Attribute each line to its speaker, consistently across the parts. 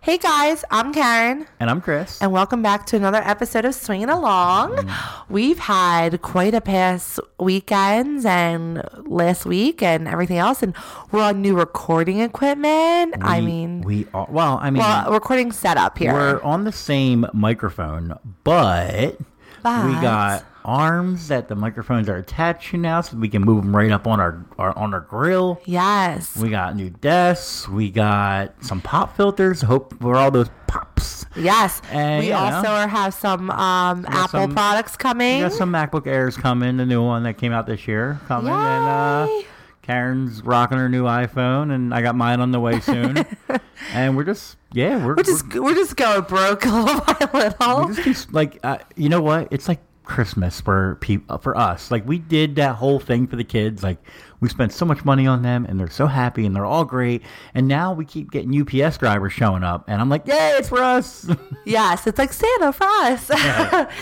Speaker 1: Hey guys, I'm Karen,
Speaker 2: And I'm Chris.
Speaker 1: and welcome back to another episode of Swinging Along. We've had quite a past weekends and last week and everything else, and we're on new recording equipment. I
Speaker 2: We-
Speaker 1: mean,
Speaker 2: we are. Well, I mean,
Speaker 1: well, recording setup here.
Speaker 2: we're on the same microphone, but, we
Speaker 1: But-
Speaker 2: got arms that the microphones are attached to now, so we can move them right up on our, our on our grill.
Speaker 1: yes,
Speaker 2: We got new desks. We got some pop filters. Hope for all those pops.
Speaker 1: yes.
Speaker 2: And,
Speaker 1: we
Speaker 2: you know.
Speaker 1: also are- have some um, Apple
Speaker 2: some-
Speaker 1: products coming.
Speaker 2: We got some MacBook Airs coming, the new one that came out this year coming, and uh,
Speaker 1: Yay.
Speaker 2: Karen's rocking her new iPhone, and I got mine on the way soon. and we're just yeah, we're,
Speaker 1: we're just we're just going broke little by little.
Speaker 2: We just keep, like uh, you know what? It's like Christmas for people for us. Like we did that whole thing for the kids. Like we spent so much money on them, and they're so happy, and they're all great. And now we keep getting UPS drivers showing up, and I'm like, yay, it's for us.
Speaker 1: Yes, it's like Santa for us.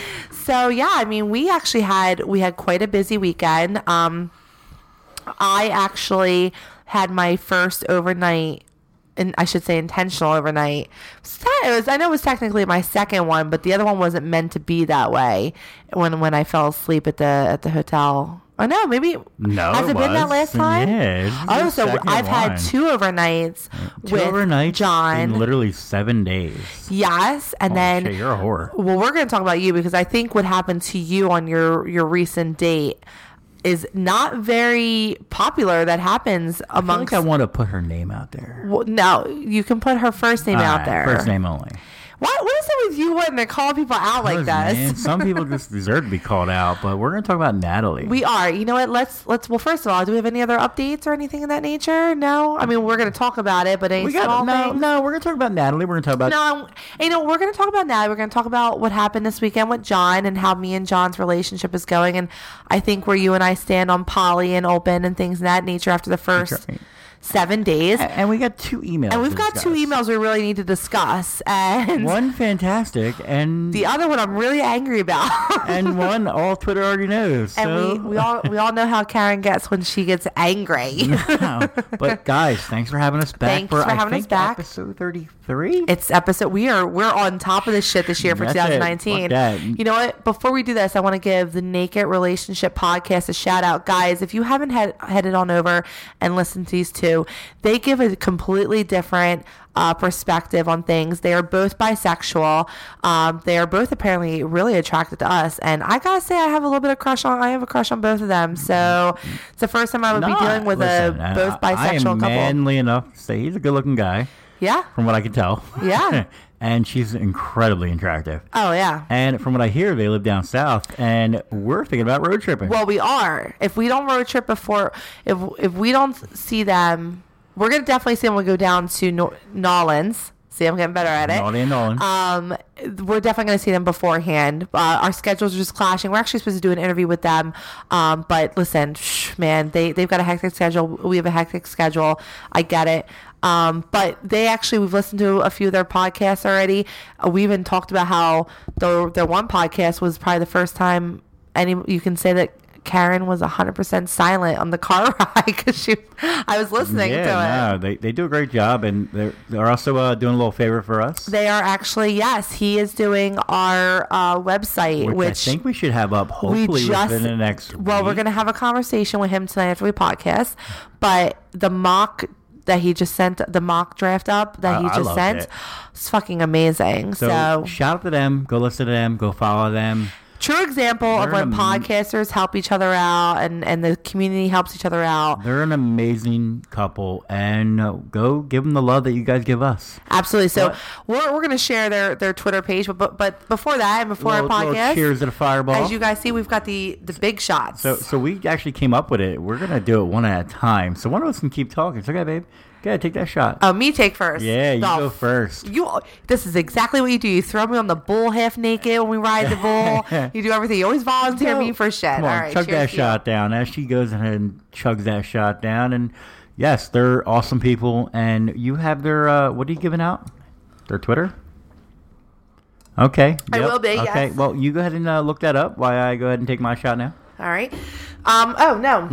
Speaker 1: so yeah, I mean, we actually had we had quite a busy weekend. Um, I actually had my first overnight, and I should say intentional overnight. So It was I know it was technically my second one, but the other one wasn't meant to be that way. When when I fell asleep at the at the hotel. Oh no, maybe
Speaker 2: no,
Speaker 1: has it, been that
Speaker 2: was.
Speaker 1: last time?
Speaker 2: Yeah, this is
Speaker 1: Oh,
Speaker 2: the
Speaker 1: so
Speaker 2: second
Speaker 1: I've had
Speaker 2: one.
Speaker 1: two overnights
Speaker 2: Two
Speaker 1: with
Speaker 2: overnights
Speaker 1: John.
Speaker 2: in literally seven days.
Speaker 1: yes, and
Speaker 2: Holy
Speaker 1: then
Speaker 2: Oh, shit, you're a whore.
Speaker 1: well we're going to talk about you because i think what happened to you on your your recent date is not very popular that happens
Speaker 2: I feel like
Speaker 1: amongst
Speaker 2: I want to put her name out there.
Speaker 1: well, no you can put her first name out
Speaker 2: Alright,
Speaker 1: there
Speaker 2: First name only.
Speaker 1: Why, what is it with you wanting to call people out like
Speaker 2: Cause,
Speaker 1: this
Speaker 2: man, some people just deserve to be called out, but we're gonna talk about Natalie.
Speaker 1: we are you know what let's let's well first of all do we have any other updates or anything of that nature no i mean we're going to talk about it but any
Speaker 2: We got
Speaker 1: small
Speaker 2: no,
Speaker 1: things?
Speaker 2: no. We're gonna talk about Natalie. We're gonna talk about
Speaker 1: No, I'm- you know, we're going to talk about now. We're going to talk about what happened this weekend with John and how me and John's relationship is going. And I think where you and I stand on poly and open and things of that nature after the first
Speaker 2: right.
Speaker 1: seven days.
Speaker 2: A- and we got two emails.
Speaker 1: And
Speaker 2: to
Speaker 1: we've got two
Speaker 2: discuss.
Speaker 1: emails we really need to discuss. And
Speaker 2: One fantastic, and
Speaker 1: the other one I'm really angry about.
Speaker 2: and one all Twitter already knows.
Speaker 1: and
Speaker 2: so.
Speaker 1: we, we, all, we all know how Karen gets when she gets angry.
Speaker 2: No. but guys, thanks for having us back.
Speaker 1: Thanks
Speaker 2: for,
Speaker 1: for
Speaker 2: I
Speaker 1: having us
Speaker 2: think,
Speaker 1: back.
Speaker 2: Episode thirty-three.
Speaker 1: it's episode we are we're on top of this shit this year for
Speaker 2: That's it.
Speaker 1: 2019
Speaker 2: Fuck that.
Speaker 1: you know what before we do this i want to give the naked relationship podcast a shout out guys if you haven't head, headed on over and listened to these two they give a completely different uh, perspective on things they are both bisexual um, they are both apparently really attracted to us and i gotta say i have a little bit of crush on i have a crush on both of them so it's the first time i would
Speaker 2: Nah,
Speaker 1: be dealing with
Speaker 2: listen,
Speaker 1: a
Speaker 2: I-
Speaker 1: both
Speaker 2: I, I am
Speaker 1: bisexual couple
Speaker 2: manly enough to say he's a good-looking guy,
Speaker 1: yeah
Speaker 2: from what I can tell.
Speaker 1: Yeah.
Speaker 2: and she's incredibly attractive.
Speaker 1: oh yeah
Speaker 2: And from what I hear, they live down south, and we're thinking about road tripping.
Speaker 1: Well, we are. If we don't road trip before, if if we don't see them, we're gonna definitely see them. We'll go down to Nor- Nolans. See, I'm getting better at it.
Speaker 2: Nolly and Nolan.
Speaker 1: Um, we're definitely gonna see them beforehand. Uh, our schedules are just clashing. We're actually supposed to do an interview with them, um, but listen, shh, man, they they've got a hectic schedule. We have a hectic schedule. I get it. Um, but they actually, we've listened to a few of their podcasts already. Uh, we even talked about how their their one podcast was probably the first time any you can say that Karen was 100% silent on the car ride because she I was listening to it.
Speaker 2: yeah, no, they, they do a great job, and they're, they're also uh, doing a little favor for us,
Speaker 1: They are actually yes, he is doing our uh, website
Speaker 2: which,
Speaker 1: which,
Speaker 2: I think we should have up hopefully
Speaker 1: just-
Speaker 2: within the next.
Speaker 1: well we're
Speaker 2: week.
Speaker 1: going to have a conversation with him tonight after we podcast, but the mock that he just sent the mock draft up that
Speaker 2: I-
Speaker 1: he
Speaker 2: I
Speaker 1: just
Speaker 2: loved
Speaker 1: sent
Speaker 2: it.
Speaker 1: it's fucking amazing. So,
Speaker 2: So, shout out to them. Go listen to them. Go follow them.
Speaker 1: true example of
Speaker 2: They're
Speaker 1: when
Speaker 2: an am-
Speaker 1: podcasters help each other out and and the community helps each other out.
Speaker 2: They're an amazing couple, and uh, go give them the love that you guys give us.
Speaker 1: Absolutely. So
Speaker 2: But-
Speaker 1: we're, we're going to share their, their Twitter page, but, but but before that and before
Speaker 2: Little-
Speaker 1: our
Speaker 2: little
Speaker 1: podcast,
Speaker 2: cheers at a fireball.
Speaker 1: as you guys see, we've got the the big shots.
Speaker 2: so, so we actually came up with it. We're gonna do it one at a time. So one of us can keep talking. It's okay, babe. Okay, take that shot.
Speaker 1: oh, me take first.
Speaker 2: yeah, you
Speaker 1: No,
Speaker 2: go first.
Speaker 1: You this is exactly what you do. You throw me on the bull half naked when we ride the bull. you do everything. You always volunteer
Speaker 2: No.
Speaker 1: me for shit.
Speaker 2: Come on,
Speaker 1: All right,
Speaker 2: chug
Speaker 1: cheers
Speaker 2: that
Speaker 1: to you.
Speaker 2: shot down. As she goes ahead and chugs that shot down, and yes, they're awesome people. And you have their uh, what are you giving out? Their Twitter. Okay.
Speaker 1: I
Speaker 2: yep,
Speaker 1: will be,
Speaker 2: Okay.
Speaker 1: yes.
Speaker 2: Well, you go ahead and uh, look that up. While I go ahead and take my shot now.
Speaker 1: All right. Um. Oh no,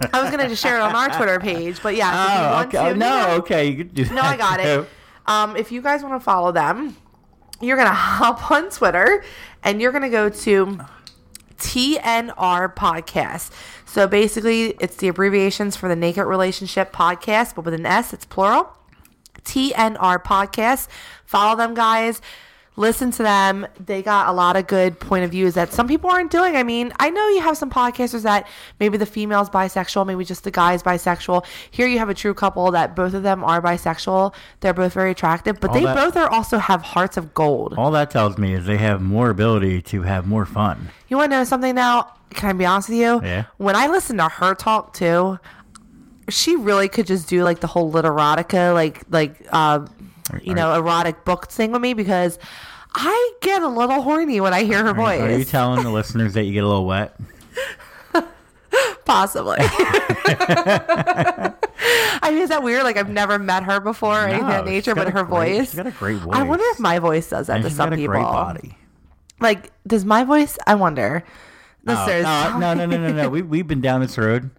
Speaker 2: Oh,
Speaker 1: I was gonna just share it on our Twitter page, but yeah. if you want to-
Speaker 2: No. Okay. You could do that.
Speaker 1: No, I got it.
Speaker 2: too.
Speaker 1: Um, if you guys want to follow them, you're going to hop on Twitter and you're going to go to TNR podcast. So basically, it's the abbreviations for the Naked Relationship podcast, but with an S, it's plural. TNR podcast. Follow them, guys. Listen to them. They got a lot of good point of views that some people aren't doing. I mean, I know you have some podcasters that maybe the female's bisexual, maybe just the guy's bisexual. Here you have a true couple that both of them are bisexual. They're both very attractive, but
Speaker 2: All
Speaker 1: they
Speaker 2: that-
Speaker 1: both are also have hearts of gold.
Speaker 2: All that tells me is they have more ability to have more fun.
Speaker 1: You want to know something now? Can I be honest with you?
Speaker 2: Yeah.
Speaker 1: When I listen to her talk too, she really could just do like the whole literotica, like like um, you know, erotic book thing with me because I get a little horny when I hear her voice.
Speaker 2: Are you telling the listeners that you get a little wet?
Speaker 1: Possibly. I mean, is that weird? Like I've never met her before or anything of
Speaker 2: No,
Speaker 1: that nature,
Speaker 2: she's got
Speaker 1: but
Speaker 2: a
Speaker 1: her
Speaker 2: great-
Speaker 1: voice.
Speaker 2: she's got a great
Speaker 1: I wonder
Speaker 2: voice.
Speaker 1: if my voice does that
Speaker 2: And
Speaker 1: to
Speaker 2: she's
Speaker 1: some
Speaker 2: got a
Speaker 1: people.
Speaker 2: great body.
Speaker 1: Like, does my voice? I wonder.
Speaker 2: Oh,
Speaker 1: Listeners,
Speaker 2: no, no, no, no, no, no. We we've been down this road,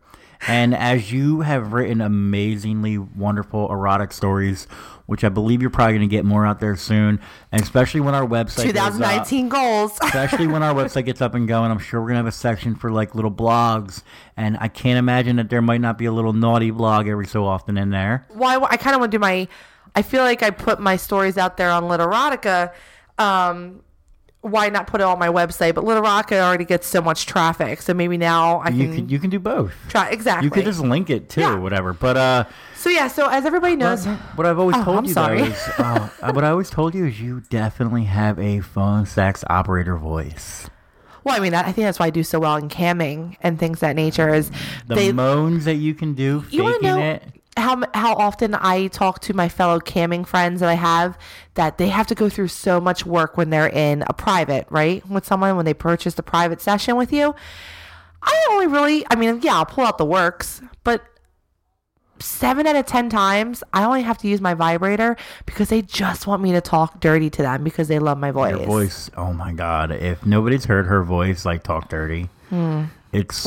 Speaker 2: and as you have written amazingly wonderful erotic stories, which I believe you're probably going to get more out there soon, and especially when our website goes up-
Speaker 1: 2019 goals.
Speaker 2: Especially when our website gets up and going, I'm sure we're gonna have a section for like little blogs, and I can't imagine that there might not be a little naughty blog every so often in there.
Speaker 1: why I kind of want to do my I feel like I put my stories out there on Literotica. Um why not put it on my website? But Literotica already gets so much traffic, so maybe now I
Speaker 2: You
Speaker 1: can
Speaker 2: could you can do both.
Speaker 1: try exactly.
Speaker 2: You could just link it too,
Speaker 1: Mm-hmm. Yeah.
Speaker 2: whatever. But uh,
Speaker 1: so yeah, so as everybody knows,
Speaker 2: what I've always
Speaker 1: Oh,
Speaker 2: told
Speaker 1: I'm
Speaker 2: you
Speaker 1: sorry.
Speaker 2: though is uh, what I always told you is you definitely have a phone sex operator voice.
Speaker 1: well, I mean, that, I think that's why I do so well in camming and things of that nature is
Speaker 2: The
Speaker 1: they
Speaker 2: moans that you can do
Speaker 1: you want to
Speaker 2: faking
Speaker 1: know
Speaker 2: it.
Speaker 1: how m- how often I talk to my fellow camming friends that I have that they have to go through so much work when they're in a private, right? With someone when they purchase a private session with you. I only really, I mean, yeah, I'll pull out the works, but seven out of 10 times, I only have to use my vibrator because they just want me to talk dirty to them because they love my voice.
Speaker 2: Your voice, oh my god! If nobody's heard her voice, like talk dirty. It's
Speaker 1: Hmm.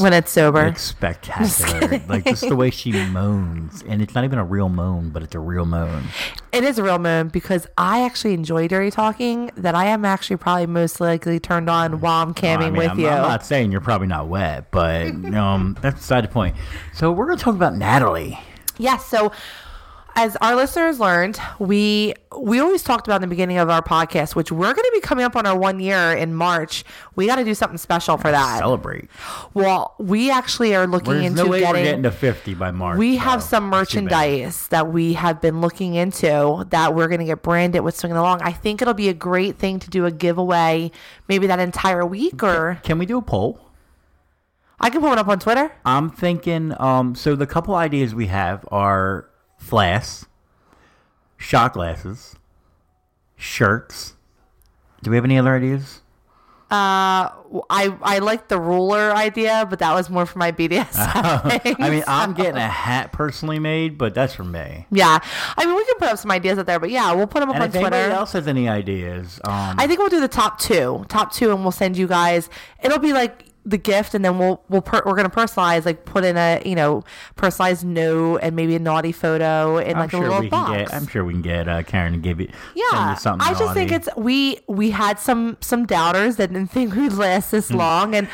Speaker 1: When it's sober.
Speaker 2: It's spectacular. like just the way she moans, and it's not even a real moan, but it's a real moan.
Speaker 1: It is a real moon because I actually enjoy dirty talking. That I am actually probably most likely turned on while I'm camming
Speaker 2: I mean,
Speaker 1: with
Speaker 2: I'm,
Speaker 1: you.
Speaker 2: I'm not saying you're probably not wet, but um, that's beside the point. So we're gonna talk about Natalie.
Speaker 1: Yes. So, as our listeners learned, we we always talked about in the beginning of our podcast, which we're going to be coming up on our one year in March. We got to do something special for that.
Speaker 2: Celebrate.
Speaker 1: Well, we actually are looking
Speaker 2: There's
Speaker 1: into
Speaker 2: no way
Speaker 1: getting.
Speaker 2: we're getting to fifty by March.
Speaker 1: we have
Speaker 2: so
Speaker 1: some
Speaker 2: that's too bad.
Speaker 1: merchandise that we have been looking into that we're going to get branded with swinging along. I think it'll be a great thing to do a giveaway, maybe that entire week, or
Speaker 2: Can we do a poll?
Speaker 1: I can pull it up on Twitter.
Speaker 2: I'm thinking. Um, so the couple ideas we have are flasks, shot glasses, shirts. Do we have any other ideas?
Speaker 1: I I like the ruler idea, but that was more for my BDSM.
Speaker 2: I mean, I'm getting a hat personally made, but that's for me.
Speaker 1: Yeah. I mean, we can put up some ideas out there, but yeah, we'll put them up
Speaker 2: And
Speaker 1: on
Speaker 2: if anybody
Speaker 1: Twitter.
Speaker 2: else has any ideas, um,
Speaker 1: I think we'll do the top two, top two, and we'll send you guys. It'll be like the gift, and then we'll we'll per, we're gonna personalize, like put in a you know personalized note and maybe a naughty photo in
Speaker 2: I'm
Speaker 1: like a
Speaker 2: sure
Speaker 1: little
Speaker 2: we
Speaker 1: box.
Speaker 2: can get. I'm sure we can get uh, Karen to give you. send
Speaker 1: yeah,
Speaker 2: you something
Speaker 1: I just think
Speaker 2: naughty.
Speaker 1: it's we we had some some doubters that didn't think we'd last this
Speaker 2: Hmm.
Speaker 1: long, and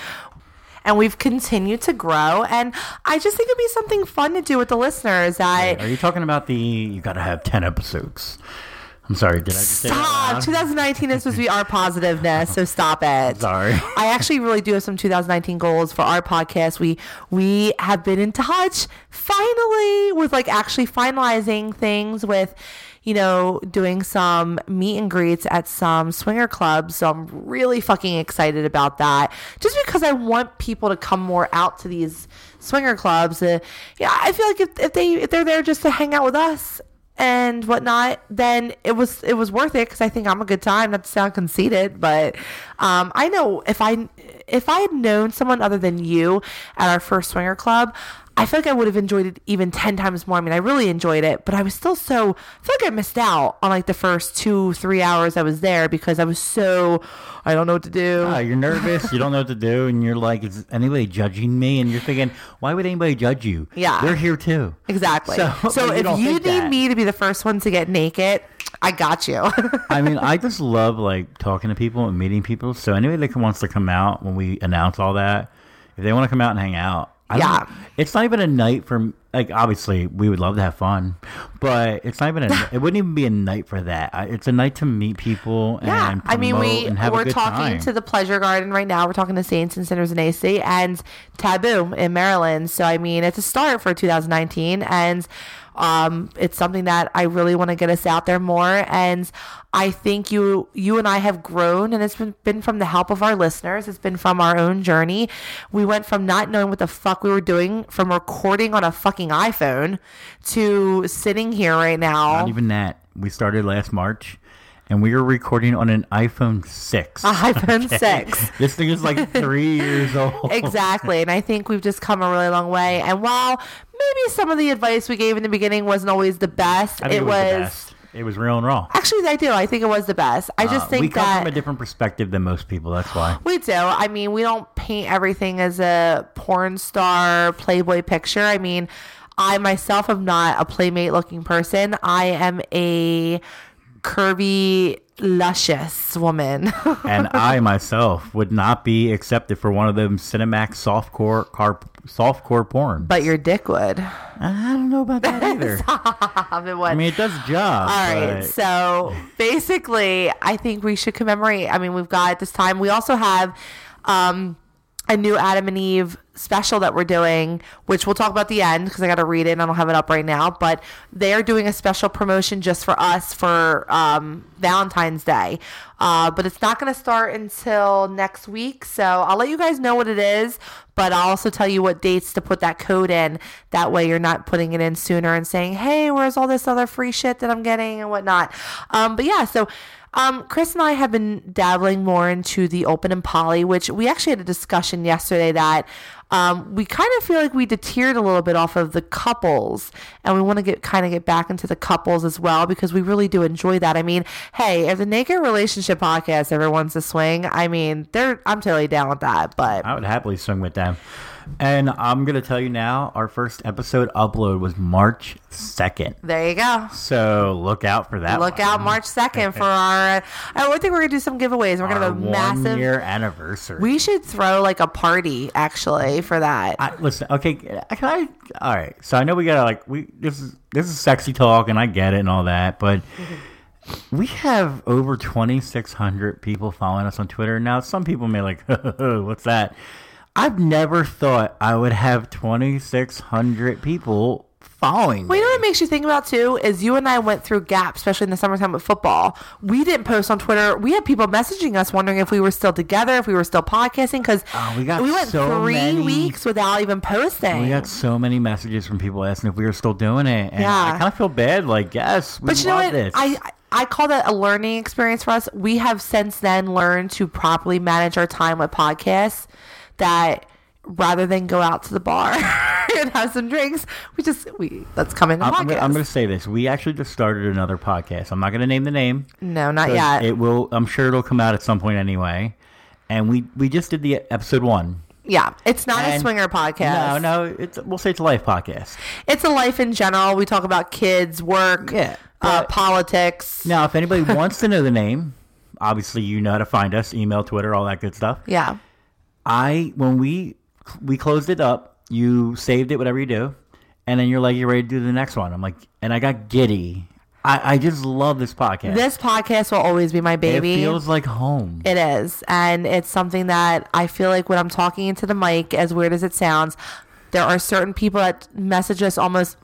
Speaker 1: and we've continued to grow. And I just think it'd be something fun to do with the listeners. That
Speaker 2: Are you talking about the? You got to have ten episodes. I'm sorry. Did I just say that
Speaker 1: Stop.
Speaker 2: loud?
Speaker 1: 2019 is supposed to be our positiveness, so stop it.
Speaker 2: Sorry.
Speaker 1: I actually really do have some 2019 goals for our podcast. We we have been in touch finally with like actually finalizing things with you know doing some meet and greets at some swinger clubs. So I'm really fucking excited about that. Just because I want people to come more out to these swinger clubs. Uh, yeah, I feel like if, if they if they're there just to hang out with us and whatnot, then it was it was worth it because I think I'm a good time. Not to sound conceited, but um, I know if I if I had known someone other than you at our first swinger club, I feel like I would have enjoyed it even 10 times more. I mean, I really enjoyed it, but I was still so, I feel like I missed out on like the first two, three hours I was there because I was so, I don't know what to do.
Speaker 2: Ah, you're nervous. you don't know what to do, and you're like, "Is anybody judging me?" And you're thinking, "Why would anybody judge you?"
Speaker 1: Yeah.
Speaker 2: they're here too.
Speaker 1: Exactly. So,
Speaker 2: So- you
Speaker 1: if
Speaker 2: don't
Speaker 1: you need
Speaker 2: think that.
Speaker 1: me to be the first one to get naked, I got you.
Speaker 2: I mean, I just love like talking to people and meeting people. So anybody that wants to come out when we announce all that, if they want to come out and hang out, I don't-
Speaker 1: Yeah.
Speaker 2: it's not even a night for like. Obviously, we would love to have fun, but it's not even a. it wouldn't even be a night for that. I- It's a night to meet people and
Speaker 1: yeah. I mean,
Speaker 2: promote
Speaker 1: we
Speaker 2: and have a
Speaker 1: we're
Speaker 2: good
Speaker 1: talking
Speaker 2: time.
Speaker 1: to the Pleasure Garden right now. We're talking to Saints and Sinners in AC and Taboo in Maryland. So I mean, it's a start for 2019, and um, it's something that I really want to get us out there more. And I think you you and I have grown, and it's been, been from the help of our listeners. It's been from our own journey. We went from not knowing what the fuck we were doing, from recording on a fucking iPhone, to sitting here right now.
Speaker 2: Not even that. We started last March, and we were recording on an iPhone six.
Speaker 1: Uh-huh. iPhone 6.
Speaker 2: This thing is like three years old.
Speaker 1: Exactly. And I think we've just come a really long way. And while maybe some of the advice we gave in the beginning wasn't always the best,
Speaker 2: I
Speaker 1: it,
Speaker 2: think it, was, the
Speaker 1: was.
Speaker 2: best. It was real and raw.
Speaker 1: Actually, I do. I think it was the best. I just
Speaker 2: Uh,
Speaker 1: think
Speaker 2: we come
Speaker 1: that
Speaker 2: from a different perspective than most people. That's why.
Speaker 1: we do. I mean, we don't paint everything as a porn star, Playboy picture. I mean, I myself am not a playmate looking person. I am a curvy, luscious woman.
Speaker 2: and I myself would not be accepted for one of them Cinemax softcore car softcore porn.
Speaker 1: but your dick would.
Speaker 2: I don't know about that either.
Speaker 1: Um, it would.
Speaker 2: I mean, it does the job.
Speaker 1: All right.
Speaker 2: but-
Speaker 1: So basically, I think we should commemorate. I mean, we've got this time. We also have um, a new Adam and Eve special that we're doing, which we'll talk about at the end because I got to read it and I don't have it up right now. But they are doing a special promotion just for us for um, Valentine's Day. Uh, but it's not going to start until next week. So I'll let you guys know what it is. But I'll also tell you what dates to put that code in. That way you're not putting it in sooner and saying, hey, where's all this other free shit that I'm getting and whatnot. Um, but yeah, so um, Chris and I have been dabbling more into the open and poly, which we actually had a discussion yesterday that um, we kind of feel like we deterred a little bit off of the couples, and we want to get kind of get back into the couples as well because we really do enjoy that. I mean, hey, if the Naked Relationship Podcast ever wants to swing, I mean, they're I'm totally down with that. But
Speaker 2: I would happily swing with them. And I'm gonna tell you now, our first episode upload was March second.
Speaker 1: there you go.
Speaker 2: So look out for that.
Speaker 1: Look
Speaker 2: one.
Speaker 1: out March second for our. uh, I would think we're gonna do some giveaways. We're gonna
Speaker 2: Our
Speaker 1: have a massive.
Speaker 2: one year anniversary.
Speaker 1: We should throw like a party actually for that.
Speaker 2: I, listen, okay, can I? All right, so I know we gotta like we this is this is sexy talk, and I get it and all that, but
Speaker 1: Mm-hmm.
Speaker 2: we have over twenty six hundred people following us on Twitter now. Some people may like, what's that? I've never thought I would have twenty six hundred people following.
Speaker 1: But
Speaker 2: me.
Speaker 1: you know what makes you think about too is you and I went through gaps, especially in the summertime with football. We didn't post on Twitter. We had people messaging us wondering if we were still together, if we were still podcasting, because
Speaker 2: Oh, we got
Speaker 1: went
Speaker 2: so
Speaker 1: three
Speaker 2: many-
Speaker 1: weeks without even posting.
Speaker 2: We got so many messages from people asking if we were still doing it, and
Speaker 1: Yeah.
Speaker 2: I kind of feel bad. Like, yes, we
Speaker 1: but you know
Speaker 2: love
Speaker 1: what?
Speaker 2: this.
Speaker 1: I I I call that a learning experience for us. We have since then learned to properly manage our time with podcasts. That rather than go out to the bar and have some drinks, we just we let's come in the
Speaker 2: I'm, I'm
Speaker 1: podcast.
Speaker 2: gonna- I'm going to say this. We actually just started another podcast. I'm not going to name the name.
Speaker 1: no, not
Speaker 2: 'cause
Speaker 1: yet.
Speaker 2: It will. I'm sure it'll come out at some point anyway. And we we just did the episode one.
Speaker 1: yeah, it's not a
Speaker 2: And-
Speaker 1: swinger podcast.
Speaker 2: No, no. It's we'll say it's a life podcast.
Speaker 1: it's a life in general. We talk about kids, work,
Speaker 2: Yeah,
Speaker 1: uh,
Speaker 2: but-
Speaker 1: politics.
Speaker 2: Now, if anybody wants to know the name, obviously you know how to find us: email, Twitter, all that good stuff.
Speaker 1: Yeah.
Speaker 2: I when we we closed it up, you saved it, whatever you do, and then you're like, you're ready to do the next one. I'm like, and I got giddy. I, I just love this podcast.
Speaker 1: This podcast will always be my
Speaker 2: it
Speaker 1: baby.
Speaker 2: feels like home.
Speaker 1: It is. And it's something that I feel like when I'm talking into the mic, as weird as it sounds, there are certain people that message us almost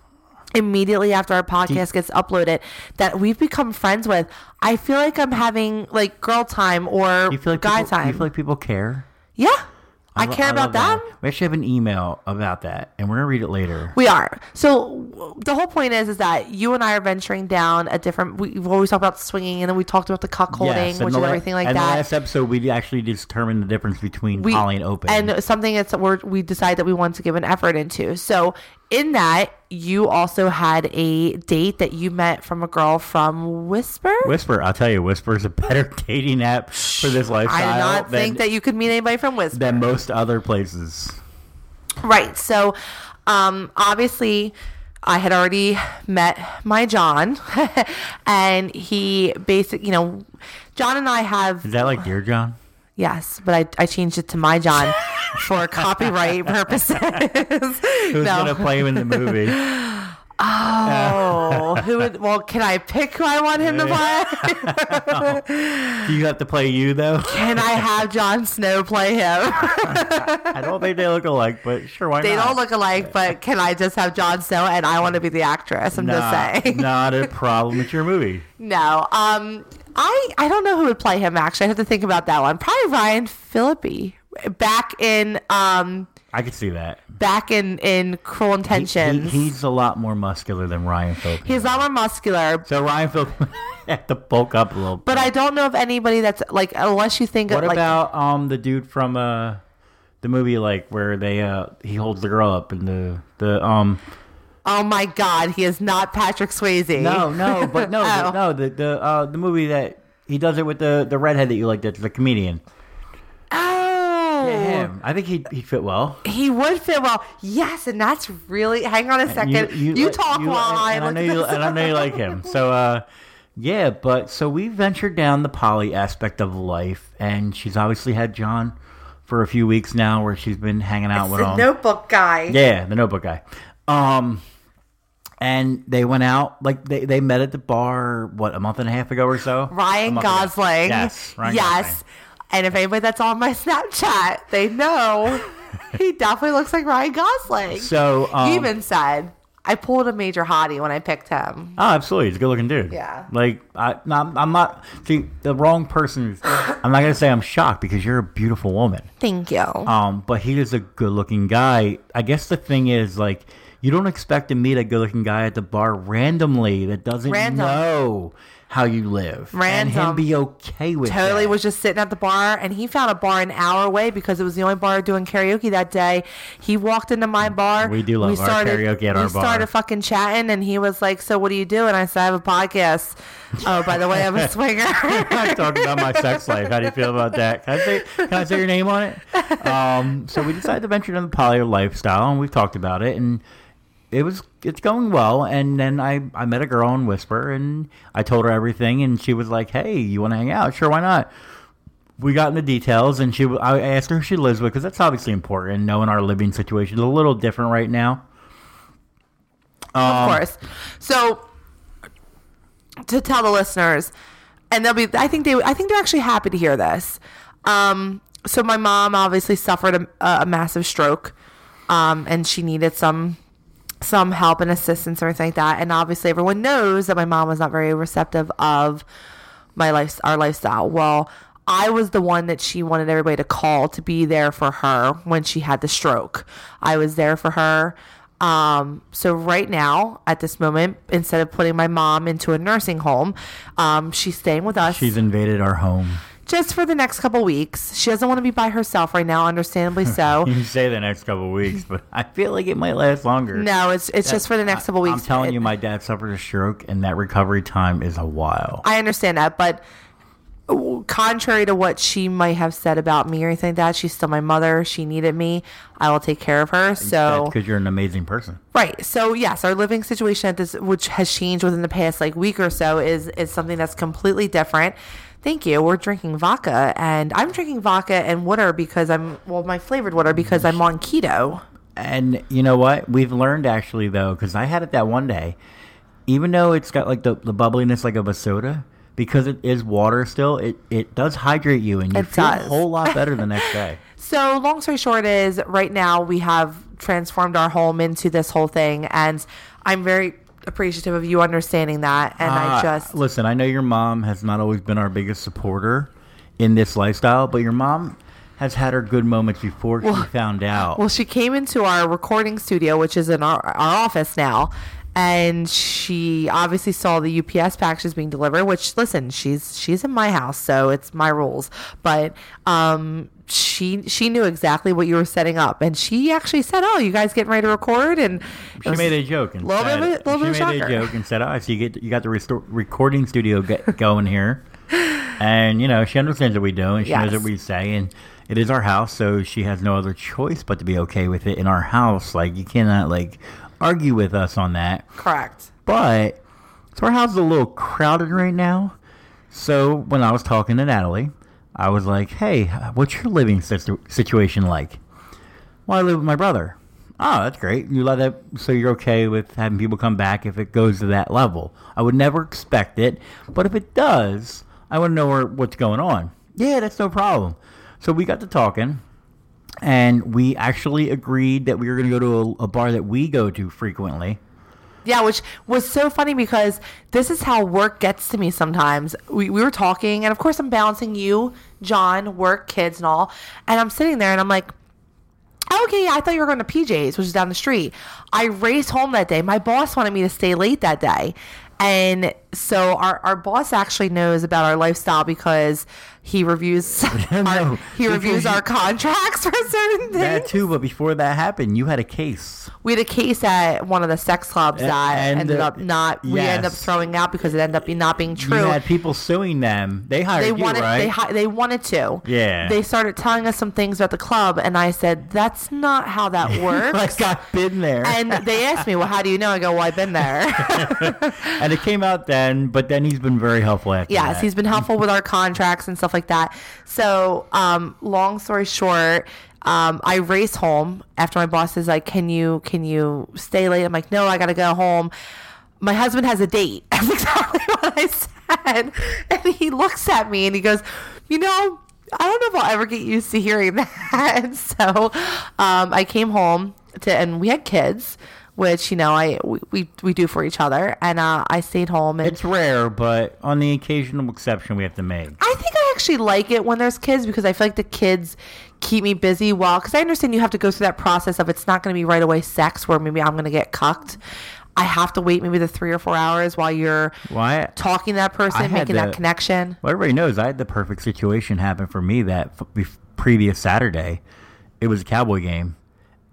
Speaker 1: immediately after our podcast gets uploaded that we've become friends with. I feel like I'm having like girl time or
Speaker 2: you feel like
Speaker 1: guy
Speaker 2: people,
Speaker 1: time.
Speaker 2: You feel like people care.
Speaker 1: yeah. I
Speaker 2: lo-
Speaker 1: care
Speaker 2: love
Speaker 1: about them.
Speaker 2: We actually have an email about that, and we're gonna read it later.
Speaker 1: We are. So w- the whole point is, is that you and I are venturing down a different. We, we always talk about swinging, and then we talked about the cuckolding,
Speaker 2: and
Speaker 1: which
Speaker 2: the
Speaker 1: is
Speaker 2: la-
Speaker 1: everything like
Speaker 2: and
Speaker 1: that.
Speaker 2: the last episode, we actually determined the difference between
Speaker 1: we,
Speaker 2: poly and open.
Speaker 1: and something that's we're, we decide that we want to give an effort into. So in that, you also had a date that you met from a girl from Whisper.
Speaker 2: Whisper, I'll tell you, Whisper is a better dating app for this
Speaker 1: I
Speaker 2: lifestyle
Speaker 1: did not
Speaker 2: than,
Speaker 1: think that you could meet anybody from Whisper.
Speaker 2: than most other places.
Speaker 1: Right. So, um, obviously, I had already met my John, and he basic. you know, John and I have
Speaker 2: Is that like Dear John?
Speaker 1: yes, but I, I changed it to my John for copyright purposes.
Speaker 2: Who's gonna
Speaker 1: no.
Speaker 2: play him in the movie? Uh,
Speaker 1: Oh, who would? Well, can I pick who I want him to play?
Speaker 2: Do you have to play you though?
Speaker 1: Can I have John Snow play him?
Speaker 2: I don't think they look alike, but sure, why
Speaker 1: They
Speaker 2: not?
Speaker 1: don't look alike, but can I just have John Snow and I want to be the actress? I'm
Speaker 2: Nah,
Speaker 1: just saying.
Speaker 2: not a problem. It's your movie.
Speaker 1: No. Um, I I don't know who would play him. Actually, I have to think about that one. Probably Ryan Phillippe back in um
Speaker 2: I could see that.
Speaker 1: back in in Cruel
Speaker 2: He- he-
Speaker 1: Intentions.
Speaker 2: he's a lot more muscular than Ryan Phillippe.
Speaker 1: he's not more muscular,
Speaker 2: so Ryan Phillippe had to bulk up a little.
Speaker 1: but I don't know of anybody that's like unless you think
Speaker 2: What
Speaker 1: of like
Speaker 2: about um the dude from uh the movie like where they uh he holds the girl up and the the um
Speaker 1: oh my god, he is not Patrick Swayze.
Speaker 2: no no but no
Speaker 1: Oh.
Speaker 2: the- no the the uh the movie that he does it with the the redhead that you like that's the comedian
Speaker 1: Oh.
Speaker 2: him I think he he fit well.
Speaker 1: He would fit well. Yes, and that's really. Hang on a second. You, talk while I look
Speaker 2: and I
Speaker 1: at
Speaker 2: know you
Speaker 1: this.
Speaker 2: and I know you like him so uh yeah but so we ventured down the poly aspect of life and she's obviously had John for a few weeks now where she's been hanging out with
Speaker 1: the
Speaker 2: him.
Speaker 1: notebook guy.
Speaker 2: Yeah, the Notebook guy. Um, and they went out like they, they met at the bar what a month and a half ago or so. A
Speaker 1: Ryan
Speaker 2: month ago.
Speaker 1: Gosling.
Speaker 2: Yes, Ryan
Speaker 1: yes.
Speaker 2: Gosling.
Speaker 1: And if anybody that's on my Snapchat, they know he definitely looks like Ryan Gosling.
Speaker 2: So um,
Speaker 1: you even said I pulled a major hottie when I picked him.
Speaker 2: oh, absolutely, he's a good looking dude.
Speaker 1: Yeah.
Speaker 2: Like I, no, I'm, I'm not see the wrong person. I'm not gonna say I'm shocked because you're a beautiful woman.
Speaker 1: Thank you.
Speaker 2: Um, but he is a good looking guy. I guess the thing is like. You don't expect to meet a good-looking guy at the bar randomly that doesn't
Speaker 1: Random.
Speaker 2: know how you live, and
Speaker 1: Random.
Speaker 2: him be okay with
Speaker 1: Totally
Speaker 2: that.
Speaker 1: was just sitting at the bar, and he found a bar an hour away because it was the only bar doing karaoke that day. He walked into my bar.
Speaker 2: We do love our karaoke at
Speaker 1: we
Speaker 2: our bar.
Speaker 1: started fucking chatting, and he was like, "So what do you do?" And I said, "I have a podcast." oh, by the way, I'm a swinger.
Speaker 2: I'm talking about my sex life. How do you feel about that? Can I say, can I say your name on it? Um, so we decided to venture into the polyo lifestyle, and we've talked about it, and it was it's going well. And then I I met a girl on Whisper, and I told her everything, and she was like, "Hey, you want to hang out? Sure, why not?" We got into details, and she I asked her who she lives with because that's obviously important. Knowing our living situation is a little different right now. Um,
Speaker 1: of course. So to tell the listeners, and they'll be. I think they. I think they're actually happy to hear this. Um, so my mom obviously suffered a, a massive stroke, um, and she needed some some help and assistance and everything like that. And obviously, everyone knows that my mom was not very receptive of my life, our lifestyle. Well, I was the one that she wanted everybody to call to be there for her when she had the stroke. I was there for her. Um, so right now, at this moment, instead of putting my mom into a nursing home, um, she's staying with us
Speaker 2: She's invaded our home.
Speaker 1: just for the next couple weeks. She doesn't want to be by herself right now, understandably so.
Speaker 2: You say the next couple of weeks, but I feel like it might last longer.
Speaker 1: No, it's it's just for the next couple weeks.
Speaker 2: I'm telling
Speaker 1: It-
Speaker 2: you, my dad suffered a stroke, and that recovery time is a while.
Speaker 1: I understand that, but contrary to what she might have said about me or anything like that, she's still my mother. She needed me. I will take care of her. So
Speaker 2: because you're an amazing person.
Speaker 1: right. So yes, our living situation at this, which has changed within the past like week or so, is is something that's completely different. Thank you. We're drinking vodka, and I'm drinking vodka and water because I'm well, my flavored water because I'm on keto.
Speaker 2: And you know what? We've learned actually though, because I had it that one day. Even though it's got like the, the bubbliness like of a soda, because it is water still, it, it does hydrate you, and you
Speaker 1: It
Speaker 2: feel
Speaker 1: does.
Speaker 2: a whole lot better the next day.
Speaker 1: So, long story short, is right now we have transformed our home into this whole thing, and I'm very appreciative of you understanding that. And I
Speaker 2: Uh,
Speaker 1: just,
Speaker 2: listen. I know your mom has not always been our biggest supporter in this lifestyle, but your mom has had her good moments before she found out.
Speaker 1: Well, she came into our recording studio, which is in our, our office now, and she obviously saw the UPS packages being delivered. Which, listen, she's she's in my house, so it's my rules. But um, she she knew exactly what you were setting up, and she actually said, "Oh, you guys getting ready to record?" And
Speaker 2: she made a joke and
Speaker 1: Little bit
Speaker 2: said,
Speaker 1: of a- little bit of
Speaker 2: she made
Speaker 1: shocker.
Speaker 2: a joke and said, "Oh, so you get you got the restor- recording studio get going here." And you know she understands what we do, and she
Speaker 1: Yes.
Speaker 2: knows what we say, and it is our house, so she has no other choice but to be okay with it in our house. Like you cannot like argue with us on that.
Speaker 1: correct.
Speaker 2: But so our house is a little crowded right now. So when I was talking to Natalie, I was like, "Hey, what's your living situ- situation like?" Well, I live with my brother. Oh, that's great. You let that, so you're okay with having people come back if it goes to that level. I would never expect it, but if it does, I want to know where, what's going on. Yeah, that's no problem. So we got to talking, and we actually agreed that we were going to go to a, a bar that we go to frequently.
Speaker 1: Yeah, which was so funny because this is how work gets to me sometimes. We, we were talking, and of course, I'm balancing you, John, work, kids, and all. And I'm sitting there and I'm like, "Oh, okay, yeah, I thought you were going to PJ's, which is down the street. I raced home that day. My boss wanted me to stay late that day. And so our, our boss actually knows about our lifestyle because he reviews our,
Speaker 2: No,
Speaker 1: he reviews
Speaker 2: because you-
Speaker 1: our contracts for certain things.
Speaker 2: That too, but before that happened, you had a case.
Speaker 1: we had a case at one of the sex clubs
Speaker 2: A-
Speaker 1: that
Speaker 2: and,
Speaker 1: ended
Speaker 2: uh,
Speaker 1: up not we ended up
Speaker 2: yes.
Speaker 1: throwing out because it ended up be- not being true.
Speaker 2: You had people suing them. They hired
Speaker 1: they
Speaker 2: you,
Speaker 1: wanted
Speaker 2: right?
Speaker 1: they hi- they wanted to.
Speaker 2: Yeah.
Speaker 1: They started telling us some things about the club and I said, That's not how that works.
Speaker 2: like I've been there, and,
Speaker 1: and they asked me, Well, how do you know? I go, Well, I've been there.
Speaker 2: it came out then. But then he's been very helpful after
Speaker 1: yes,
Speaker 2: that.
Speaker 1: he's been helpful with our contracts and stuff like that. So, um, long story short, um, I race home after my boss is like, "Can you can you stay late?" I'm like, "No, I gotta go home." My husband has a date. That's exactly what I said, and he looks at me and he goes, "You know." I don't know if I'll ever get used to hearing that. And so um, I came home to, and we had kids, which you know I we, we, we do for each other. And uh, I stayed home. And
Speaker 2: It's rare, but on the occasional exception we have to make.
Speaker 1: I think I actually like it when there's kids because I feel like the kids keep me busy while because I understand you have to go through that process of it's not going to be right away sex where maybe I'm going to get cucked. I have to wait maybe the three or four hours while you're
Speaker 2: Why?
Speaker 1: talking to that
Speaker 2: I
Speaker 1: person,
Speaker 2: had
Speaker 1: making that
Speaker 2: the-
Speaker 1: connection.
Speaker 2: Well, everybody knows I had the perfect situation happen for me that f- bef- previous Saturday. It was a Cowboy game,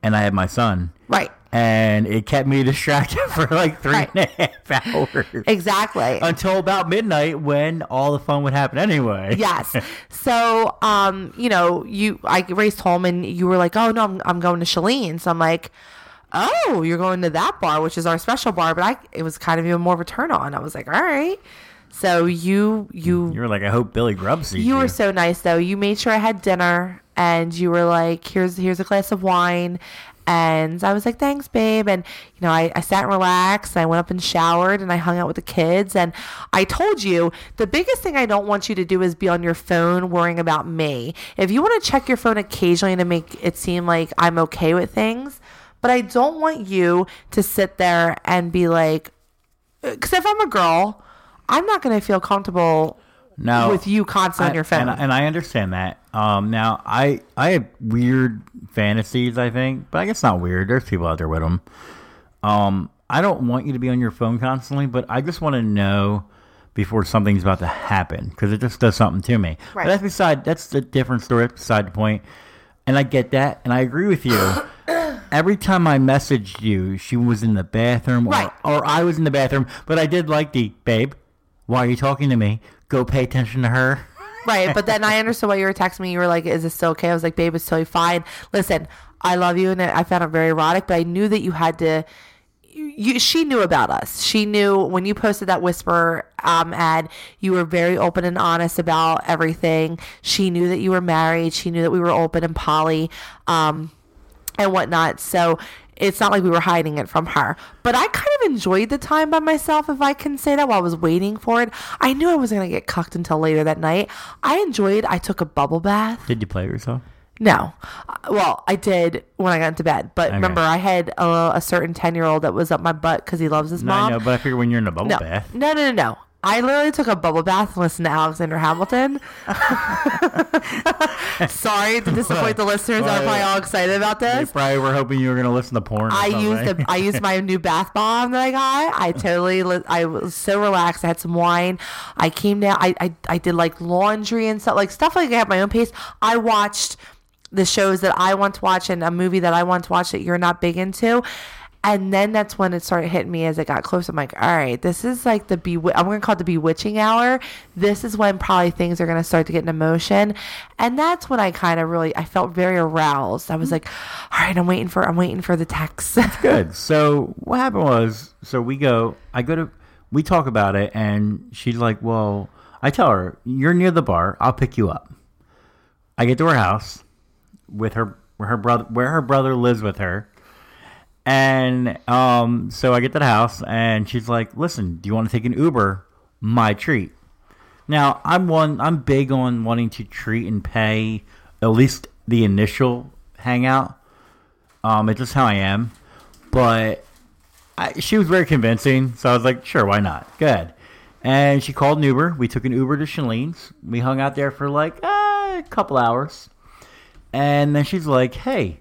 Speaker 2: and I had my son,
Speaker 1: Right.
Speaker 2: and it kept me distracted for like three
Speaker 1: Right.
Speaker 2: and a half hours.
Speaker 1: Exactly.
Speaker 2: until about midnight when all the fun would happen anyway.
Speaker 1: yes. So, um, you know, you I raced home and you were like, "Oh no, I'm I'm going to Chalene's." I'm like, "Oh, you're going to that bar, which is our special bar." But I it was kind of even more of a turn on. I was like, "All right." So you you
Speaker 2: You were like, I hope Billy Grubb sees you.
Speaker 1: you were so nice though. You made sure I had dinner and you were like, here's here's a glass of wine. And I was like, thanks, babe. And, you know, I, I sat and relaxed. And I went up and showered and I hung out with the kids. And I told you the biggest thing I don't want you to do is be on your phone worrying about me. If you want to check your phone occasionally to make it seem like I'm okay with things, but I don't want you to sit there and be like, because if I'm a girl, I'm not going to feel comfortable
Speaker 2: now,
Speaker 1: with you constantly on your phone.
Speaker 2: And, and Oh, I understand that. Um, now, I I have weird fantasies, I think, but I guess not weird. There's people out there with them. Um, I don't want you to be on your phone constantly, but I just want to know before something's about to happen because it just does something to me. But
Speaker 1: Right.
Speaker 2: that's beside. That's the different story. That's beside the point. And I get that, and I agree with you. Every time I messaged you, she was in the bathroom, or,
Speaker 1: Right.
Speaker 2: or I was in the bathroom. But I did like the babe. Why are you talking to me? Go pay attention to her.
Speaker 1: Right. But then I understood why you were texting me. You were like, is this still okay? I was like, babe, it's totally fine. Listen, I love you. And I found it very erotic, but I knew that you had to. You, she knew about us. She knew when you posted that whisper um, ad, you were very open and honest about everything. She knew that you were married. She knew that we were open and poly. Um, and whatnot. So it's not like we were hiding it from her. But I kind of enjoyed the time by myself, if I can say that, while I was waiting for it. I knew I wasn't going to get cucked until later that night. I enjoyed, I took a bubble bath.
Speaker 2: Did you play yourself?
Speaker 1: No. Uh, Well, I did when I got into bed. But remember, I had a, a certain 10 year old that was up my butt because he loves his
Speaker 2: No,
Speaker 1: mom.
Speaker 2: I know, but I figure when you're in a bubble
Speaker 1: no.
Speaker 2: bath,
Speaker 1: no, no, no, no. I literally took a bubble bath and listened to Alexander Hamilton. Sorry to disappoint the listeners that are probably all excited about
Speaker 2: They
Speaker 1: this.
Speaker 2: probably were hoping you were going to listen to porn. or
Speaker 1: I
Speaker 2: something.
Speaker 1: used the, I used my new bath bomb that I got. I totally li- I was so relaxed. I had some wine. I came down. I, I I did like laundry and stuff like stuff like I had my own pace. I watched the shows that I want to watch and a movie that I want to watch that you're not big into. And then that's when it started hitting me as it got close. I'm like, all right, this is like the be. I'm gonna call it the bewitching hour. This is when probably things are gonna start to get an emotion, and that's when I kind of really I felt very aroused. I was like, all right, I'm waiting for I'm waiting for the text.
Speaker 2: good. So what happened was, so we go, I go to, we talk about it, and she's like, "Well," I tell her, "You're near the bar. I'll pick you up." I get to her house with her, where her brother, where her brother lives with her, and um, so I get to the house, and she's like, "Listen, do you want to take an Uber? My treat." Now I'm one. I'm big on wanting to treat and pay at least the initial hangout. Um, it's just how I am but I, she was very convincing. So I was like, sure, why not? Good. And she called an Uber. We took an Uber to Shalene's. We hung out there for like uh, a couple hours. And then she's like, hey,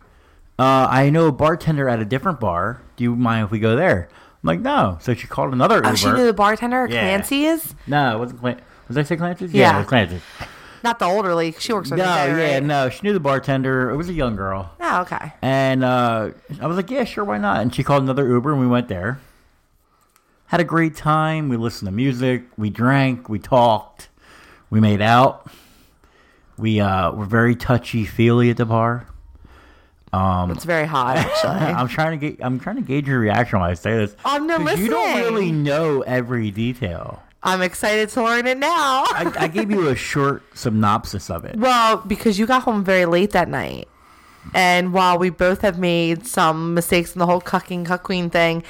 Speaker 2: uh, I know a bartender at a different bar. Do you mind if we go there? I'm like, no. So she called another Uber.
Speaker 1: Oh, she knew the bartender, at
Speaker 2: Yeah.
Speaker 1: Clancy's,
Speaker 2: no, it wasn't Clancy. Was I say Clancy's?
Speaker 1: Yeah.
Speaker 2: it was Clancy's.
Speaker 1: not the elderly. She works
Speaker 2: No,
Speaker 1: with the guy,
Speaker 2: yeah,
Speaker 1: right?
Speaker 2: no. She knew the bartender. It was a young girl.
Speaker 1: Oh, okay.
Speaker 2: And uh, I was like, yeah, sure, why not? And she called another Uber and we went there. Had a great time. We listened to music. We drank. We talked. We made out. We uh, were very touchy feely at the bar. Um,
Speaker 1: It's very hot, actually.
Speaker 2: I'm trying to get. I'm trying to gauge your reaction when I say this.
Speaker 1: I'm not
Speaker 2: 'Cause You don't
Speaker 1: listening.
Speaker 2: really know every detail.
Speaker 1: I'm excited to learn it now.
Speaker 2: I, I gave you a short synopsis of it.
Speaker 1: Well, because you got home very late that night. And while we both have made some mistakes in the whole cucking, cuck queen thing,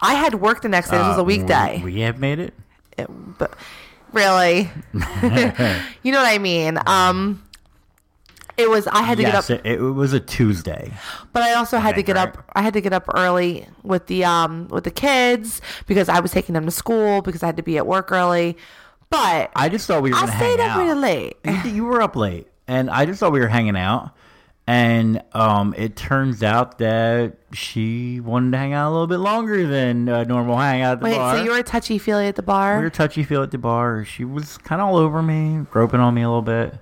Speaker 1: I had work the next day. This was
Speaker 2: Uh,
Speaker 1: a weekday.
Speaker 2: We, we have made it.
Speaker 1: It- but really, you know what I mean? Um, it was, I had to
Speaker 2: Yes,
Speaker 1: get up,
Speaker 2: it, it was a Tuesday.
Speaker 1: but I also had to
Speaker 2: Okay,
Speaker 1: get
Speaker 2: correct.
Speaker 1: up. I had to get up early with the, um, with the kids because I was taking them to school because I had to be at work early. But
Speaker 2: I just thought we were
Speaker 1: I
Speaker 2: going to hang
Speaker 1: stayed up
Speaker 2: out.
Speaker 1: really late.
Speaker 2: you you were up late, and I just thought we were hanging out. And um, it turns out that she wanted to hang out a little bit longer than a normal hangout at the
Speaker 1: Wait,
Speaker 2: bar.
Speaker 1: so you were touchy feely at the bar?
Speaker 2: we were touchy feel at the bar. She was kind of all over me, groping on me a little bit.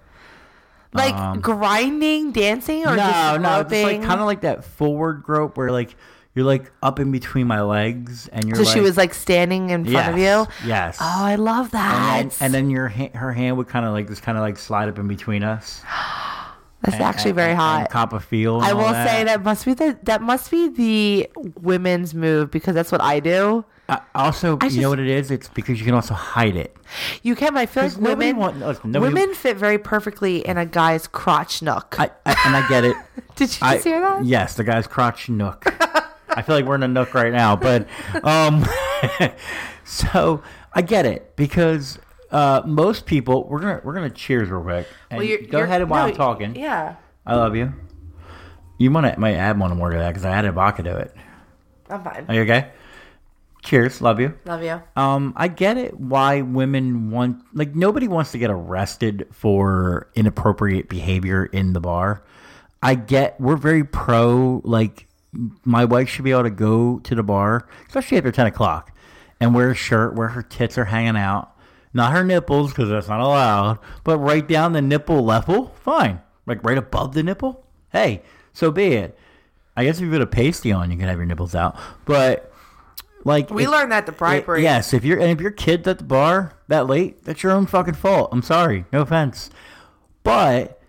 Speaker 1: like grinding, dancing, or
Speaker 2: um, no,
Speaker 1: just
Speaker 2: no, just like
Speaker 1: groping?
Speaker 2: kind of like that forward grope where like you're like up in between my legs, and you're
Speaker 1: so
Speaker 2: like,
Speaker 1: she was like standing in front of
Speaker 2: Yes,
Speaker 1: you.
Speaker 2: yes.
Speaker 1: Oh, I love that.
Speaker 2: and, then- and then your ha- her hand would kind of like just kind of like slide up in between us.
Speaker 1: that's actually very hot.
Speaker 2: Cop a feel. and
Speaker 1: I
Speaker 2: all
Speaker 1: will say that must be the that must be the women's move because that's what I do.
Speaker 2: Uh, also, you
Speaker 1: just-
Speaker 2: know what it is? It's because you can also hide it.
Speaker 1: You can, but I feel
Speaker 2: 'Cause
Speaker 1: like
Speaker 2: nobody
Speaker 1: women
Speaker 2: want- listen, nobody-
Speaker 1: women fit very perfectly in a guy's crotch nook.
Speaker 2: I, I, and I get it.
Speaker 1: Did you just
Speaker 2: I,
Speaker 1: hear that?
Speaker 2: Yes, the guy's crotch nook. I feel like we're in a nook right now, but um, so I get it because uh, most people we're gonna we're gonna cheers real quick. And
Speaker 1: Well, you're-
Speaker 2: go
Speaker 1: you're-
Speaker 2: ahead and while
Speaker 1: no,
Speaker 2: I'm talking,
Speaker 1: Yeah,
Speaker 2: I love you. You might might add one more to that because I added vodka to it.
Speaker 1: I'm fine.
Speaker 2: Are you okay? Cheers, love you.
Speaker 1: love you.
Speaker 2: Um, I get it why women want like nobody wants to get arrested for inappropriate behavior in the bar. I get we're very pro like my wife should be able to go to the bar, especially after ten o'clock, and wear a shirt where her tits are hanging out, not her nipples because that's not allowed, but right down the nipple level, fine, like right above the nipple. Hey, so be it. I guess if you put a pasty on, you can have your nipples out, but. Like
Speaker 1: We
Speaker 2: if-
Speaker 1: learned that the
Speaker 2: Y-
Speaker 1: bribery.
Speaker 2: Yes, if you're and if your kid's at the bar that late, that's your own fucking fault. I'm sorry, no offense, but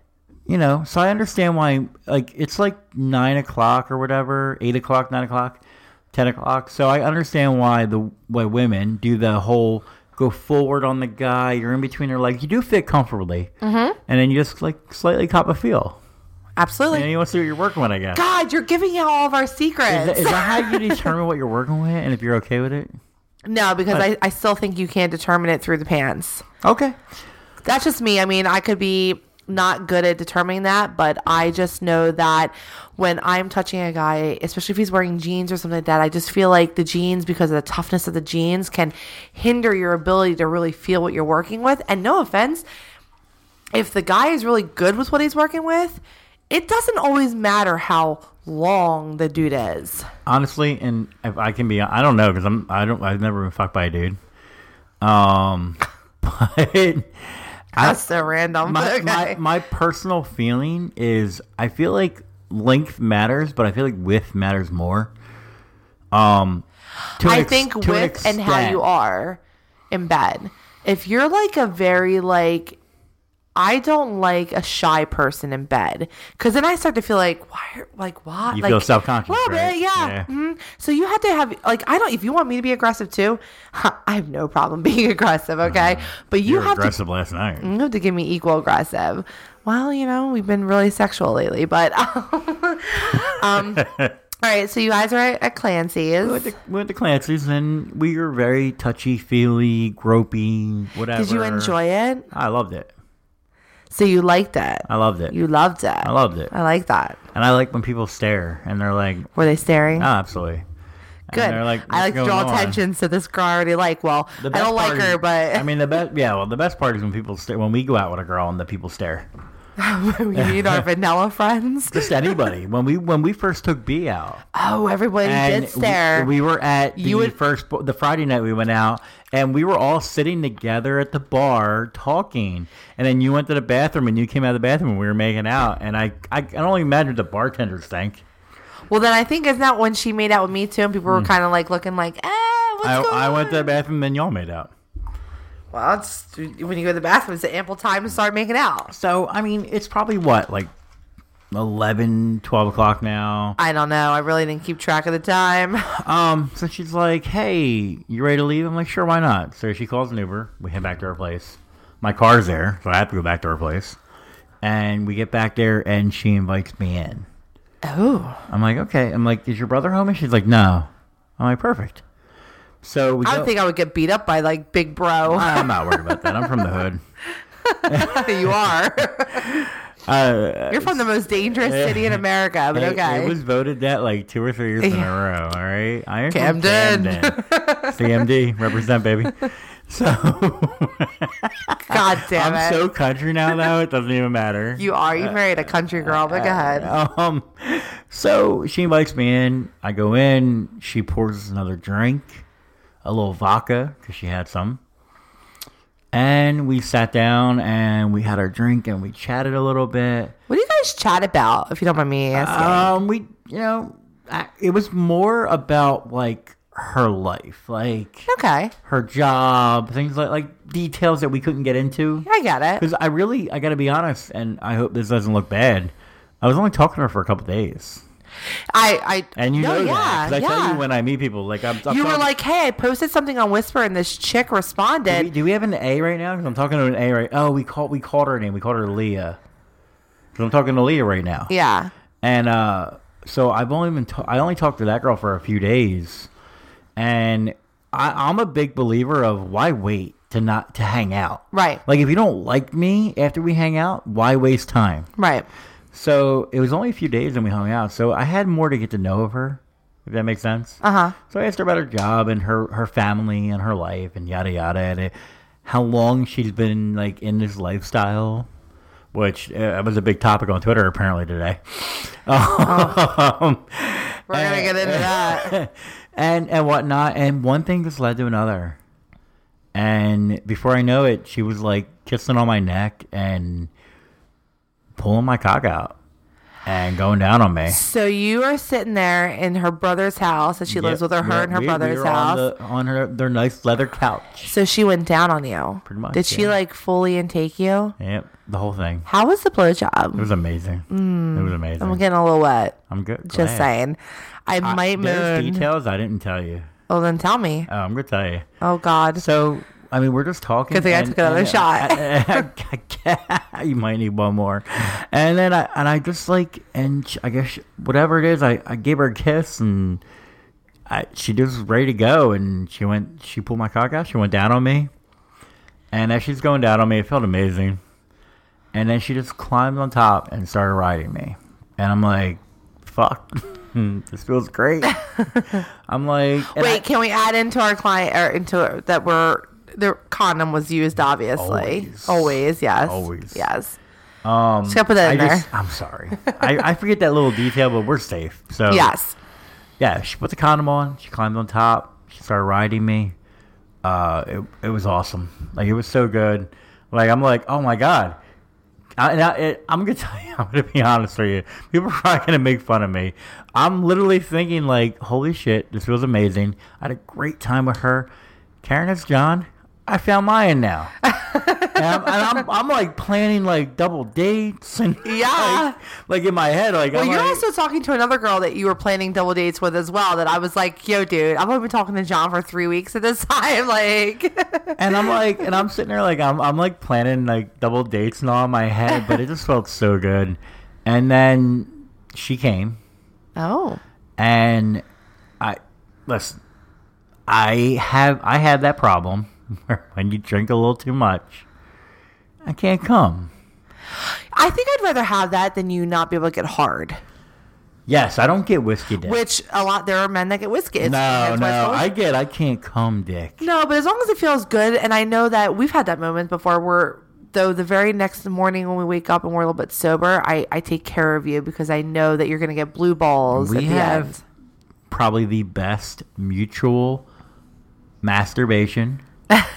Speaker 2: you know, so I understand why. Like it's like nine o'clock or whatever, eight o'clock, nine o'clock, ten o'clock. So I understand why the why women do the whole go forward on the guy. You're in between their legs. You do fit comfortably, mm-hmm. and then you just like slightly cop a feel.
Speaker 1: absolutely.
Speaker 2: And you want to see what you're working with, I guess.
Speaker 1: God, you're giving out all of our
Speaker 2: Is
Speaker 1: secrets.
Speaker 2: that, is that how you determine what you're working with and if you're okay with it?
Speaker 1: no, because I, I still think you can't determine it through the pants.
Speaker 2: Okay.
Speaker 1: that's just me. I mean, I could be not good at determining that, but I just know that when I'm touching a guy, especially if he's wearing jeans or something like that, I just feel like the jeans, because of the toughness of the jeans, can hinder your ability to really feel what you're working with. And no offense, if the guy is really good with what he's working with, it doesn't always matter how long the dude is.
Speaker 2: honestly, and if I can be, I don't know because I'm, I don't, I've never been fucked by a dude. Um, but I,
Speaker 1: That's so random.
Speaker 2: my, my
Speaker 1: Okay.
Speaker 2: my personal feeling is I feel like length matters, but I feel like width matters more. Um, to an
Speaker 1: I
Speaker 2: ex-
Speaker 1: think
Speaker 2: to an
Speaker 1: with and how you
Speaker 2: extent.
Speaker 1: are in bed. If you're like a very like I don't like a shy person in bed because then I start to feel like why are- like why
Speaker 2: You
Speaker 1: like,
Speaker 2: feel self-conscious,
Speaker 1: a little bit,
Speaker 2: right?
Speaker 1: yeah.
Speaker 2: Yeah.
Speaker 1: mhm. So you had to have like I don't if you want me to be aggressive too, I have no problem being aggressive, okay? but you
Speaker 2: You were
Speaker 1: have to Mm.
Speaker 2: Uh-huh. aggressive last night.
Speaker 1: you have to give me equal aggressive. Well, you know, we've been really sexual lately, but um, all right. So you guys are at, at Clancy's.
Speaker 2: We went, to, we went to Clancy's and we were very touchy feely, gropey, whatever.
Speaker 1: Did you enjoy it?
Speaker 2: I loved it.
Speaker 1: So you liked it.
Speaker 2: I loved it.
Speaker 1: You loved it.
Speaker 2: I loved it.
Speaker 1: I like that.
Speaker 2: And I like when people stare and they're like,
Speaker 1: Were they staring?
Speaker 2: oh, absolutely.
Speaker 1: Good.
Speaker 2: And they're like,
Speaker 1: I
Speaker 2: "What's
Speaker 1: like to
Speaker 2: going
Speaker 1: draw
Speaker 2: on?"
Speaker 1: attention to this girl I already like. Well, I
Speaker 2: The best
Speaker 1: don't like
Speaker 2: part is-
Speaker 1: her, but
Speaker 2: I mean the best. Yeah, well, the best part is when people stare. When we go out with a girl and the people stare.
Speaker 1: we need our vanilla friends.
Speaker 2: Just anybody. when we when we first took B out,
Speaker 1: Oh, everybody
Speaker 2: and
Speaker 1: did stare.
Speaker 2: We, we were at the
Speaker 1: You would-
Speaker 2: first the Friday night we went out, and we were all sitting together at the bar talking. And then you went to the bathroom, and you came out of the bathroom, and we were making out. And I I, I don't even imagine what the bartenders think.
Speaker 1: well, then I think isn't that when she made out with me too, and people were kind of like looking like, eh, what's
Speaker 2: Hmm. I,
Speaker 1: going
Speaker 2: I went to
Speaker 1: on?"
Speaker 2: the bathroom, and y'all made out.
Speaker 1: Well, it's, when you go to the bathroom, it's an ample time to start making out.
Speaker 2: So I mean, it's probably what like 11, 12 o'clock now.
Speaker 1: I don't know. I really didn't keep track of the time.
Speaker 2: Um, so she's like, "Hey, you ready to leave?" I'm like, "Sure, why not?" So she calls an Uber. We head back to her place. My car's there, so I have to go back to her place. And we get back there, and she invites me in.
Speaker 1: Oh,
Speaker 2: I'm like, "Okay." I'm like, "Is your brother home?" And she's like, "No." I'm like, "Perfect." So we
Speaker 1: I
Speaker 2: go.
Speaker 1: would think I would get beat up by like big bro.
Speaker 2: I'm not worried about that. I'm from the hood.
Speaker 1: you are.
Speaker 2: Uh,
Speaker 1: You're from the most dangerous city in America, but
Speaker 2: Hey,
Speaker 1: okay.
Speaker 2: It was voted that like two or three years in a
Speaker 1: Yeah.
Speaker 2: row. All right. I am
Speaker 1: Camden.
Speaker 2: From Camden. CMD represent, baby. So
Speaker 1: God damn
Speaker 2: I'm
Speaker 1: it.
Speaker 2: so Uh, country now, though it doesn't even matter.
Speaker 1: you are. You married a country girl, but go ahead.
Speaker 2: Um. So she invites me in. I go in. She pours another drink, a little vodka because she had some. And we sat down and we had our drink and we chatted a little bit.
Speaker 1: What do you guys chat about, if you don't mind me asking?
Speaker 2: Um, we, you know, I, it was more about like her life, like
Speaker 1: okay.
Speaker 2: her job, things like like details that we couldn't get into.
Speaker 1: I get it.
Speaker 2: Because I really, I got to be honest, and I hope this doesn't look bad. I was only talking to her for a couple days,
Speaker 1: I, I,
Speaker 2: and you
Speaker 1: no,
Speaker 2: know
Speaker 1: yeah,
Speaker 2: that 'cause I tell
Speaker 1: yeah.
Speaker 2: you when I meet people, like I'm. I'm
Speaker 1: you were
Speaker 2: talking-
Speaker 1: like, hey, I posted something on Whisper and this chick responded.
Speaker 2: do we, do we have an A right now? 'Cause I'm talking to an A right. Oh, we called we called her name. We called her Leah. 'Cause I'm talking to Leah right now.
Speaker 1: yeah.
Speaker 2: And uh, so I've only been ta- I only talked to that girl for a few days, and I, I'm a big believer of why wait to not to hang out.
Speaker 1: Right.
Speaker 2: Like if you don't like me after we hang out, why waste time?
Speaker 1: Right.
Speaker 2: So it was only a few days and we hung out. So I had more to get to know of her, if that makes sense. Uh
Speaker 1: Uh-huh.
Speaker 2: So I asked her about her job and her her family and her life and yada yada and it, how long she's been like in this lifestyle, which uh, was a big topic on Twitter apparently today. Um,
Speaker 1: We're going to get
Speaker 2: uh,
Speaker 1: into that.
Speaker 2: and and whatnot. And one thing just led to another. And before I know it, she was like kissing on my neck and pulling my cock out and going down on me.
Speaker 1: So you are sitting there in her brother's house that she lives with her, her and her
Speaker 2: We- we
Speaker 1: brother's
Speaker 2: were
Speaker 1: house.
Speaker 2: on, the- on her their nice leather couch.
Speaker 1: so she went down on you.
Speaker 2: Pretty much,
Speaker 1: Did she
Speaker 2: yeah.
Speaker 1: like fully intake you?
Speaker 2: Yep, the whole thing.
Speaker 1: How was the
Speaker 2: It
Speaker 1: blowjob?
Speaker 2: was amazing. It was amazing.
Speaker 1: Mm. I'm getting a little wet.
Speaker 2: I'm good.
Speaker 1: Just
Speaker 2: glad.
Speaker 1: saying. I
Speaker 2: I-
Speaker 1: might
Speaker 2: There's
Speaker 1: moon.
Speaker 2: details I didn't tell you.
Speaker 1: Oh, then tell me.
Speaker 2: Oh, I'm gonna tell you.
Speaker 1: Oh God.
Speaker 2: So I mean, we're just talking.
Speaker 1: Good thing I
Speaker 2: and-
Speaker 1: took another
Speaker 2: and- uh,
Speaker 1: shot.
Speaker 2: I- I- I- you might need one more. And then I and I just like and sh- I guess sh- whatever it is, I I gave her a kiss and I she just was ready to go and she went she pulled my cock out. She went down on me, and as she's going down on me, it felt amazing. And then she just climbed on top and started riding me. And I'm like, fuck, this feels great. I'm like, and
Speaker 1: Wait,
Speaker 2: I-
Speaker 1: can we add into our client or into that we're the condom was used obviously.
Speaker 2: Always.
Speaker 1: Always, yes.
Speaker 2: Always.
Speaker 1: Yes.
Speaker 2: um,
Speaker 1: Just gotta put that in
Speaker 2: I
Speaker 1: there.
Speaker 2: I'm sorry. I, I forget that little detail, but we're safe. So
Speaker 1: Yes.
Speaker 2: yeah, she put the condom on. She climbed on top. She started riding me. Uh, it, it was awesome. Like it was so good. Like I'm like, oh my god. I, and I, it, I'm gonna tell you. I'm gonna be honest with you. People are probably gonna make fun of me. I'm literally thinking like, holy shit, this was amazing. I had a great time with her. Karen is John. I found mine now. and I'm, and I'm, I'm like planning like double dates and
Speaker 1: Yeah.
Speaker 2: like, like in my head like
Speaker 1: Well,
Speaker 2: I'm
Speaker 1: you're
Speaker 2: like,
Speaker 1: also talking to another girl that you were planning double dates with as well. That I was like, yo, dude, I've only been talking to John for three weeks at this time. Like,
Speaker 2: and I'm like, and I'm sitting there like I'm, I'm like planning like double dates and all in my head, but it just felt so good. And then she came,
Speaker 1: oh,
Speaker 2: and I listen. I have I had that problem where when you drink a little too much, I can't come.
Speaker 1: I think I'd rather have that than you not be able to get hard.
Speaker 2: Yes, I don't get whiskey dick.
Speaker 1: Which a lot there are men that get whiskey. It's-
Speaker 2: no,
Speaker 1: that's why it's
Speaker 2: no,
Speaker 1: called-
Speaker 2: I get I can't come dick.
Speaker 1: No, but as long as it feels good, and I know that we've had that moment before where, though, the very next morning when we wake up and we're a little bit sober, I, I take care of you because I know that you're going to get blue balls.
Speaker 2: We
Speaker 1: at
Speaker 2: have-
Speaker 1: the end.
Speaker 2: probably the best mutual masturbation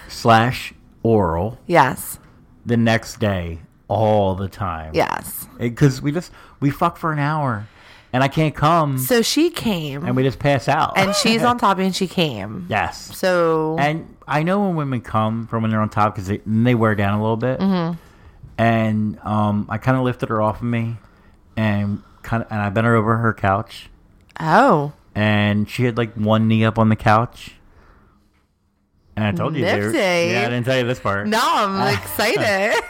Speaker 2: slash oral
Speaker 1: Yes.
Speaker 2: the next day all the time.
Speaker 1: Yes.
Speaker 2: Because we just, we fuck for an hour and I can't come
Speaker 1: So she came,
Speaker 2: and we just pass out.
Speaker 1: and she's on top, and she came.
Speaker 2: yes.
Speaker 1: So
Speaker 2: And I know when women come from when they're on top because they, they wear down a little bit.
Speaker 1: Mm-hmm.
Speaker 2: And um, I kind of lifted her off of me and kind of, and I bent her over her couch
Speaker 1: oh,
Speaker 2: and she had like one knee up on the couch. And I told you, they were-
Speaker 1: Nipsey.
Speaker 2: yeah, I didn't tell you this part.
Speaker 1: now I'm excited.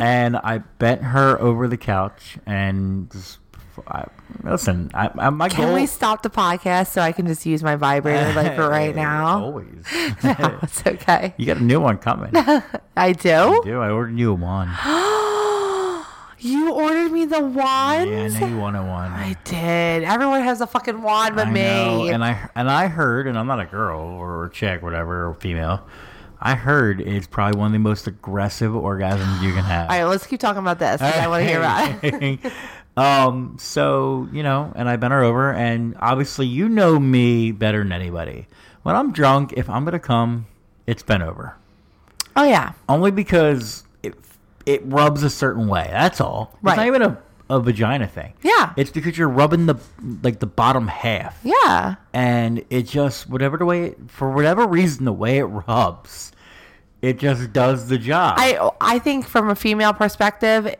Speaker 2: and I bent her over the couch and just. I, listen, I, I, my
Speaker 1: Can
Speaker 2: goal.
Speaker 1: we stop the podcast so I can just use my vibrator like right now?
Speaker 2: Always.
Speaker 1: No, it's okay.
Speaker 2: you got a new one coming. I
Speaker 1: I do.
Speaker 2: do. I ordered you one.
Speaker 1: You ordered me the
Speaker 2: Yeah, I
Speaker 1: ones.
Speaker 2: know you wanted one. I,
Speaker 1: I did. Everyone has a fucking wand but me.
Speaker 2: know. And I and I heard, and I'm not a girl or a chick, whatever, or female. I heard it's probably one of the most aggressive orgasms you can have.
Speaker 1: All right, let's keep talking about this. 'cause I want to hear about it.
Speaker 2: um, so you know, and I bent her over, and obviously you know me better than anybody. When I'm drunk, if I'm gonna come, it's bent over.
Speaker 1: Oh yeah,
Speaker 2: Only because it it rubs a certain way. That's all. It's not
Speaker 1: Right.
Speaker 2: even a, a vagina thing.
Speaker 1: Yeah.
Speaker 2: It's because you're rubbing the like the bottom half,
Speaker 1: yeah.
Speaker 2: and it just whatever the way for whatever reason the way it rubs, it just does the job.
Speaker 1: I I think from a female perspective,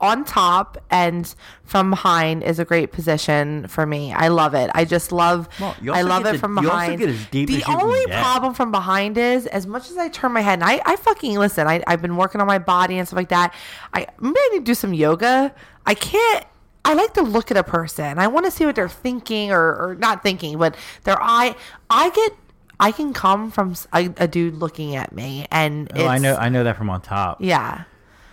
Speaker 1: on top and from behind is a great position for me. I love it. I just love.
Speaker 2: Well, you
Speaker 1: I
Speaker 2: also
Speaker 1: love
Speaker 2: get
Speaker 1: it
Speaker 2: to-
Speaker 1: from
Speaker 2: you also
Speaker 1: behind.
Speaker 2: get as deep
Speaker 1: the
Speaker 2: as you can
Speaker 1: only
Speaker 2: get.
Speaker 1: problem from behind is as much as I turn my head and I, I fucking listen. I I've been working on my body and stuff like that. I maybe I need to do some yoga. I can't. I like to look at a person. I want to see what they're thinking or, or not thinking, but their eye. I get. I can come from s- a, a dude looking at me, and
Speaker 2: Oh,
Speaker 1: it's,
Speaker 2: I know I know that from on top.
Speaker 1: Yeah.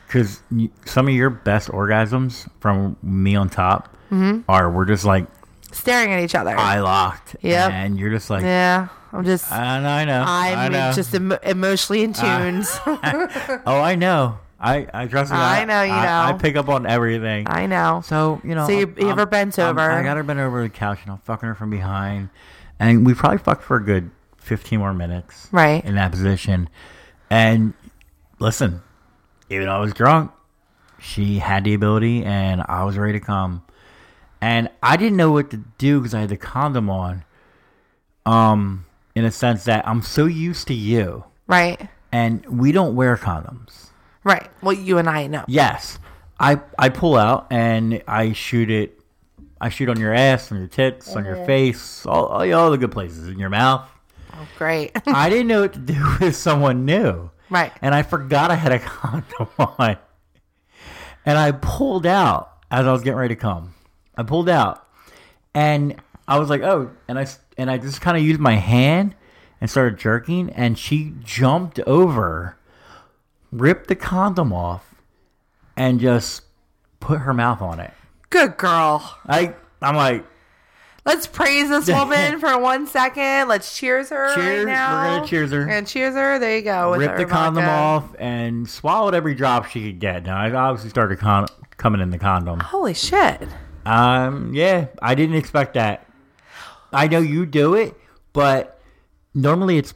Speaker 2: Because some of your best orgasms from me on top
Speaker 1: Mm-hmm.
Speaker 2: are we're just like
Speaker 1: staring at each other.
Speaker 2: eye locked.
Speaker 1: Yep.
Speaker 2: And you're just like,
Speaker 1: yeah, I'm just,
Speaker 2: I know, I know.
Speaker 1: I'm
Speaker 2: I know.
Speaker 1: just emo- emotionally in tune.
Speaker 2: oh, I know. I, I trust me.
Speaker 1: I know you
Speaker 2: I,
Speaker 1: know.
Speaker 2: I pick up on everything.
Speaker 1: I know.
Speaker 2: so, you know.
Speaker 1: So you-
Speaker 2: I'm-
Speaker 1: you
Speaker 2: I'm-
Speaker 1: ever bent
Speaker 2: I'm-
Speaker 1: over?
Speaker 2: I got her bent over the couch and I'm fucking her from behind. And we probably fucked for a good 15 more minutes.
Speaker 1: Right.
Speaker 2: In that position. And listen, even though I was drunk, she had the ability and I was ready to come. And I didn't know what to do because I had the condom on. Um, in a sense that I'm so used to you
Speaker 1: right,
Speaker 2: and we don't wear condoms.
Speaker 1: right. Well, you and I know.
Speaker 2: Yes. I I pull out and I shoot it I shoot on your ass, on your tits, on your face, all, all all the good places, in your mouth.
Speaker 1: Oh, great.
Speaker 2: I didn't know what to do with someone new.
Speaker 1: Right.
Speaker 2: And I forgot I had a condom on. And I pulled out as I was getting ready to come. I pulled out. And I was like, "Oh." And I s- and I just kind of used my hand and started jerking and she jumped over, ripped the condom off and just put her mouth on it.
Speaker 1: Good girl.
Speaker 2: I I'm like,
Speaker 1: Let's praise this woman for one second. Let's cheers her
Speaker 2: Cheers. We're
Speaker 1: right now.
Speaker 2: gonna cheers her.
Speaker 1: We're gonna cheers her. There you go. with
Speaker 2: ripped
Speaker 1: her
Speaker 2: the condom
Speaker 1: vodka.
Speaker 2: off and swallowed every drop she could get. Now I obviously started con- coming in the condom.
Speaker 1: Holy shit.
Speaker 2: Um, yeah, I didn't expect that. I know you do it, but normally it's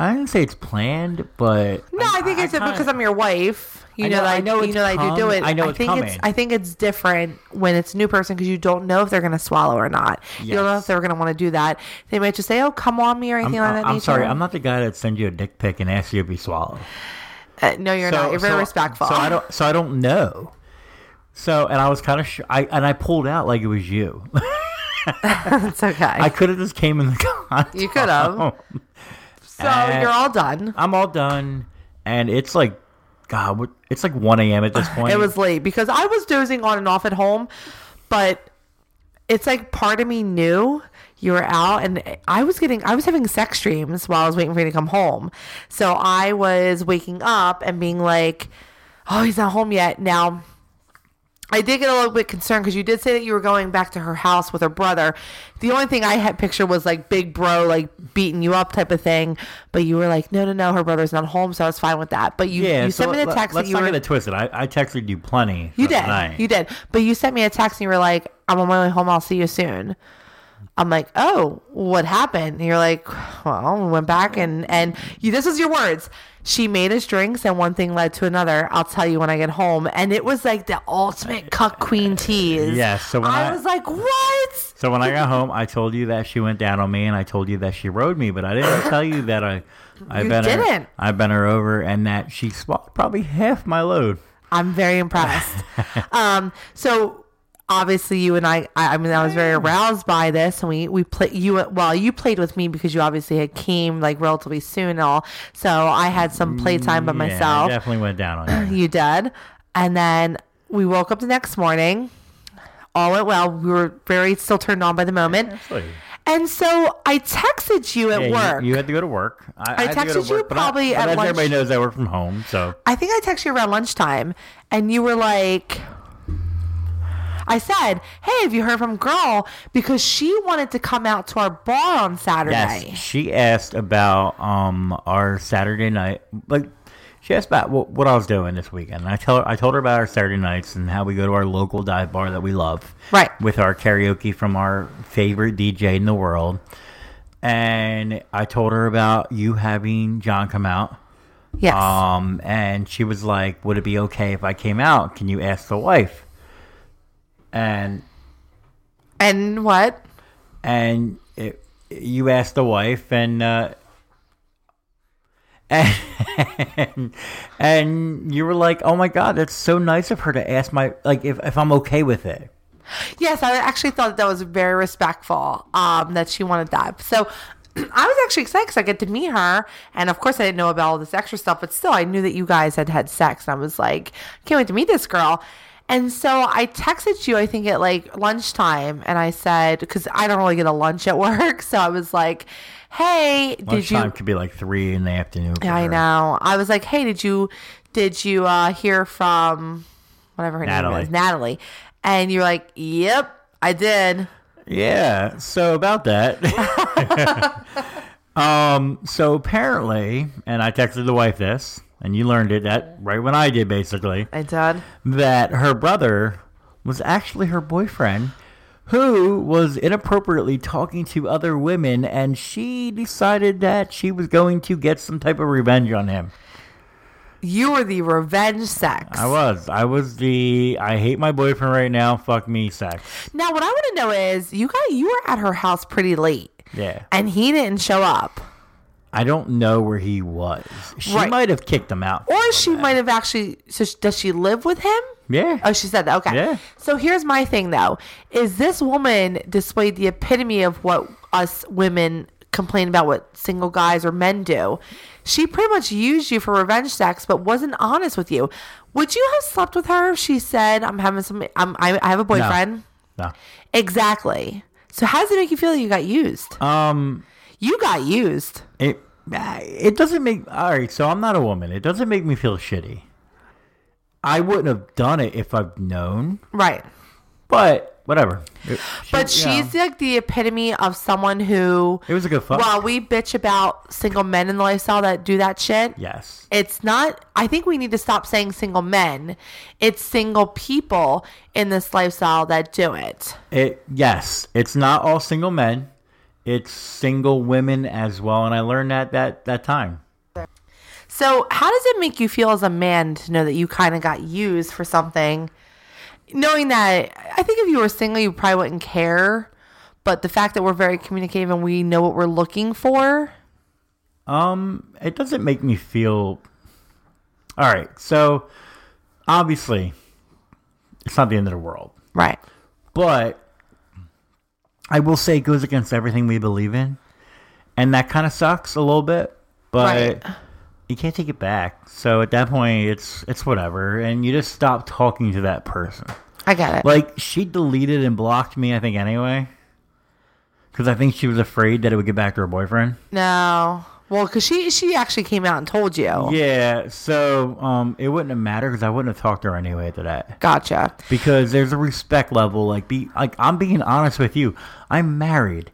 Speaker 2: I didn't say it's planned, but
Speaker 1: No, I, think it's
Speaker 2: kinda-
Speaker 1: because I'm your wife. You
Speaker 2: I
Speaker 1: know,
Speaker 2: know-
Speaker 1: that
Speaker 2: I know
Speaker 1: you
Speaker 2: it's
Speaker 1: know that you do
Speaker 2: come-
Speaker 1: it.
Speaker 2: I know it's
Speaker 1: think
Speaker 2: coming.
Speaker 1: it's I think it's different when it's a new person because you don't know if they're gonna swallow or not. You don't know
Speaker 2: Yes.
Speaker 1: if they're gonna want to do that. They might just say, "Oh, come on me" or
Speaker 2: I'm, uh,
Speaker 1: anything like that.
Speaker 2: I'm
Speaker 1: nature.
Speaker 2: sorry, I'm not the guy that sends you a dick pic and asks you to be swallowed.
Speaker 1: Uh, no, you're not. You're very respectful.
Speaker 2: So I don't. So I don't know. So and I was kind of sh- I and I pulled out like it was you.
Speaker 1: it's okay.
Speaker 2: I Oh, could have just came in the condom.
Speaker 1: You could've. so
Speaker 2: Uh,
Speaker 1: you're all done.
Speaker 2: I'm all done, and it's like, God, what- it's like 1 a.m. at this point.
Speaker 1: It was late because I was dozing on and off at home, but it's like part of me knew you were out and I was getting I was having sex dreams while I was waiting for you to come home. So I was waking up and being like, "Oh, he's not home yet." Now I did get a little bit concerned because you did say that you were going back to her house with her brother. The only thing I had pictured was like big bro, like beating you up type of thing. But you were like, no, no, no, her brother's not home, so I was fine with that. But you,
Speaker 2: yeah.
Speaker 1: you
Speaker 2: so
Speaker 1: sent me the
Speaker 2: let-
Speaker 1: text
Speaker 2: let's
Speaker 1: that you
Speaker 2: not
Speaker 1: were
Speaker 2: get it twisted. I, I texted you plenty.
Speaker 1: you
Speaker 2: that
Speaker 1: did.
Speaker 2: night.
Speaker 1: You did. But you sent me a text and you were like, I'm on my way home. I'll see you soon. I'm like, oh, what happened? And you're like, well, we went back and and you, this was your words. She made us drinks, and one thing led to another. I'll tell you when I get home. And it was like the ultimate cuck queen tease.
Speaker 2: Yeah, so when
Speaker 1: I,
Speaker 2: I-
Speaker 1: was like, what?
Speaker 2: So when I got home, I told you that she went down on me, and I told you that she rode me, but I didn't tell you that I, I
Speaker 1: You
Speaker 2: bent
Speaker 1: didn't.
Speaker 2: her, I bent her over, and that she swallowed probably half my load.
Speaker 1: I'm very impressed. um, so obviously you and I, I, I mean, I was very aroused by this, and we we play you well. You played with me because you obviously had came like relatively soon, and all. So I had some playtime by
Speaker 2: Mm, Yeah, I
Speaker 1: myself.
Speaker 2: definitely went down on you.
Speaker 1: You did, and then we woke up the next morning. All went well. We were very still turned on by the moment,
Speaker 2: Absolutely.
Speaker 1: and so I texted you at
Speaker 2: Yeah,
Speaker 1: work.
Speaker 2: you, you had to go to work. I, had to go to
Speaker 1: texted you
Speaker 2: work, but I-
Speaker 1: probably
Speaker 2: but
Speaker 1: at
Speaker 2: as
Speaker 1: lunch-
Speaker 2: everybody knows, I work from home, so
Speaker 1: I think I texted you around lunchtime, and you were like, I said, "Hey, have you heard from girl?" Because she wanted to come out to our bar on Saturday.
Speaker 2: Yes, she asked about um our Saturday night. Like she asked about what, what I was doing this weekend. And I tell her I told her about our Saturday nights and how we go to our local dive bar that we love,
Speaker 1: Right.
Speaker 2: With our karaoke from our favorite DJ in the world. And I told her about you having John come out.
Speaker 1: Yes.
Speaker 2: Um, and she was like, "Would it be okay if I came out? Can you ask the wife?" And
Speaker 1: and what?
Speaker 2: and it, you asked the wife and uh and, and you were like oh my god that's so nice of her to ask my like if, if i'm okay with it
Speaker 1: Yes, I actually thought that, that was very respectful. Um, that she wanted that. So. I was actually excited because I get to meet her, and of course I didn't know about all this extra stuff, but still I knew that you guys had had sex, and I was like, can't wait to meet this girl. And so I texted you, I think at like lunchtime, and I said because I don't really get a lunch at work, so I was like, hey, did
Speaker 2: lunchtime
Speaker 1: you?
Speaker 2: could be like three in the afternoon for
Speaker 1: Yeah, I
Speaker 2: her.
Speaker 1: know. I was like, hey, did you did you uh, hear from whatever her
Speaker 2: Natalie.
Speaker 1: name is, Natalie? And you're like, yep, I did.
Speaker 2: yeah so about that um so apparently and i texted the wife this and you learned it that right when i did basically
Speaker 1: I did.
Speaker 2: that her brother was actually her boyfriend who was inappropriately talking to other women and she decided that she was going to get some type of revenge on him.
Speaker 1: You were the revenge sex.
Speaker 2: I was. I was the I hate my boyfriend right now, fuck me sex.
Speaker 1: now, what I want to know is, you got you were at her house pretty late,
Speaker 2: Yeah.
Speaker 1: and he didn't show up,
Speaker 2: I don't know where he was. She
Speaker 1: Right.
Speaker 2: might have kicked him out.
Speaker 1: or she might have actually. So, sh- does she live with him?
Speaker 2: Yeah.
Speaker 1: Oh, she said that. Okay.
Speaker 2: Yeah.
Speaker 1: So here's my thing though: is this woman displayed the epitome of what us women complain about what single guys or men do? She pretty much used you for revenge sex, but wasn't honest with you. Would you have slept with her if she said, "I'm having some. I'm, I, I have a
Speaker 2: No.
Speaker 1: boyfriend."
Speaker 2: No.
Speaker 1: Exactly. So how does it make you feel that you got used?
Speaker 2: Um
Speaker 1: You got used.
Speaker 2: It it doesn't make all right. So I'm not a woman. It doesn't make me feel shitty. I wouldn't have done it if I've known,
Speaker 1: Right.
Speaker 2: but whatever. It-
Speaker 1: But
Speaker 2: she- yeah.
Speaker 1: she's like the epitome of someone who,
Speaker 2: It was a good fuck.
Speaker 1: while we bitch about single men in the lifestyle that do that shit,
Speaker 2: yes.
Speaker 1: it's not, I think we need to stop saying single men. It's single people in this lifestyle that do it.
Speaker 2: It yes, it's not all single men. It's single women as well, and I learned that that that time.
Speaker 1: So, how does it make you feel as a man to know that you kind of got used for something? Knowing that, I think if you were single, you probably wouldn't care. But the fact that we're very communicative and we know what we're looking for,
Speaker 2: Um, it doesn't make me feel. All right, so obviously, it's not the end of the world,
Speaker 1: right?
Speaker 2: but I will say it goes against everything we believe in, and that kind of sucks a little bit. But
Speaker 1: Right.
Speaker 2: you can't take it back. So at that point, it's it's whatever, and you just stop talking to that person.
Speaker 1: I get it.
Speaker 2: Like she deleted and blocked me, I think anyway, because I think she was afraid that it would get back to her boyfriend.
Speaker 1: no, well, because she she actually came out and told you.
Speaker 2: Yeah, so um, it wouldn't have mattered because I wouldn't have talked to her anyway after that.
Speaker 1: Gotcha.
Speaker 2: Because there's a respect level, like be like I'm being honest with you. I'm married,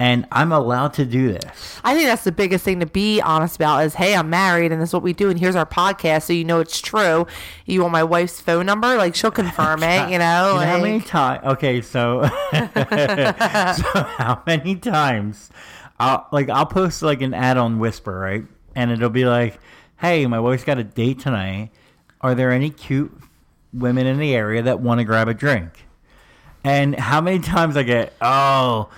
Speaker 2: and I'm allowed to do this.
Speaker 1: I think that's the biggest thing to be honest about is, hey, I'm married and this is what we do and here's our podcast so you know it's true. You want my wife's phone number? Like she'll confirm it, you know?
Speaker 2: You know how many
Speaker 1: like-
Speaker 2: times? Okay, so so how many times? I'll like I'll post like an ad on Whisper, right? And it'll be like, "Hey, my wife's got a date tonight. Are there any cute women in the area that want to grab a drink?" And how many times I get, "Oh,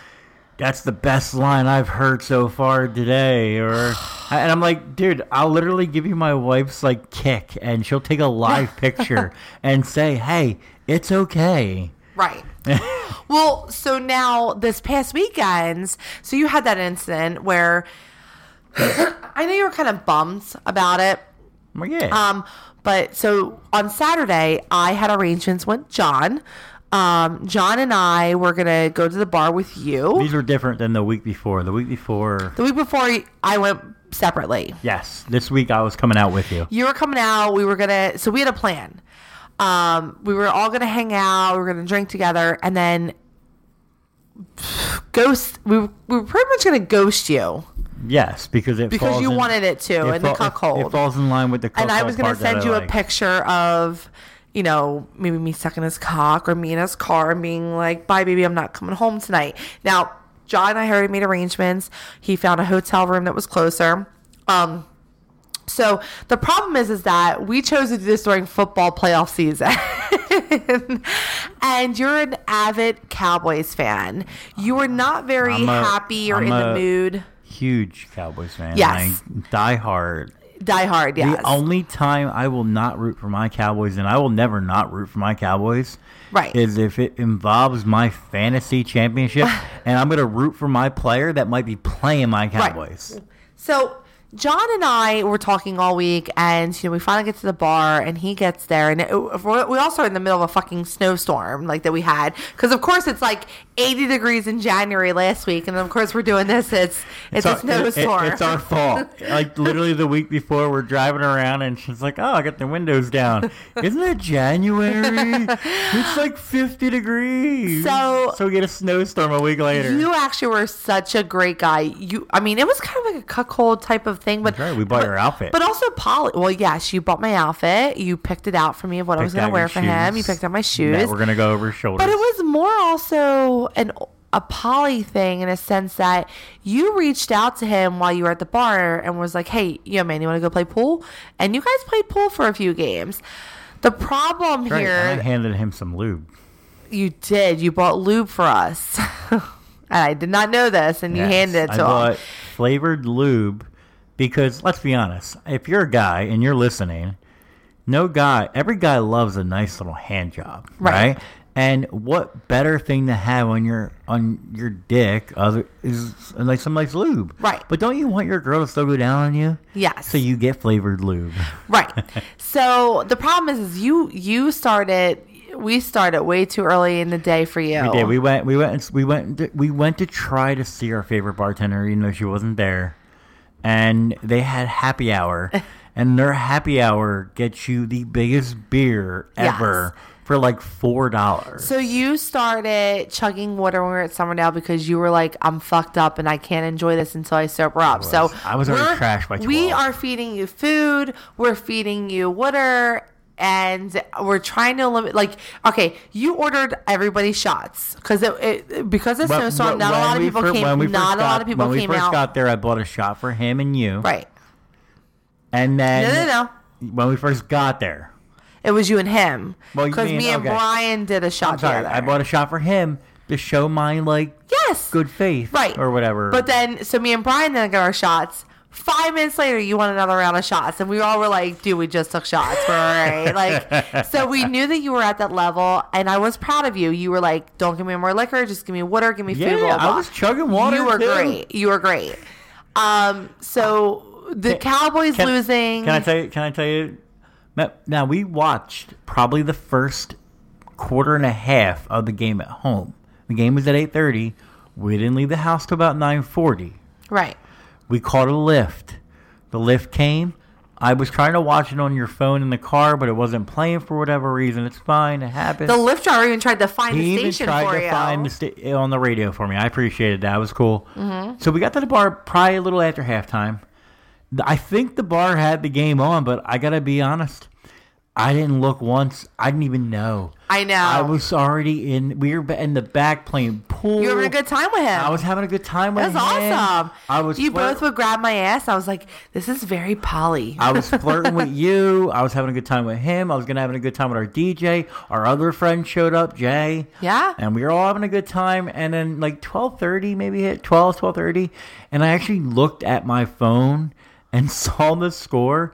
Speaker 2: that's the best line I've heard so far today," or and I'm like, "Dude, I'll literally give you my wife's like kick, and she'll take a live picture and say, "Hey, it's okay."
Speaker 1: Right. well, so now this past weekends, so you had that incident where I know you were kind of bummed about it.
Speaker 2: I'm like, yeah.
Speaker 1: Um, but so on Saturday, I had arrangements with John. Um, John and I were gonna go to the bar with you.
Speaker 2: These were different than the week before. The week before,
Speaker 1: The week before, I went separately.
Speaker 2: yes, this week I was coming out with you.
Speaker 1: you were coming out. We were gonna. So we had a plan. Um, we were all gonna hang out. We were gonna drink together, and then ghost. We were, we were pretty much gonna ghost you
Speaker 2: Yes, because it
Speaker 1: because
Speaker 2: falls
Speaker 1: you
Speaker 2: in-
Speaker 1: wanted it to, and the
Speaker 2: fa-
Speaker 1: cuckold.
Speaker 2: It, falls in line with the cuckold.
Speaker 1: and I was gonna
Speaker 2: part that
Speaker 1: send
Speaker 2: I
Speaker 1: you a
Speaker 2: like.
Speaker 1: picture of. You know, maybe me sucking his cock or me in his car and being like, bye, baby, I'm not coming home tonight. Now, John and I had already made arrangements. He found a hotel room that was closer. Um, so the problem is, is that we chose to do this during football playoff season. and you're an avid Cowboys fan. You were not very
Speaker 2: I'm a-
Speaker 1: happy or
Speaker 2: I'm
Speaker 1: in the
Speaker 2: a-
Speaker 1: mood.
Speaker 2: Huge Cowboys fan.
Speaker 1: Yes.
Speaker 2: Like, die hard.
Speaker 1: Die hard, yes.
Speaker 2: The only time I will not root for my Cowboys, and I will never not root for my Cowboys,
Speaker 1: Right.
Speaker 2: is if it involves my fantasy championship,
Speaker 1: Ah.
Speaker 2: and I'm going to root for my player that might be playing my Cowboys.
Speaker 1: So John and I were talking all week, and you know we finally get to the bar, and he gets there, and it, we also are in the middle of a fucking snowstorm like that we had, because of course it's like eighty degrees in January last week, and of course we're doing this. It's it's, a
Speaker 2: our- it-
Speaker 1: snowstorm.
Speaker 2: it's our fault. Like literally the week before, we're driving around and she's like, "Oh, I got the windows down." Isn't that January? it's like fifty degrees.
Speaker 1: So-
Speaker 2: so we get a snowstorm a week later.
Speaker 1: You actually were such a great guy. You, I mean, it was kind of like a cuckold type of thing, but
Speaker 2: That's right, we bought
Speaker 1: but-
Speaker 2: your outfit.
Speaker 1: But also, Polly. Well, yes, you bought my outfit. You picked it out for me of what I was
Speaker 2: Picked
Speaker 1: going
Speaker 2: out
Speaker 1: to wear
Speaker 2: your
Speaker 1: for him. You
Speaker 2: shoes
Speaker 1: picked out my
Speaker 2: that
Speaker 1: shoes.
Speaker 2: we're gonna go over shoulders.
Speaker 1: But it was more also an a poly thing in a sense that you reached out to him while you were at the bar and was like, "Hey, yo, man, you want to go play pool?" And you guys played pool for a few games. The problem
Speaker 2: Right, and I
Speaker 1: here,
Speaker 2: handed him some lube.
Speaker 1: you did. You bought lube for us, and I did not know this. And you
Speaker 2: Yes,
Speaker 1: handed it
Speaker 2: I
Speaker 1: to him.
Speaker 2: bought flavored lube because let's be honest, if you're a guy and you're listening, no guy, every guy loves a nice little hand job,
Speaker 1: Right.
Speaker 2: right? And what better thing to have on your on your dick other is like some nice lube,
Speaker 1: Right.
Speaker 2: But don't you want your girl to still go down on you?
Speaker 1: Yes.
Speaker 2: So you get flavored lube.
Speaker 1: Right. so the problem is, is you you started. We started way too early in the day for you.
Speaker 2: Yeah, we went, we went, we went, to, we went to try to see our favorite bartender, even though she wasn't there. And they had happy hour, and their happy hour gets you the biggest beer
Speaker 1: Yes.
Speaker 2: ever for like four dollars.
Speaker 1: So you started chugging water when we were at Summerdale because you were like, "I'm fucked up and I can't enjoy this until I sober up." so
Speaker 2: I was already
Speaker 1: we're-
Speaker 2: trashed by
Speaker 1: We
Speaker 2: 12.
Speaker 1: are feeding you food. We're feeding you water. And we're trying to limit, like, okay, you ordered everybody shots because it, it because of
Speaker 2: But-
Speaker 1: snowstorm,
Speaker 2: but
Speaker 1: not a
Speaker 2: when
Speaker 1: lot of
Speaker 2: we
Speaker 1: people
Speaker 2: fir-
Speaker 1: came.
Speaker 2: when we first
Speaker 1: Not a lot
Speaker 2: got-
Speaker 1: of people
Speaker 2: When
Speaker 1: came
Speaker 2: we first
Speaker 1: out.
Speaker 2: got there, I bought a shot for him and you.
Speaker 1: right?
Speaker 2: And then
Speaker 1: No, no, no.
Speaker 2: when we first got there,
Speaker 1: It was you and him.
Speaker 2: Well, you
Speaker 1: Because
Speaker 2: mean-
Speaker 1: me and
Speaker 2: okay.
Speaker 1: Brian did a shot
Speaker 2: I'm sorry,
Speaker 1: together.
Speaker 2: I bought a shot for him to show my like
Speaker 1: yes.
Speaker 2: good faith,
Speaker 1: Right.
Speaker 2: or whatever.
Speaker 1: But then, so me and Brian then got our shots. Five minutes later, you want another round of shots, and we all were like, "Dude, we just took shots. We're all right." Like, so we knew that you were at that level, and I was proud of you. You were like, "Don't give me more liquor. Just give me water. Give me
Speaker 2: yeah,
Speaker 1: food." Blah, blah.
Speaker 2: I was chugging water.
Speaker 1: You were
Speaker 2: too.
Speaker 1: great. You were great. Um, so the
Speaker 2: Can-
Speaker 1: Cowboys
Speaker 2: Can-
Speaker 1: losing.
Speaker 2: Can I tell you? Can I tell you? Ma- Now we watched probably the first quarter and a half of the game at home. The game was at eight thirty. We didn't leave the house till about nine forty.
Speaker 1: right.
Speaker 2: We called a lift. The lift came. I was trying to watch it on your phone in the car, but it wasn't playing for whatever reason. It's fine. It happened.
Speaker 1: The lift driver even tried to find
Speaker 2: he
Speaker 1: the
Speaker 2: even
Speaker 1: station
Speaker 2: tried
Speaker 1: for
Speaker 2: to
Speaker 1: you.
Speaker 2: find the sta- on the radio for me. I appreciated that. It was cool.
Speaker 1: Mm-hmm.
Speaker 2: So we got to the bar probably a little after halftime. Th- I think the bar had the game on, but I gotta be honest. I didn't look once. I didn't even know.
Speaker 1: I know.
Speaker 2: I was already in. We were ba- in the back playing pool.
Speaker 1: you were having a good time with him.
Speaker 2: I was having a good time with
Speaker 1: That was
Speaker 2: him.
Speaker 1: awesome.
Speaker 2: I was.
Speaker 1: You
Speaker 2: flirt-
Speaker 1: both would grab my ass. I was like, "This is very Polly."
Speaker 2: I was flirting with you. I was having a good time with him. I was gonna having a good time with our DJ. Our other friend showed up, Jay.
Speaker 1: Yeah.
Speaker 2: And we were all having a good time. And then like twelve thirty, maybe hit 12, 12.30. And I actually looked at my phone and saw the score.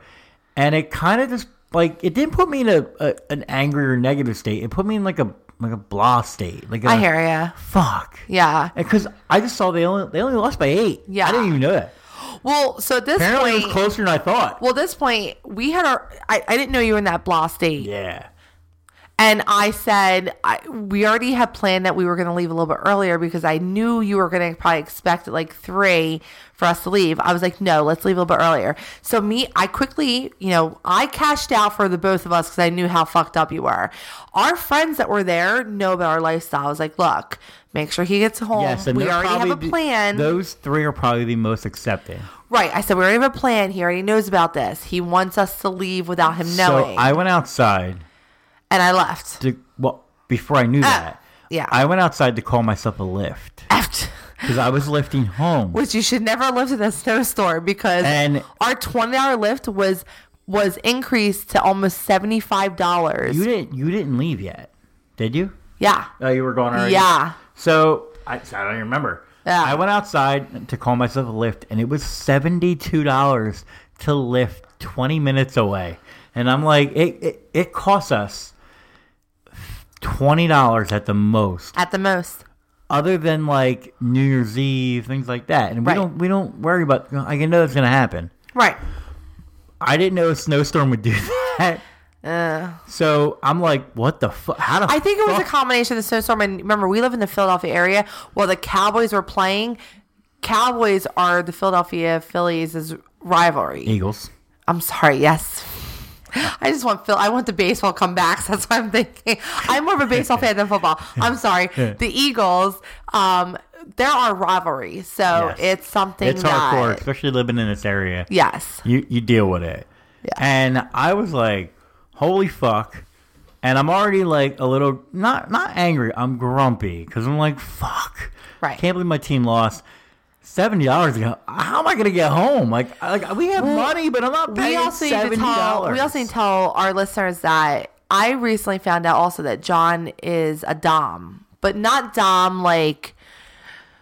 Speaker 2: And it kind of just like it didn't put me in a, a an angry or negative state. It put me in like a like a blah state. Like a,
Speaker 1: I hear ya.
Speaker 2: Fuck.
Speaker 1: Yeah.
Speaker 2: Because I just saw they only they only lost by eight.
Speaker 1: Yeah.
Speaker 2: I didn't even know that.
Speaker 1: Well, so at this
Speaker 2: Apparently
Speaker 1: point,
Speaker 2: it was closer than I thought.
Speaker 1: well, at this point, we had our. I, I didn't know you were in that blah state,
Speaker 2: yeah.
Speaker 1: and I said I, we already had planned that we were going to leave a little bit earlier because I knew you were going to probably expect at like three for us to leave. I was like, no, let's leave a little bit earlier. So me, I quickly, you know, I cashed out for the both of us because I knew how fucked up you were. Our friends that were there know about our lifestyle. I was like, look, make sure he gets home.
Speaker 2: Yes, and
Speaker 1: we
Speaker 2: they're
Speaker 1: already have
Speaker 2: probably
Speaker 1: a
Speaker 2: the-
Speaker 1: plan.
Speaker 2: those three are probably the most accepting.
Speaker 1: Right. I said, we already have a plan. He already knows about this. He wants us to leave without him knowing.
Speaker 2: So I went outside
Speaker 1: and I left.
Speaker 2: to well before I knew that.
Speaker 1: Ah, yeah.
Speaker 2: I went outside to call myself a lift
Speaker 1: Left.
Speaker 2: because I was lifting home.
Speaker 1: Which you should never lift in a snowstorm because
Speaker 2: And-
Speaker 1: our twenty hour lift was was increased to almost seventy five dollars.
Speaker 2: you didn't. You didn't leave yet, did you?
Speaker 1: Yeah.
Speaker 2: Oh, you were gone already.
Speaker 1: Yeah.
Speaker 2: So I, so I don't even remember.
Speaker 1: Yeah.
Speaker 2: I went outside to call myself a lift, and it was seventy two dollars to lift twenty minutes away, and I'm like, it it, it costs us twenty dollars at the most
Speaker 1: At the most.
Speaker 2: other than like New Year's Eve, things like that. And we
Speaker 1: Right.
Speaker 2: don't we don't worry about. I can know it's gonna happen.
Speaker 1: Right.
Speaker 2: I didn't know a snowstorm would do that. so I'm like, what the fuck? How the
Speaker 1: I think it was a
Speaker 2: fuck?
Speaker 1: combination of the snowstorm and remember we live in the Philadelphia area. While the Cowboys were playing, Cowboys are the Philadelphia Phillies' rivalry.
Speaker 2: Eagles.
Speaker 1: I'm sorry. Yes. I just want Phil. I want the baseball comebacks. That's what I'm thinking. I'm more of a baseball fan than football. I'm sorry. The Eagles. Um, there are rivalry, so
Speaker 2: Yes.
Speaker 1: it's something
Speaker 2: It's
Speaker 1: that
Speaker 2: hardcore, especially living in this area.
Speaker 1: yes,
Speaker 2: You you deal with it.
Speaker 1: Yeah.
Speaker 2: And I was like, holy fuck. And I'm already like a little not not angry. I'm grumpy because I'm like, fuck.
Speaker 1: Right.
Speaker 2: Can't believe my team lost. Seventy dollars ago. How am I gonna get home? Like, like we have money, but I'm not paying
Speaker 1: we also need to
Speaker 2: seventy
Speaker 1: tell.
Speaker 2: dollars.
Speaker 1: We also need to tell our listeners that I recently found out also that John is a dom, but not dom like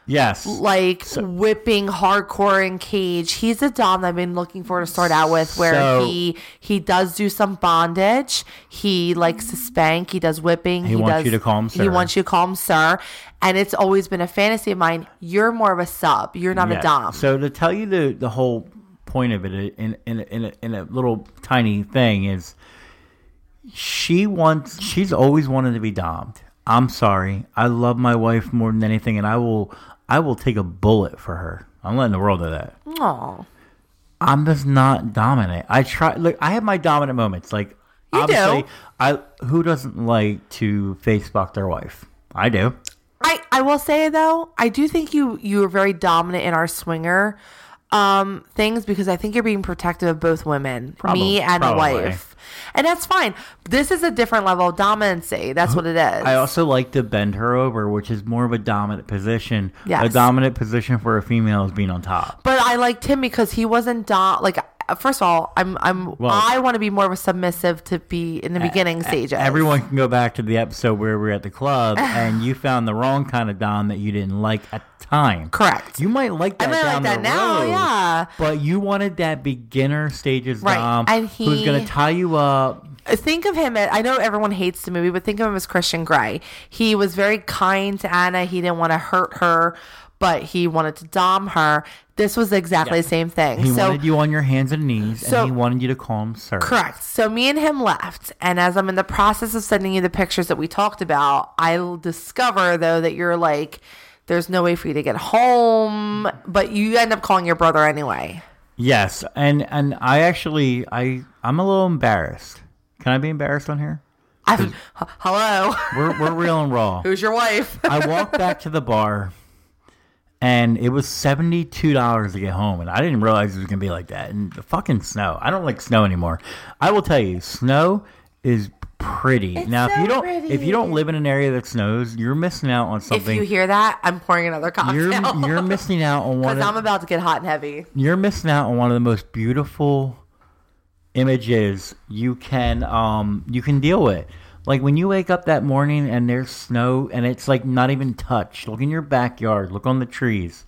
Speaker 2: yes,
Speaker 1: like whipping hardcore in cage. He's a dom that I've been looking for to start out with, where
Speaker 2: So-
Speaker 1: he he does do some bondage. He likes to spank. He does whipping. He,
Speaker 2: wants
Speaker 1: does,
Speaker 2: you to call him
Speaker 1: He
Speaker 2: sir.
Speaker 1: wants you to call him sir. And it's always been a fantasy of mine. You're more of a sub. You're not
Speaker 2: Yeah.
Speaker 1: a dom.
Speaker 2: So to tell you the the whole point of it uh, in in in a, in a little tiny thing is she wants she's always wanted to be domed. I'm sorry. I love my wife more than anything and I will I will take a bullet for her. I'm letting the world know that.
Speaker 1: Aw.
Speaker 2: I'm just not dominant. I try. Look, I have my dominant moments. Like
Speaker 1: You
Speaker 2: obviously,
Speaker 1: do.
Speaker 2: I who doesn't like to Facebook their wife? I do.
Speaker 1: I, I will say though, I do think you you are very dominant in our swinger um, things because I think you're being protective of both women,
Speaker 2: Probably-
Speaker 1: me and the
Speaker 2: probably.
Speaker 1: wife, and that's fine. This is a different level of dominancy. That's what it is.
Speaker 2: I also like to bend her over, which is more of a dominant position. A
Speaker 1: Yes.
Speaker 2: dominant position for a female is being on top.
Speaker 1: but I liked him because he wasn't dom. Like first of all, I'm I'm
Speaker 2: Well-
Speaker 1: I want to be more of a submissive to be in the beginning stages.
Speaker 2: Everyone can go back to the episode where we were at the club and you found the wrong kind of dom that you didn't like at the time.
Speaker 1: correct.
Speaker 2: You might like that
Speaker 1: I might
Speaker 2: down
Speaker 1: like that
Speaker 2: the
Speaker 1: now,
Speaker 2: road,
Speaker 1: yeah.
Speaker 2: But you wanted that beginner stages
Speaker 1: Right,
Speaker 2: dom
Speaker 1: and
Speaker 2: who's
Speaker 1: he-
Speaker 2: going to tie you up.
Speaker 1: think of him as I know everyone hates the movie, but think of him as Christian Grey. He was very kind to Anna. He didn't want to hurt her, but he wanted to dom her. This was exactly the same thing.
Speaker 2: He
Speaker 1: so
Speaker 2: wanted you on your hands and knees,
Speaker 1: so-
Speaker 2: and he wanted you to call him sir.
Speaker 1: correct. So me and him left, and as I'm in the process of sending you the pictures that we talked about, I will discover though that you're like there's no way for you to get home, but you end up calling your brother anyway.
Speaker 2: Yes, and and I actually I I'm a little embarrassed. Can I be embarrassed on here?
Speaker 1: I, h- hello,
Speaker 2: We're we're real and raw.
Speaker 1: who's your wife?
Speaker 2: I walked back to the bar, and it was seventy two dollars to get home, and I didn't realize it was gonna be like that. And the fucking snow. I don't like snow anymore. I will tell you, snow is pretty. now, if
Speaker 1: so
Speaker 2: you don't if
Speaker 1: pretty.
Speaker 2: you don't live in an area that snows, you're missing out on
Speaker 1: if you
Speaker 2: something.
Speaker 1: hear that, I'm pouring another cocktail.
Speaker 2: you're you're missing out on one.
Speaker 1: Because
Speaker 2: of-
Speaker 1: I'm about to get hot and heavy.
Speaker 2: you're missing out on one of the most beautiful images you can um you can deal with. Like when you wake up that morning and there's snow and it's like not even touched. Look in your backyard, look on the trees.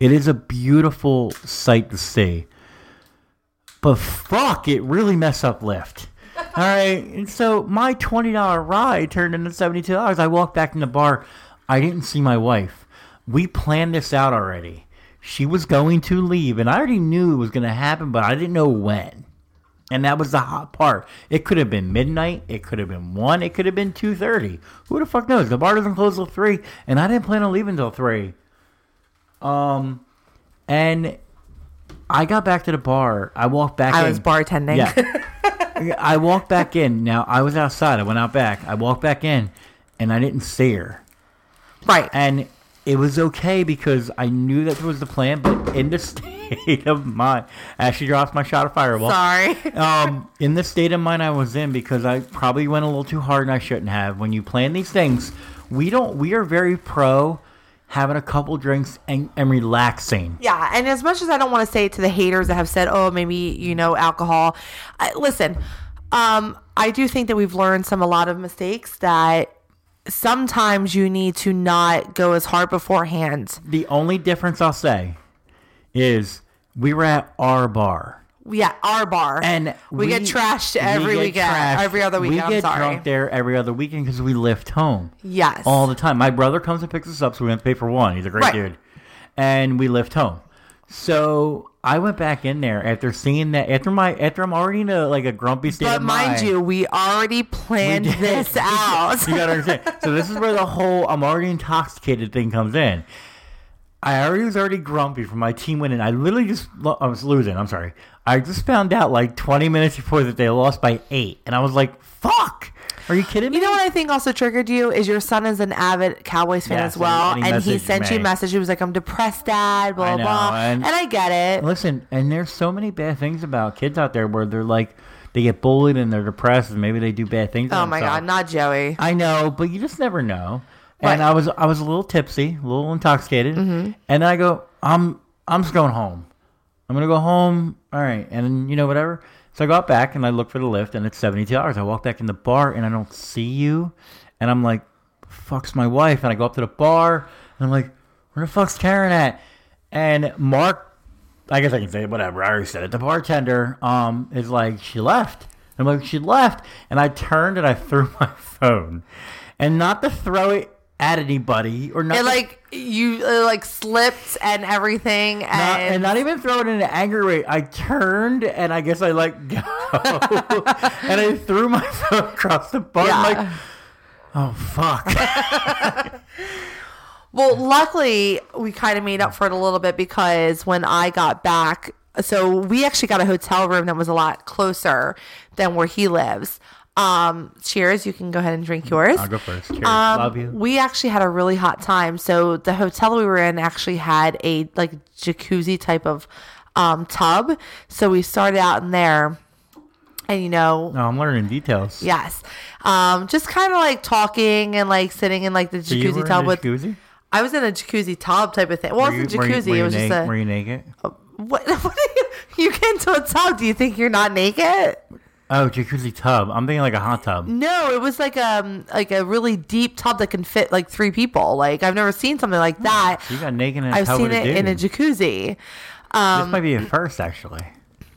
Speaker 2: It is a beautiful sight to see. But fuck, it really messed up Lyft. All right, and so my twenty dollar ride turned into seventy two dollars. I walked back in the bar. I didn't see my wife. We planned this out already. She was going to leave, and I already knew it was going to happen, but I didn't know when. And that was the hot part. It could have been midnight. It could have been one. It could have been two thirty. Who the fuck knows? The bar doesn't close till three, and I didn't plan on leaving till three. Um, and I got back to the bar. I walked back.
Speaker 1: I
Speaker 2: in.
Speaker 1: was bartending.
Speaker 2: Yeah. I walked back in. Now I was outside. I went out back. I walked back in, and I didn't see her.
Speaker 1: right.
Speaker 2: And it was okay because I knew that was the plan. But in the state of mind, as she drops my shot of fireball,
Speaker 1: Sorry.
Speaker 2: um, in the state of mind I was in because I probably went a little too hard and I shouldn't have. When you plan these things, we don't. We are very pro having a couple drinks and, and relaxing.
Speaker 1: Yeah, and as much as I don't want to say it to the haters that have said, "Oh, maybe you know, alcohol," I, listen, um, I do think that we've learned some a lot of mistakes that sometimes you need to not go as hard beforehand.
Speaker 2: The only difference I'll say is we were at our bar.
Speaker 1: Yeah, our bar,
Speaker 2: and
Speaker 1: we, get trashed
Speaker 2: we
Speaker 1: every
Speaker 2: get
Speaker 1: weekend,
Speaker 2: trashed.
Speaker 1: every other weekend.
Speaker 2: We
Speaker 1: I'm
Speaker 2: get
Speaker 1: sorry.
Speaker 2: drunk there every other weekend because we lift home
Speaker 1: yes,
Speaker 2: all the time. My brother comes and picks us up, so we have to pay for one. He's a great
Speaker 1: Right.
Speaker 2: dude, and we lift home. So I went back in there after seeing that after my after I'm already in a like a grumpy state.
Speaker 1: but
Speaker 2: of
Speaker 1: mind
Speaker 2: mind
Speaker 1: you, we already planned
Speaker 2: did.
Speaker 1: this out.
Speaker 2: you gotta understand. So this is where the whole I'm already intoxicated thing comes in. I already was already grumpy from my team winning. I literally just lo- I was losing. I'm sorry. I just found out like 20 minutes before that they lost by eight, and I was like, "Fuck! Are you kidding me?"
Speaker 1: You know what I think also triggered you is your son is an avid Cowboys fan
Speaker 2: Yes,
Speaker 1: as well,
Speaker 2: and
Speaker 1: and
Speaker 2: he
Speaker 1: he,
Speaker 2: messaged
Speaker 1: sent you
Speaker 2: me.
Speaker 1: a message. He was like, "I'm depressed, Dad." Blah
Speaker 2: I know,
Speaker 1: blah.
Speaker 2: and-
Speaker 1: And, I get it.
Speaker 2: Listen, and there's so many bad things about kids out there where they're like, they get bullied and they're depressed, and maybe they do bad things. to
Speaker 1: Oh my
Speaker 2: themselves.
Speaker 1: God, not Joey.
Speaker 2: I know, but you just never know. And
Speaker 1: Right.
Speaker 2: I was I was a little tipsy, a little intoxicated, and then I go, I'm I'm just going home. I'm gonna go home. All right, and then, you know whatever. So I go out back and I look for the lift, and it's 72 hours. I walk back in the bar and I don't see you, and I'm like, "Fuck's my wife." And I go up to the bar and I'm like, "Where the fuck's Karen at?" And Mark, I guess I can say it, whatever. I already said it. The bartender um is like, "She left." I'm like, "She left," and I turned and I threw my phone, and not to throw it at anybody or not
Speaker 1: It
Speaker 2: to
Speaker 1: like you it, like slipped and everything, and,
Speaker 2: not, Uh, and not even throw it in an anger rate. I turned and I guess I let go. and I threw my phone across the bar. I'm
Speaker 1: Yeah.
Speaker 2: like, oh, fuck.
Speaker 1: well, luckily we kind of made up for it a little bit because when I got back. so we actually got a hotel room that was a lot closer than where he lives. Um, cheers. You can go ahead and drink yours.
Speaker 2: I'll go first. Cheers.
Speaker 1: Um,
Speaker 2: Love you.
Speaker 1: We actually had a really hot time. So the hotel we were in actually had a like jacuzzi type of um, tub. So we started out in there, and you know,
Speaker 2: No, I'm learning details.
Speaker 1: yes, um, just kind of like talking and like sitting in like the
Speaker 2: So you were
Speaker 1: jacuzzi
Speaker 2: in
Speaker 1: tub
Speaker 2: the
Speaker 1: with.
Speaker 2: jacuzzi?
Speaker 1: I was in a jacuzzi tub type of thing. Well, it
Speaker 2: Were
Speaker 1: wasn't
Speaker 2: you- were you-
Speaker 1: jacuzzi.
Speaker 2: were you
Speaker 1: it was just
Speaker 2: na-
Speaker 1: a
Speaker 2: Were you naked?
Speaker 1: what? what are you, you get into a tub? Do you think you're not naked?
Speaker 2: Oh, jacuzzi tub. I'm thinking like a hot tub.
Speaker 1: No, it was like um like a really deep tub that can fit like three people. Like I've never seen something like that.
Speaker 2: So you got naked in a
Speaker 1: I've
Speaker 2: tub
Speaker 1: seen
Speaker 2: with a
Speaker 1: it
Speaker 2: dude.
Speaker 1: in a um, jacuzzi.
Speaker 2: this might be a first, actually.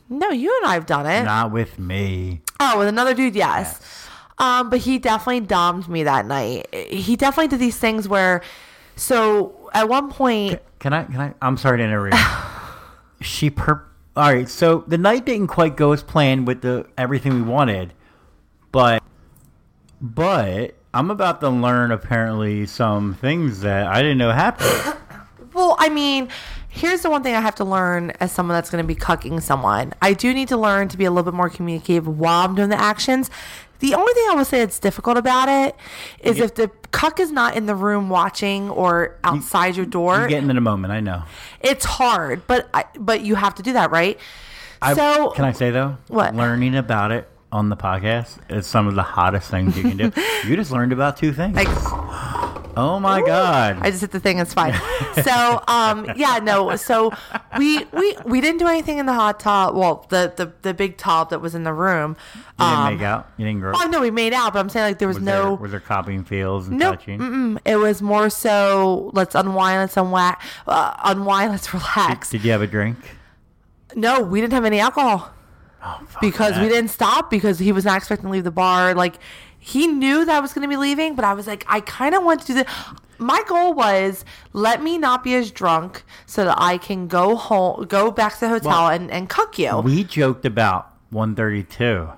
Speaker 1: No, you and I have done it.
Speaker 2: Not with me.
Speaker 1: Oh, with another dude, yes. Um, but he definitely domed me that night. He definitely did these things where, so at one point,
Speaker 2: Can I? Can I? I'm sorry to interrupt. she per. All right. So the night didn't quite go as planned with the everything we wanted, but but I'm about to learn apparently some things that I didn't know happened.
Speaker 1: well, I mean, here's the one thing I have to learn as someone that's going to be cucking someone. I do need to learn to be a little bit more communicative while I'm doing the actions. The only thing I will say that's difficult about it is if the cuck is not in the room watching or outside your door,
Speaker 2: You're getting in a moment. I know.
Speaker 1: it's hard. But I, but you have to do that, right?
Speaker 2: I,
Speaker 1: so
Speaker 2: can I say though?
Speaker 1: What?
Speaker 2: learning about it on the podcast is some of the hottest things you can do. you just learned about two things.
Speaker 1: Like,
Speaker 2: oh my god!
Speaker 1: I just hit the thing. It's fine. so, um, yeah, no. So we we we didn't do anything in the hot tub. Well, the the, the big tub that was in the room.
Speaker 2: you didn't
Speaker 1: Um,
Speaker 2: make out. You didn't grow.
Speaker 1: oh no, we made out, but I'm saying like there was,
Speaker 2: was
Speaker 1: no.
Speaker 2: there, was there copying feels and
Speaker 1: Nope.
Speaker 2: touching?
Speaker 1: Mm-mm. It was more so let's unwind, let's unwa- uh, unwind, let's relax.
Speaker 2: Did you have a drink?
Speaker 1: No, we didn't have any alcohol
Speaker 2: Oh, fuck
Speaker 1: because we
Speaker 2: that.
Speaker 1: didn't stop because he was not expecting to leave the bar. Like he knew that I was going to be leaving, but I was like, I kind of want to do this. My goal was let me not be as drunk so that I can go home, go back to the hotel
Speaker 2: Well,
Speaker 1: and and cuck you.
Speaker 2: We Oh, joked about 132.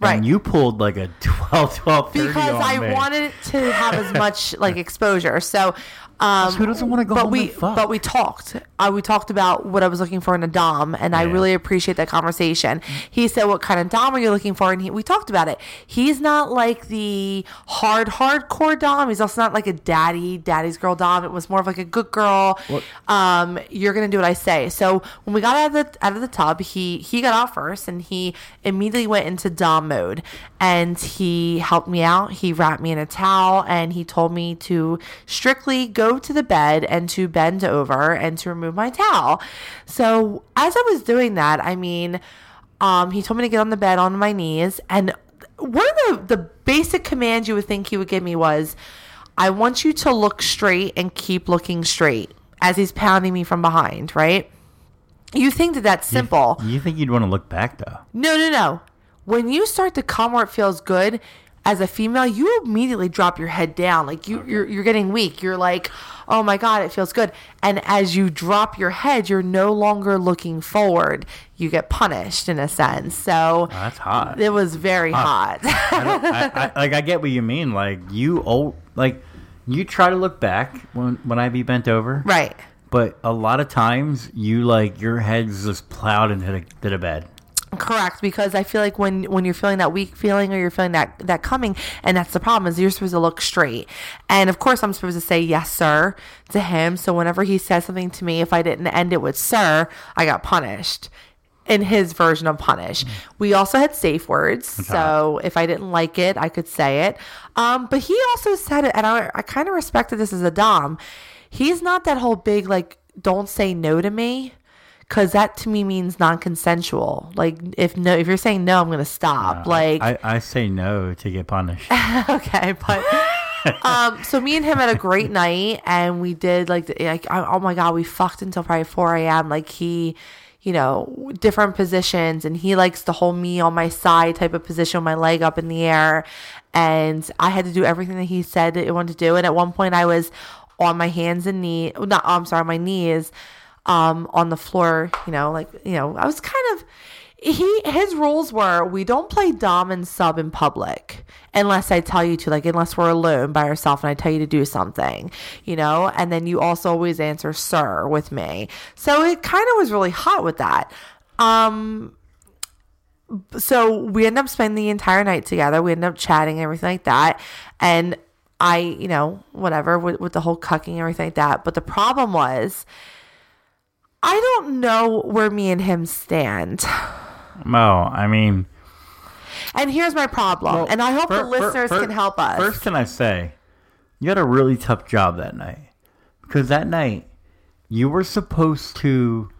Speaker 1: Right.
Speaker 2: And you pulled like a 12, 12, 30
Speaker 1: because
Speaker 2: on
Speaker 1: I
Speaker 2: me.
Speaker 1: wanted to have as much like exposure. So, um,
Speaker 2: Who doesn't wanna go
Speaker 1: But
Speaker 2: home
Speaker 1: we,
Speaker 2: and fuck?
Speaker 1: but we talked. Uh, we talked about what I was looking for in a dom, and I
Speaker 2: Yeah.
Speaker 1: really appreciate that conversation. He said, "What kind of dom are you looking for?" And he, we talked about it. He's not like the hard, hardcore dom. He's also not like a daddy, daddy's girl dom. It was more of like a good girl. Um, you're gonna do what I say. So when we got out of the out of the tub, he he got out first, and he immediately went into dom mode, and he helped me out. He wrapped me in a towel, and he told me to strictly go to the bed and to bend over and to remove my towel. So as I was doing that, I mean, um, he told me to get on the bed on my knees, and one of the, the basic commands you would think he would give me was, I want you to look straight and keep looking straight as he's pounding me from behind, right? You think that that's simple.
Speaker 2: You think you'd want to look back though?
Speaker 1: No, no, no. When you start to come where it feels good, as a female, you immediately drop your head down. Like you, you're, you're getting weak. You're like, oh my god, it feels good. And as you drop your head, you're no longer looking forward. You get punished in a sense. So
Speaker 2: Oh, that's hot.
Speaker 1: it was very hot.
Speaker 2: I don't- I, I, like I get what you mean. Like you old, like you try to look back when when I be bent over,
Speaker 1: right.
Speaker 2: But a lot of times you like your head's just plowed into the, to the bed.
Speaker 1: Correct, because I feel like when when you're feeling that weak feeling or you're feeling that that coming, and that's the problem is you're supposed to look straight. And of course, I'm supposed to say yes, sir, to him. So whenever he says something to me, if I didn't end it with sir, I got punished. In his version of punish, we also had safe words. So if I didn't like it, I could say it. Um, but he also said it, and I, I kind of respected this as a dom. He's not that whole big like don't say no to me because that to me means non-consensual like if no if you're saying no i'm gonna stop like
Speaker 2: I, I say no to get punished.
Speaker 1: okay but um so me and him had a great night and we did like the- like I- oh my god we fucked until probably 4 a.m like he you know different positions and he likes to hold me on my side type of position with my leg up in the air and i had to do everything that he said that he wanted to do and at one point i was on my hands and knees not i'm sorry my knees um on the floor you know like you know i was kind of he his rules were we don't play dom and sub in public unless I tell you to, like unless we're alone by ourselves and I tell you to do something, you know. And then you also always answer sir with me. So it kind of was really hot with that. Um, so we end up spending the entire night together. We end up chatting and everything like that. And I, you know, whatever with, with the whole cucking and everything like that. But the problem was, I don't know where me and him stand.
Speaker 2: Well, I mean,
Speaker 1: And here's my problem.
Speaker 2: well,
Speaker 1: and I hope the
Speaker 2: fir- fir-
Speaker 1: listeners
Speaker 2: fir-
Speaker 1: can help us.
Speaker 2: First, can I say, you had a really tough job that night because that night you were supposed to.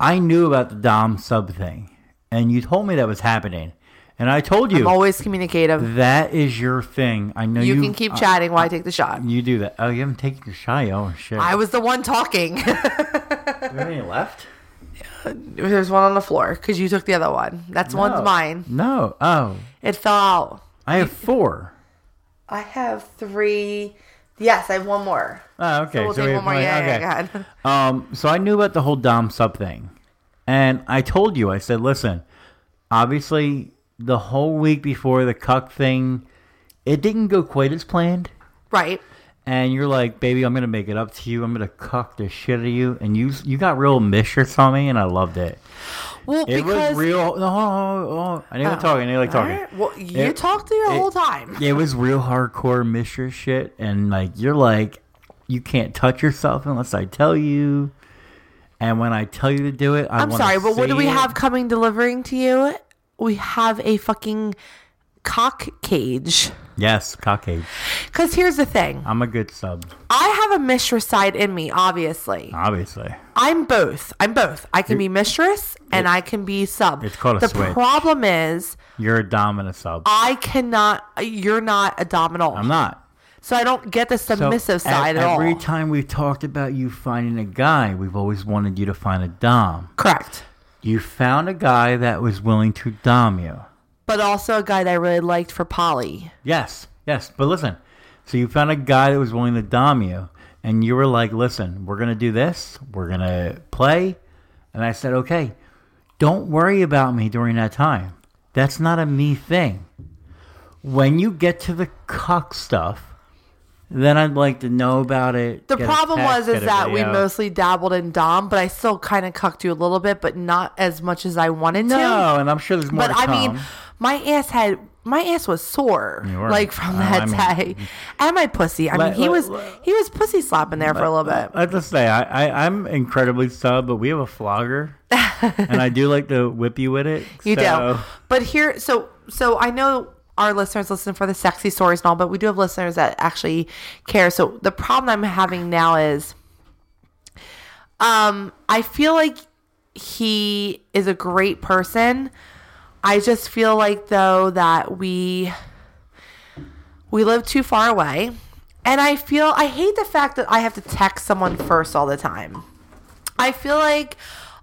Speaker 2: I knew about the Dom sub thing, and you told me that was happening, and I told you
Speaker 1: I'm always communicative.
Speaker 2: that is your thing. I know you, uh,
Speaker 1: You, can keep chatting while I take the shot.
Speaker 2: You do that. Oh, you haven't taken your shot. yet. Oh shit.
Speaker 1: I was the one talking.
Speaker 2: Do you have any left?
Speaker 1: There's one on the floor because you took the other one. That's
Speaker 2: No.
Speaker 1: one's mine.
Speaker 2: Oh. No. Oh,
Speaker 1: It fell out.
Speaker 2: I have four.
Speaker 1: I have three. Yes, I have one more.
Speaker 2: Oh, okay.
Speaker 1: So we'll
Speaker 2: we
Speaker 1: take
Speaker 2: have
Speaker 1: one more.
Speaker 2: one-
Speaker 1: Yeah,
Speaker 2: okay.
Speaker 1: yeah, yeah, go ahead.
Speaker 2: Um, so I knew about the whole Dom sub thing, and I told you, I said, listen, obviously the whole week before the cuck thing, it didn't go quite as planned,
Speaker 1: Right.
Speaker 2: and you're like, baby, I'm gonna make it up to you, I'm gonna cuck the shit out of you, and you you got real mistress on me, and I loved it.
Speaker 1: Well,
Speaker 2: It
Speaker 1: because
Speaker 2: was real. No, oh, oh, I didn't like talking. I didn't like
Speaker 1: All
Speaker 2: talking.
Speaker 1: right. Well, you
Speaker 2: It-
Speaker 1: talked the
Speaker 2: it-
Speaker 1: whole time.
Speaker 2: It was real hardcore mistress shit, and like you're like, you can't touch yourself unless I tell you. And when I tell you to do it, I
Speaker 1: I'm sorry, but what do we
Speaker 2: it.
Speaker 1: have coming delivering to you? We have a fucking cock cage.
Speaker 2: Yes, cockade.
Speaker 1: Because here's the thing
Speaker 2: I'm a good sub,
Speaker 1: I have a mistress side in me, obviously.
Speaker 2: Uh, obviously.
Speaker 1: I'm both. I'm both. I can be mistress and I can be sub.
Speaker 2: it's called a
Speaker 1: The
Speaker 2: switch.
Speaker 1: problem is
Speaker 2: You're a dominant sub.
Speaker 1: I cannot. You're not a domino,
Speaker 2: I'm not.
Speaker 1: so I don't get the
Speaker 2: So
Speaker 1: submissive
Speaker 2: e-
Speaker 1: side at
Speaker 2: every
Speaker 1: all.
Speaker 2: time we've talked about you finding a guy, we've always wanted you to find a dom.
Speaker 1: Correct,
Speaker 2: You found a guy that was willing to dom you.
Speaker 1: but also a guy that I really liked for Polly.
Speaker 2: Yes, yes. But listen, so you found a guy that was willing to dom you, and you were like, listen, we're going to do this, we're going to play. And I said, okay, don't worry about me during that time. That's not a me thing. When you get to the cuck stuff, then I'd like to know about it.
Speaker 1: The
Speaker 2: get a
Speaker 1: problem
Speaker 2: text,
Speaker 1: was is
Speaker 2: get a
Speaker 1: that we
Speaker 2: video.
Speaker 1: mostly dabbled in dom, but I still kind of cucked you a little bit, but not as much as I wanted to.
Speaker 2: no, and I'm sure there's more.
Speaker 1: But
Speaker 2: to
Speaker 1: I
Speaker 2: come.
Speaker 1: mean, my ass had my ass was sore,
Speaker 2: You were.
Speaker 1: like from
Speaker 2: Uh,
Speaker 1: that
Speaker 2: I
Speaker 1: day,
Speaker 2: mean-
Speaker 1: and my pussy. I
Speaker 2: Let-
Speaker 1: mean, he
Speaker 2: let-
Speaker 1: was
Speaker 2: let-
Speaker 1: he was pussy slapping there for a little bit.
Speaker 2: Let's just say I, I, I'm incredibly sub, but we have a flogger, and I do like to whip you with it.
Speaker 1: You
Speaker 2: so-
Speaker 1: do. But here, so so I know our listeners listen for the sexy stories and all, but we do have listeners that actually care. So the problem I'm having now is, um, I feel like he is a great person. I just feel like though that we we live too far away. And I feel I hate the fact that I have to text someone first all the time. I feel like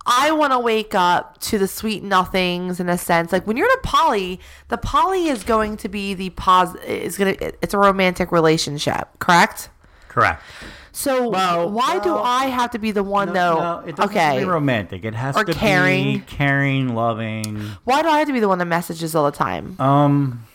Speaker 1: I want to wake up to the sweet nothings in a sense. Like when you're in a poly, the poly is going to be the pos. Is gonna. It's a romantic relationship, correct?
Speaker 2: Correct.
Speaker 1: So
Speaker 2: Well,
Speaker 1: why do
Speaker 2: well,
Speaker 1: I have to be the one though?
Speaker 2: it doesn't have to be romantic. It has
Speaker 1: Or
Speaker 2: to
Speaker 1: caring.
Speaker 2: be caring, loving.
Speaker 1: why do I have to be the one that messages all the time?
Speaker 2: Um,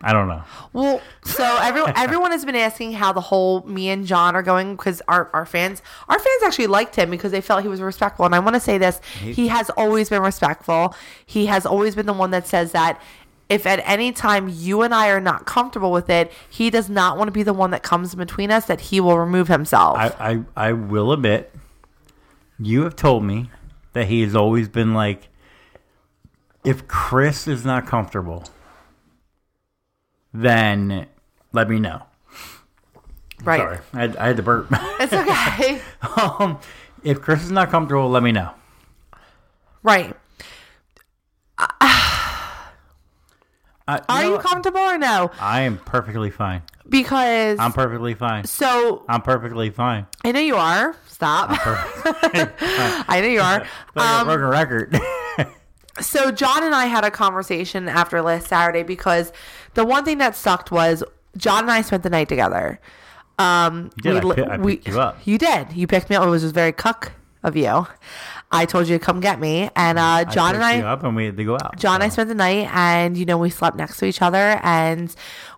Speaker 2: I don't know.
Speaker 1: Well, so everyone everyone has been asking how the whole me and John are going because our, our fans our fans actually liked him because they felt he was respectful. And I want to say this: he has always been respectful. He has always been the one that says that if at any time you and I are not comfortable with it, he does not want to be the one that comes in between us. That he will remove himself.
Speaker 2: I, I, I will admit, you have told me that he has always been like, if Chris is not comfortable, then let me know.
Speaker 1: right?
Speaker 2: Sorry, I, had- I had to burp.
Speaker 1: It's okay.
Speaker 2: um, if Chris is not comfortable, let me know.
Speaker 1: right?
Speaker 2: I,
Speaker 1: Are
Speaker 2: know
Speaker 1: you
Speaker 2: what?
Speaker 1: comfortable or no?
Speaker 2: I am perfectly fine.
Speaker 1: Because
Speaker 2: I'm perfectly fine.
Speaker 1: so
Speaker 2: I'm perfectly fine.
Speaker 1: I know you are. Stop. I know you are.
Speaker 2: Like
Speaker 1: Um,
Speaker 2: a broken record. You did. I
Speaker 1: li-
Speaker 2: pi- I picked you up.
Speaker 1: Um, You did. You picked me up. It was just very cuck of you. I told you to come get me, and uh, John and
Speaker 2: picked
Speaker 1: I.
Speaker 2: you up and we had to go out.
Speaker 1: John and I spent the night, and you know we slept next to each other, and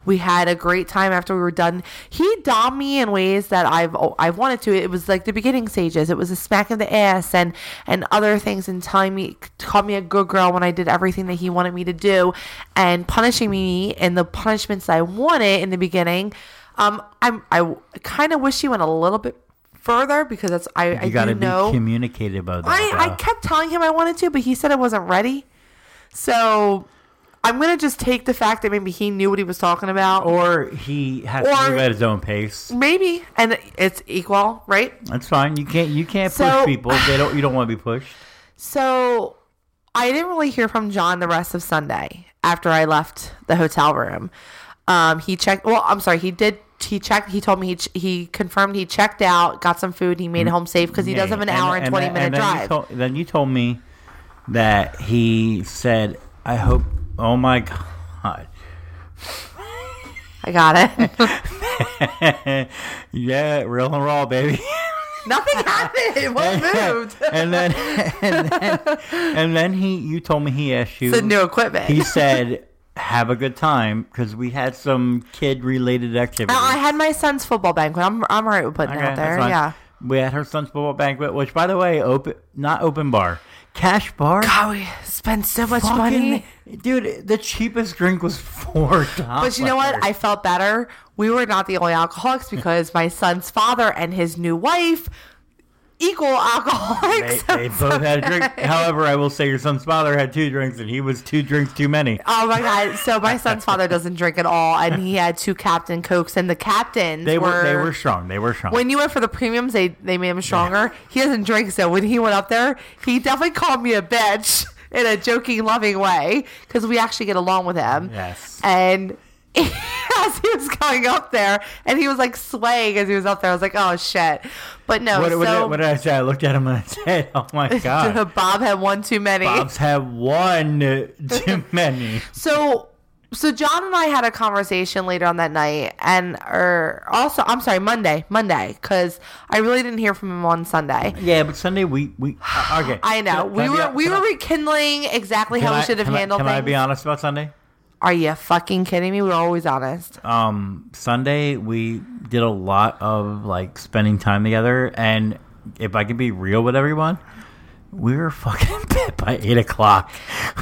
Speaker 1: we had a great time after we were done. He domed me in ways that I've oh, I've wanted to. It was like the beginning stages. It was a smack in the ass and and other things, and telling me to call me a good girl when I did everything that he wanted me to do, and punishing me in the punishments that I wanted in the beginning. Um, I'm I kind of wish he went a little bit further because that's I I
Speaker 2: you got to
Speaker 1: do
Speaker 2: be
Speaker 1: know.
Speaker 2: communicative about that.
Speaker 1: I, I
Speaker 2: though.
Speaker 1: kept telling him I wanted to, but he said I wasn't ready. So I'm gonna just take the fact that maybe he knew what he was talking about, or
Speaker 2: or he has
Speaker 1: Or-
Speaker 2: to move at his own pace.
Speaker 1: maybe, and it's equal, right?
Speaker 2: That's fine. You can't you can't push
Speaker 1: So-
Speaker 2: people. They don't. You don't want to be pushed.
Speaker 1: So I didn't really hear from John the rest of Sunday after I left the hotel room. Um, he checked. Well, I'm sorry, he did. He checked. He told me he ch- he confirmed he checked out, got some food, he made it home safe because he does have an hour and, twenty minute
Speaker 2: then
Speaker 1: drive.
Speaker 2: You told, then you told me that he said, "I hope." Oh my god.
Speaker 1: I got it.
Speaker 2: yeah, real and raw, baby.
Speaker 1: Nothing happened. What moved?
Speaker 2: and then, and then, and then he, you told me he asked you.
Speaker 1: The new equipment.
Speaker 2: he said, "Have a good time," because we had some kid-related activities.
Speaker 1: Now, Oh, I had my son's football banquet. I'm I'm alright with putting
Speaker 2: Okay,
Speaker 1: that out
Speaker 2: that's
Speaker 1: there.
Speaker 2: fine.
Speaker 1: Yeah.
Speaker 2: we had her son's football banquet, which, by the way, open not open bar, cash bar.
Speaker 1: God, we spend so much
Speaker 2: Fucking-
Speaker 1: money.
Speaker 2: dude. The cheapest drink was four dollars.
Speaker 1: But you know what? I felt better. We were not the only alcoholics because my son's father and his new wife equal
Speaker 2: They,
Speaker 1: alcoholics.
Speaker 2: they both had a drink. However, I will say your son's father had two drinks, and he was two drinks too many.
Speaker 1: Oh my god! So my son's father doesn't drink at all, and he had two Captain Cokes, and the captains
Speaker 2: They were, they were strong. They were strong.
Speaker 1: when you went for the premiums, they they made him stronger. He doesn't drink, so when he went up there, he definitely called me a bitch in a joking, loving way because we actually get along with him.
Speaker 2: Yes.
Speaker 1: And as he was going up there, and he was like swaying as he was up there, I was like, "Oh shit!" But no,
Speaker 2: what,
Speaker 1: so
Speaker 2: what did, what did I say? I looked at him and I said, "Oh my god,
Speaker 1: Bob had one too many.
Speaker 2: Bob's had one too many."
Speaker 1: So so John and I had a conversation later on that night and or also I'm sorry Monday Monday because I really didn't hear from him on Sunday
Speaker 2: Yeah, but Sunday we we uh, okay.
Speaker 1: I know.
Speaker 2: Can
Speaker 1: we
Speaker 2: can
Speaker 1: were
Speaker 2: I be-
Speaker 1: we
Speaker 2: can
Speaker 1: were
Speaker 2: I-
Speaker 1: rekindling exactly
Speaker 2: can
Speaker 1: how
Speaker 2: I-
Speaker 1: we should have
Speaker 2: can I-
Speaker 1: handled
Speaker 2: Can I be
Speaker 1: things.
Speaker 2: honest about Sunday?
Speaker 1: Are you fucking kidding me? We're always honest.
Speaker 2: um Sunday we did a lot of like spending time together and if I can be real with everyone, we were fucking in bed by eight o'clock.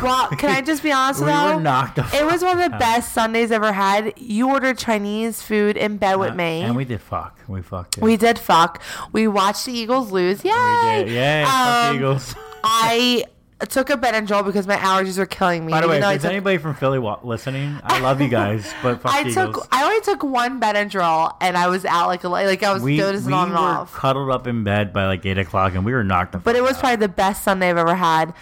Speaker 1: Well, can I just be honest
Speaker 2: We
Speaker 1: with you?
Speaker 2: were knocked the
Speaker 1: It was one of the
Speaker 2: fuck out.
Speaker 1: best Sundays I've ever had. You ordered Chinese food in bed with me.
Speaker 2: Uh, And we did fuck. We fucked. Yeah.
Speaker 1: We did fuck. We watched the Eagles lose. Yay!
Speaker 2: We did. Yay, fuck
Speaker 1: Um,
Speaker 2: the Eagles.
Speaker 1: I took a Benadryl because my allergies were killing me.
Speaker 2: By the
Speaker 1: even
Speaker 2: way, if
Speaker 1: though I
Speaker 2: there's
Speaker 1: took-
Speaker 2: anybody from Philly wa- listening, I love you guys, but fuck
Speaker 1: I
Speaker 2: the
Speaker 1: took.
Speaker 2: Eagles.
Speaker 1: I only took one Benadryl, and I was out like a like I was
Speaker 2: We,
Speaker 1: noticing
Speaker 2: we
Speaker 1: on
Speaker 2: were
Speaker 1: and off.
Speaker 2: cuddled up in bed by like eight o'clock, and we were knocked the.
Speaker 1: but it
Speaker 2: fuck
Speaker 1: was
Speaker 2: out.
Speaker 1: probably the best Sunday I've ever had.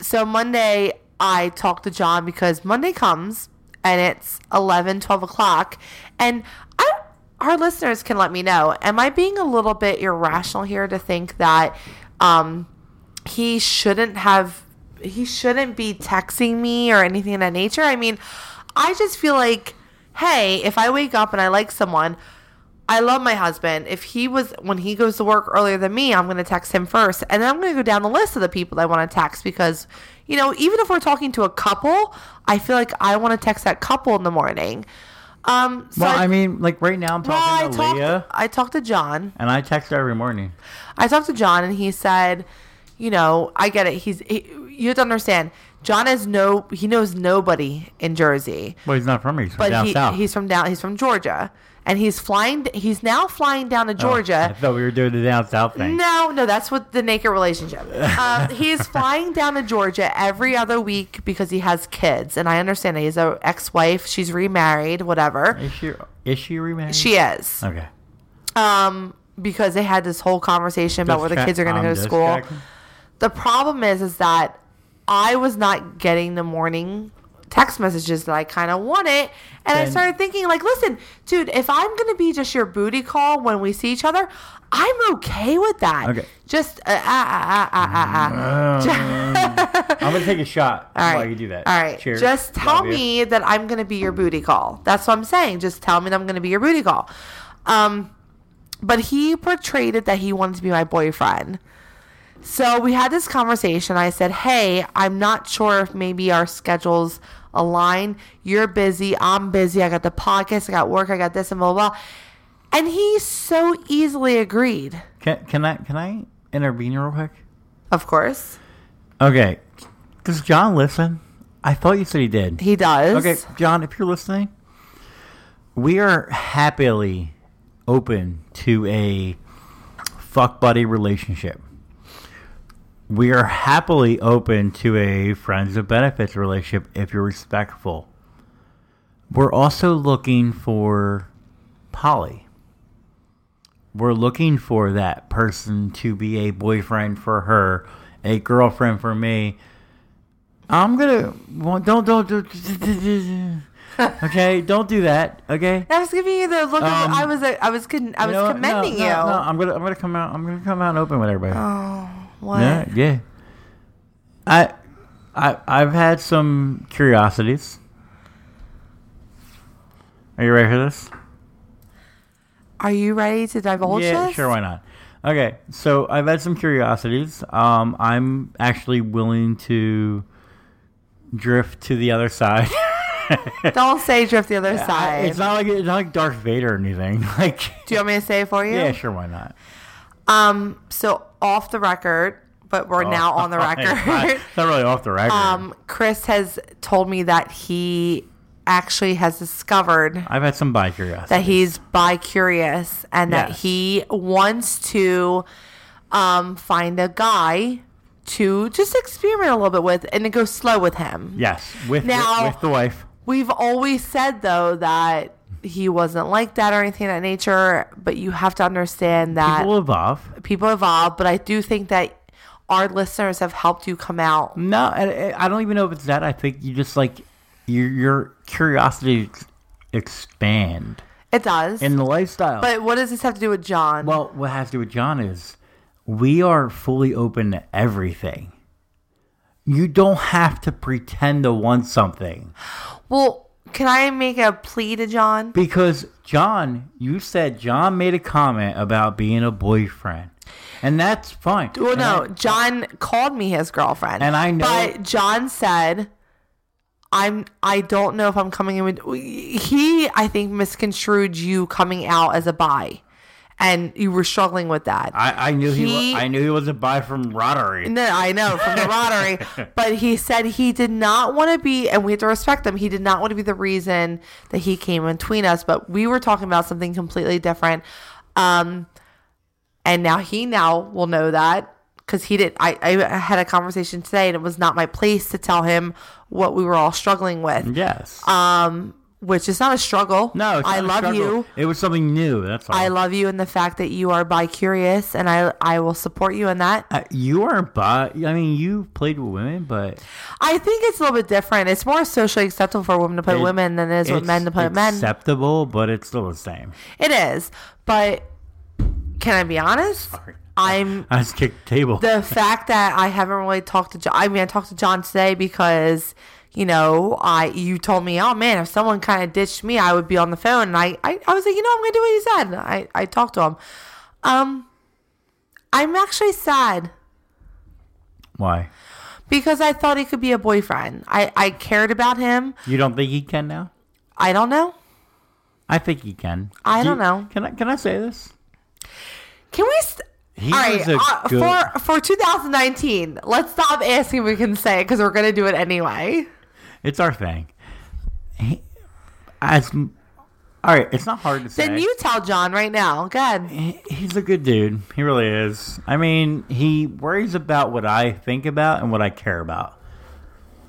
Speaker 1: So Monday, I talked to John because Monday comes and it's 11, 12 o'clock. And I, our listeners can let me know am I being a little bit irrational here to think that um, he shouldn't have, he shouldn't be texting me or anything of that nature? I mean, I just feel like, hey, if I wake up and I like someone, I love my husband. If he was when he goes to work earlier than me, I'm going to text him first, and then I'm going to go down the list of the people that I want to text because, you know, even if we're talking to a couple, I feel like I want to text that couple in the morning. Um, so
Speaker 2: Well, I mean, like right now, I'm
Speaker 1: well, I
Speaker 2: talking to
Speaker 1: talked.
Speaker 2: Leah,
Speaker 1: I talked to John.
Speaker 2: and I text her every morning.
Speaker 1: I talked to John and he said, you know, I get it. He's he, you have to understand. John has no he knows nobody in Jersey,
Speaker 2: Well, he's not from here. He's from
Speaker 1: but
Speaker 2: down
Speaker 1: he,
Speaker 2: south.
Speaker 1: he's from down he's from Georgia, and he's flying. He's now flying down to
Speaker 2: Oh, I
Speaker 1: Georgia.
Speaker 2: thought we were doing the down south thing.
Speaker 1: No, no, that's what the naked relationship. Um, he is flying down to Georgia every other week because he has kids, and I understand that he's a ex-wife. She's remarried, whatever.
Speaker 2: Is she? Is she remarried?
Speaker 1: She is,
Speaker 2: Okay.
Speaker 1: um, because they had this whole conversation about where the
Speaker 2: Just
Speaker 1: kids are going to
Speaker 2: check-
Speaker 1: go
Speaker 2: um,
Speaker 1: to
Speaker 2: just
Speaker 1: school.
Speaker 2: checking.
Speaker 1: the problem is is that I was not getting the morning text messages that I kind of wanted, and I
Speaker 2: Then-
Speaker 1: started thinking like, listen, dude, if I'm gonna be just your booty call when we see each other, I'm okay with that.
Speaker 2: Okay.
Speaker 1: Just uh, ah ah ah ah ah. ah.
Speaker 2: I'm gonna take a shot
Speaker 1: All
Speaker 2: while
Speaker 1: right.
Speaker 2: you do that.
Speaker 1: All right.
Speaker 2: Cheers.
Speaker 1: Just tell
Speaker 2: Love you.
Speaker 1: me that I'm going to be your booty call. That's what I'm saying. Just tell me that I'm going to be your booty call. Um, but he portrayed it that he wanted to be my boyfriend. So we had this conversation. I said, Hey, I'm not sure if maybe our schedules align. You're busy. I'm busy. I got the podcast. I got work. I got this and blah, blah, blah. And he so easily agreed.
Speaker 2: Can, can I can I intervene real quick?
Speaker 1: Of course.
Speaker 2: Okay. Does John listen? I thought you said he did.
Speaker 1: He does.
Speaker 2: Okay, John, if you're listening, we are happily open to a fuck buddy relationship. We are happily open to a friends of benefits relationship if you're respectful. We're also looking for Polly. We're looking for that person to be a boyfriend for her, a girlfriend for me. I'm gonna well, don't don't do okay. Don't do that. Okay.
Speaker 1: I was giving you the look.
Speaker 2: Um,
Speaker 1: of, I was. uh, I was. con- I was
Speaker 2: You know what?
Speaker 1: commending
Speaker 2: no, no,
Speaker 1: you.
Speaker 2: No, I'm gonna I'm gonna come out. I'm gonna come out and open with everybody.
Speaker 1: Oh, what?
Speaker 2: yeah, yeah. I I I've had some curiosities. Are you ready for this?
Speaker 1: Are you ready to divulge
Speaker 2: yeah,
Speaker 1: this?
Speaker 2: sure. Why not? Okay, so I've had some curiosities. Um, I'm actually willing to drift to the other side.
Speaker 1: Don't say drift the other
Speaker 2: I-
Speaker 1: side.
Speaker 2: It's not like it's not like Darth Vader or anything. Like,
Speaker 1: Do you want me to say it for you?
Speaker 2: yeah, sure, why not?
Speaker 1: Um. So off the record, but
Speaker 2: Oh,
Speaker 1: we're now on the record.
Speaker 2: it's not really off the record.
Speaker 1: um. Chris has told me that he actually has discovered
Speaker 2: I've had some bi curiosity.
Speaker 1: that he's bi curious and that
Speaker 2: Yes.
Speaker 1: he wants to um find a guy to just experiment a little bit with and to go slow with him.
Speaker 2: yes, with
Speaker 1: Now-
Speaker 2: with the wife.
Speaker 1: We've always said though that he wasn't like that or anything of that nature, but you have to understand that
Speaker 2: People evolve.
Speaker 1: people evolve, but I do think that our listeners have helped you come out.
Speaker 2: No, I, I- I don't even know if it's that. I think you just like your your curiosity ex- expand
Speaker 1: It does.
Speaker 2: in the lifestyle.
Speaker 1: but what does this have to do with John?
Speaker 2: Well, what has to do with John is we are fully open to everything. You don't have to pretend to want something
Speaker 1: well, can I make a plea to John?
Speaker 2: because John, you said John made a comment about being a boyfriend, and that's fine.
Speaker 1: Well,
Speaker 2: And
Speaker 1: no,
Speaker 2: I-
Speaker 1: John called me his girlfriend,
Speaker 2: And I know-
Speaker 1: But John said, "I'm. I don't know if I'm coming in with." He, I think, misconstrued you coming out as a bi, and you were struggling with that.
Speaker 2: I, I knew he,
Speaker 1: He-
Speaker 2: wa- I knew he was a buy from Rotary.
Speaker 1: No, I know from the Rotary, but he said he did not want to be, and we have to respect him. He did not want to be the reason that he came in between us, but we were talking about something completely different. Um, and now he now will know that because he did. I, I had a conversation today, and it was not my place to tell him what we were all struggling with,
Speaker 2: Yes.
Speaker 1: which is not a struggle.
Speaker 2: no, it's
Speaker 1: Uh, I
Speaker 2: not a
Speaker 1: love
Speaker 2: struggle.
Speaker 1: you.
Speaker 2: It was something new. That's all.
Speaker 1: I love you, and the fact that you are bi curious, and I I will support you in that.
Speaker 2: Uh, you are bi. I mean, you played with women, but
Speaker 1: I think it's a little bit different. It's more socially acceptable for women to play
Speaker 2: It-
Speaker 1: with women than it is with men to play with men.
Speaker 2: acceptable, but it's still the same.
Speaker 1: It is, but can I be honest? I'm
Speaker 2: I just kicked the table.
Speaker 1: the fact that I haven't really talked to John. I mean, I talked to John today because you know I you told me, oh man, if someone kind of ditched me, I would be on the phone, and I I, I was like, you know, I'm gonna do what he said. And I I talked to him. Um, I'm actually sad
Speaker 2: Why?
Speaker 1: because I thought he could be a boyfriend. I I cared about him.
Speaker 2: You don't think he can now?
Speaker 1: I don't know.
Speaker 2: I think he can.
Speaker 1: I
Speaker 2: Do you-
Speaker 1: don't know.
Speaker 2: Can I can I say this?
Speaker 1: Can we? St-
Speaker 2: He
Speaker 1: All right,
Speaker 2: was a
Speaker 1: uh,
Speaker 2: good-
Speaker 1: for for 2019, let's stop asking. if We can say it because we're gonna do it anyway.
Speaker 2: It's our thing. He, as m- all right, it's not hard to say.
Speaker 1: Then you tell John right now. Good.
Speaker 2: He- He's a good dude. He really is. I mean, he worries about what I think about and what I care about.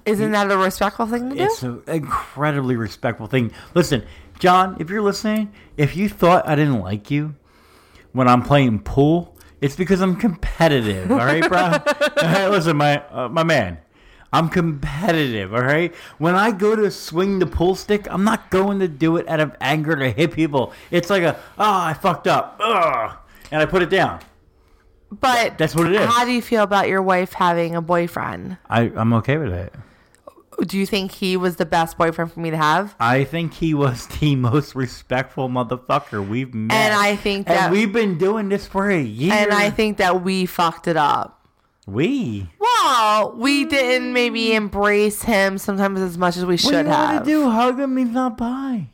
Speaker 1: Isn't that a respectful thing to do?
Speaker 2: It's an incredibly respectful thing. Listen, John, if you're listening, if you thought I didn't like you when I'm playing pool, it's because I'm competitive. All right, bro. all right, listen, my uh, my man. I'm competitive, all right? When I go to swing the pool stick, I'm not going to do it out of anger to hit people. It's like a, oh, I fucked up. Ugh. And I put it down.
Speaker 1: But
Speaker 2: That's what it is.
Speaker 1: How do you feel about your wife having a boyfriend?
Speaker 2: I, I'm okay with it.
Speaker 1: Do you think he was the best boyfriend for me to have?
Speaker 2: I think he was the most respectful motherfucker we've met.
Speaker 1: And I think that-
Speaker 2: and we've been doing this for a year.
Speaker 1: And I think that we fucked it up.
Speaker 2: We
Speaker 1: Well, we didn't maybe embrace him sometimes as much as we
Speaker 2: Mm. what do you
Speaker 1: should
Speaker 2: want
Speaker 1: have.
Speaker 2: to do? Hug him, he's not by.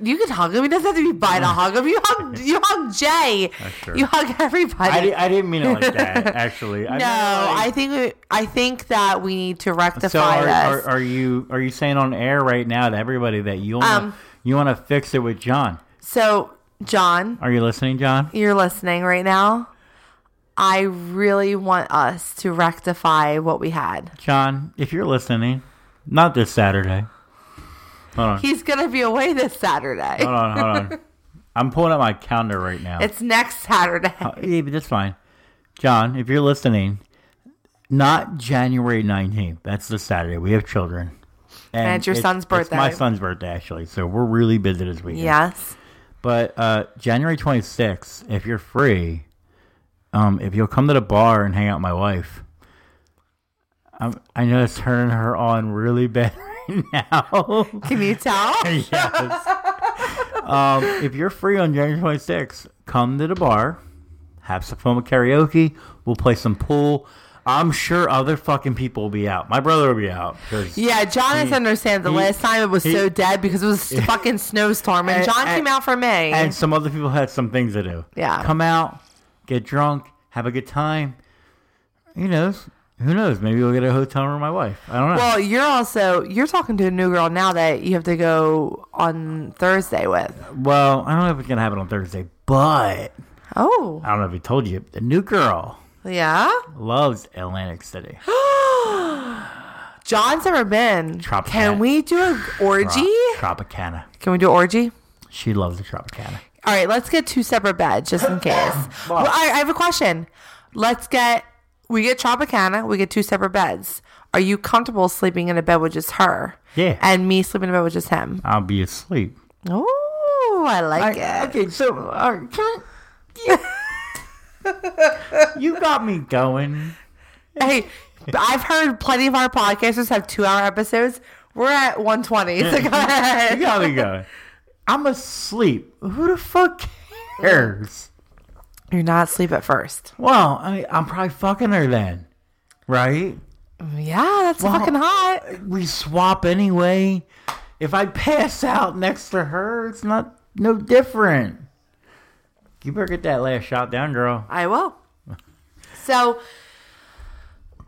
Speaker 1: You can hug him. It doesn't have to be by to hug him. You hug, you hug Jay.
Speaker 2: sure.
Speaker 1: You hug everybody.
Speaker 2: I, di- I didn't mean it like that. Actually, I
Speaker 1: no, I
Speaker 2: meant
Speaker 1: think we- I think that we need to
Speaker 2: like-
Speaker 1: rectify
Speaker 2: so are,
Speaker 1: this.
Speaker 2: are, are you are you saying on air right now to everybody that you wanna,
Speaker 1: Um,
Speaker 2: you want to fix it with John?
Speaker 1: so, John,
Speaker 2: Are you listening, John?
Speaker 1: you're listening right now. I really want us to rectify what we had.
Speaker 2: John, if you're listening, not this Saturday. Hold on,
Speaker 1: He's gonna be away this Saturday.
Speaker 2: hold on, hold on. I'm pulling up my calendar right now.
Speaker 1: It's next Saturday.
Speaker 2: Uh, yeah, but that's fine. John, if you're listening, not January 19th. That's the Saturday. We have children. And,
Speaker 1: it's your son's
Speaker 2: It's my
Speaker 1: birthday.
Speaker 2: son's birthday, actually. So we're really busy this weekend.
Speaker 1: Yes.
Speaker 2: But uh, January 26th, if you're free, um, if you'll come to the bar and hang out with my wife, I'm, I know it's turning her on really bad right now.
Speaker 1: Can you tell?
Speaker 2: yes. um, if you're free on January 26th, come to the bar, have some fun with karaoke. We'll play some pool. I'm sure other fucking people will be out. My brother will be out. 'cause-
Speaker 1: Yeah, John is understand. The
Speaker 2: he-
Speaker 1: last time it was
Speaker 2: he-
Speaker 1: so dead because it was a fucking snowstorm, and
Speaker 2: And-
Speaker 1: John
Speaker 2: and-
Speaker 1: came out for me.
Speaker 2: And some other people had some things to do.
Speaker 1: Yeah.
Speaker 2: Come out, get drunk, have a good time. Who knows? Who knows? Maybe we'll get a hotel room with my wife. I don't know.
Speaker 1: well, you're also you're talking to a new girl now that you have to go on Thursday with.
Speaker 2: well, I don't know if it's going to happen on Thursday, but
Speaker 1: Oh,
Speaker 2: I don't know if he told you. The new girl
Speaker 1: yeah.
Speaker 2: loves Atlantic City.
Speaker 1: John's never been.
Speaker 2: Tropic
Speaker 1: Can
Speaker 2: hat.
Speaker 1: we do an orgy?
Speaker 2: Tropicana.
Speaker 1: Can we do an orgy?
Speaker 2: She loves the Tropicana.
Speaker 1: All right, let's get two separate beds just in case. well, all right, I have a question. Let's get we get Tropicana, we get two separate beds. Are you comfortable sleeping in a bed with just her?
Speaker 2: Yeah.
Speaker 1: And me sleeping in a bed with just him.
Speaker 2: I'll be asleep.
Speaker 1: Oh, I like it.
Speaker 2: okay, so uh, can I- you, you got me going.
Speaker 1: Hey, I've heard plenty of our podcasters have two hour episodes. We're at 120. So go
Speaker 2: You
Speaker 1: ahead.
Speaker 2: got me going. I'm asleep. Who the fuck cares?
Speaker 1: You're not asleep at first.
Speaker 2: Well, I mean, I'm probably fucking her then, right?
Speaker 1: Yeah, that's fucking hot.
Speaker 2: We swap anyway. If I pass out next to her, it's not no different. You better get that last shot down, girl.
Speaker 1: I will. So,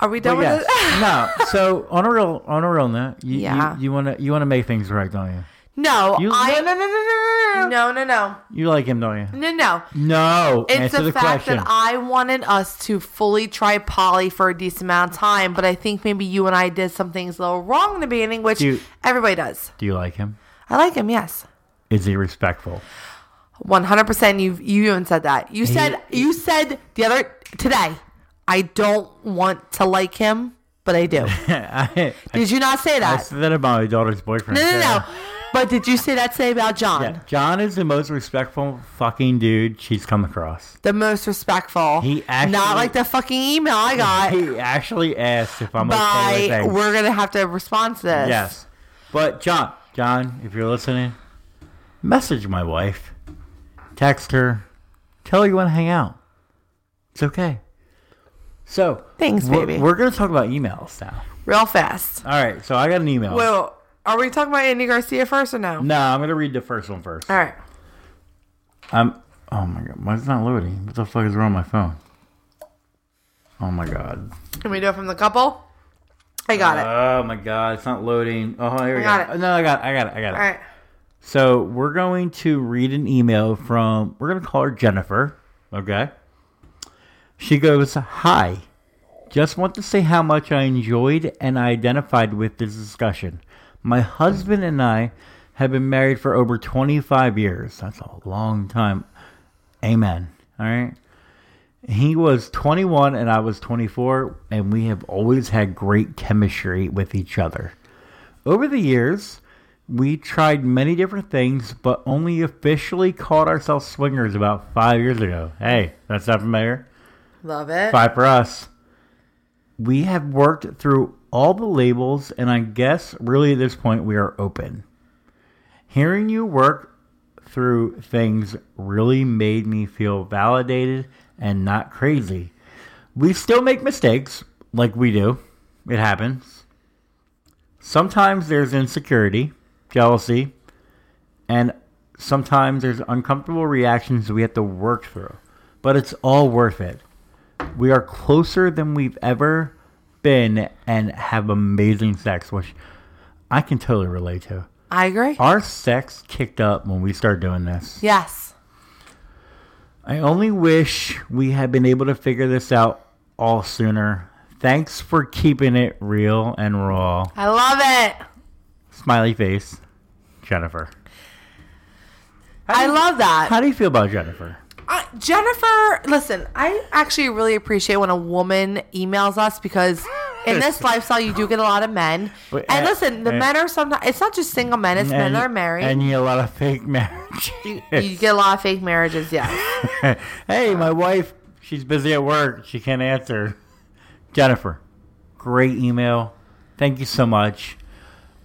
Speaker 1: are we done
Speaker 2: But
Speaker 1: with
Speaker 2: yes.
Speaker 1: it?
Speaker 2: no. So on a real on a real note, you,
Speaker 1: Yeah.
Speaker 2: you you want to you want to make things right, don't you?
Speaker 1: No,
Speaker 2: You-
Speaker 1: I
Speaker 2: no, no, no, no, no, no.
Speaker 1: no, no, no,
Speaker 2: You like him, don't you?
Speaker 1: no, no.
Speaker 2: No.
Speaker 1: It's
Speaker 2: Answer
Speaker 1: the,
Speaker 2: the,
Speaker 1: fact
Speaker 2: question.
Speaker 1: that I wanted us to fully try poly for a decent amount of time, but I think maybe you and I did some things a little wrong in the beginning, which
Speaker 2: You-
Speaker 1: everybody does.
Speaker 2: Do you like him?
Speaker 1: I like him, yes.
Speaker 2: Is he respectful?
Speaker 1: One hundred percent. You you even said that. You said you said the other today. I don't want to like him, but I do.
Speaker 2: I, I
Speaker 1: Did you not say that?
Speaker 2: said that about my daughter's boyfriend.
Speaker 1: No, no, no.
Speaker 2: Sarah.
Speaker 1: But did you say that today about John?
Speaker 2: Yeah, John is the most respectful fucking dude she's come across.
Speaker 1: The most respectful.
Speaker 2: He actually-
Speaker 1: not like the fucking email I got.
Speaker 2: He actually asked if I'm okay with
Speaker 1: by
Speaker 2: things.
Speaker 1: we're gonna have to respond to this.
Speaker 2: Yes. But John, John, if you're listening, message my wife. Text her. Tell her you want to hang out. It's okay. So
Speaker 1: Thanks,
Speaker 2: we're,
Speaker 1: baby.
Speaker 2: We're gonna talk about emails now.
Speaker 1: real fast.
Speaker 2: All right, so I got an email.
Speaker 1: Well, are we talking about Andy Garcia first or no?
Speaker 2: no, I'm gonna read the first one first.
Speaker 1: All right.
Speaker 2: I'm oh my god, mine's not loading. What the fuck is wrong with my phone? Oh my god.
Speaker 1: Can we do it from the couple? I got it.
Speaker 2: Oh my god, it's not loading. Oh here
Speaker 1: I
Speaker 2: we
Speaker 1: got
Speaker 2: go.
Speaker 1: it.
Speaker 2: No, I got it, I got it, I got it.
Speaker 1: All right.
Speaker 2: So we're going to read an email from we're gonna call her Jennifer. Okay. She goes, Hi. Just want to say how much I enjoyed and I identified with this discussion. My husband and I have been married for over 25 years. That's a long time. Amen. All right. He was 21 and I was 24, and we have always had great chemistry with each other. Over the years, we tried many different things, but only officially called ourselves swingers about five years ago. Hey, that's not familiar.
Speaker 1: Love it.
Speaker 2: Five for us. We have worked through all the labels, and I guess really at this point we are open. Hearing you work through things really made me feel validated and not crazy. We still make mistakes, like we do. It happens. Sometimes there's insecurity, jealousy, and sometimes there's uncomfortable reactions we have to work through. But it's all worth it. We are closer than we've ever been and have amazing sex, which I can totally relate to.
Speaker 1: I agree.
Speaker 2: Our sex kicked up when we started doing this.
Speaker 1: Yes.
Speaker 2: I only wish we had been able to figure this out all sooner. Thanks for keeping it real and raw.
Speaker 1: I love it.
Speaker 2: Smiley face, Jennifer.
Speaker 1: I love that.
Speaker 2: How do you feel about Jennifer?
Speaker 1: Uh, Jennifer, listen, I actually really appreciate when a woman emails us because in this lifestyle you do get a lot of men.
Speaker 2: But,
Speaker 1: and
Speaker 2: uh,
Speaker 1: listen, the
Speaker 2: uh,
Speaker 1: men are sometimes it's not just single men; it's men
Speaker 2: And-
Speaker 1: that are married.
Speaker 2: And you get a lot of fake marriage.
Speaker 1: you get a lot of fake marriages. Yeah,
Speaker 2: hey, my wife, she's busy at work. She can't answer. Jennifer, great email. Thank you so much.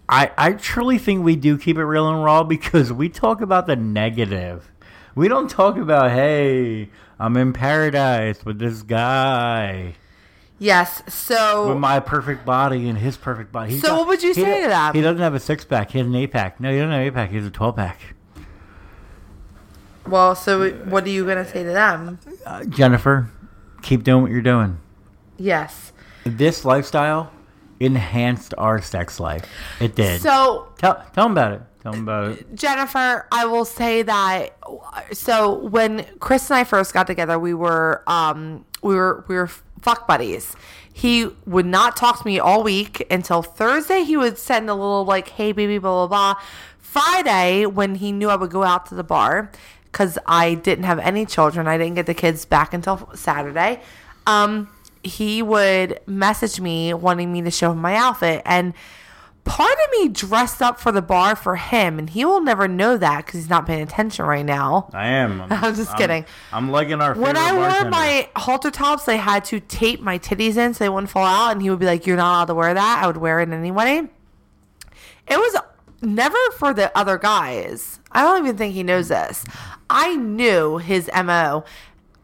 Speaker 2: I, I truly think we do keep it real and raw because we talk about the negative. We don't talk about, hey, I'm in paradise with this guy,
Speaker 1: yes. So
Speaker 2: with my perfect body and his perfect body. He's
Speaker 1: So what would you
Speaker 2: he
Speaker 1: say
Speaker 2: do-
Speaker 1: to that?
Speaker 2: He doesn't have a six pack. He has an eight pack. No, he doesn't have an eight pack. He has a 12 pack.
Speaker 1: well, so what are you gonna say to them?
Speaker 2: Uh, Jennifer, keep doing what you're doing.
Speaker 1: Yes.
Speaker 2: this lifestyle enhanced our sex life. It did.
Speaker 1: So
Speaker 2: tell tell them about it. Tell them about it.
Speaker 1: Jennifer, I will say that. So when Chris and I first got together, we were um, we were we were fuck buddies. He would not talk to me all week until Thursday. He would send a little like, "Hey, baby," blah blah blah. Friday, when he knew I would go out to the bar, because I didn't have any children, I didn't get the kids back until Saturday. Um, he would message me wanting me to show him my outfit and part of me dressed up for the bar for him, and he will never know that because he's not paying attention right now.
Speaker 2: I am. I'm,
Speaker 1: just kidding.
Speaker 2: I'm lugging our.
Speaker 1: When
Speaker 2: favorite
Speaker 1: I wore
Speaker 2: bartender.
Speaker 1: my halter tops, I had to tape my titties in so they wouldn't fall out, and he would be like, "You're not allowed to wear that." I would wear it anyway. It was never for the other guys. I don't even think he knows this. I knew his MO.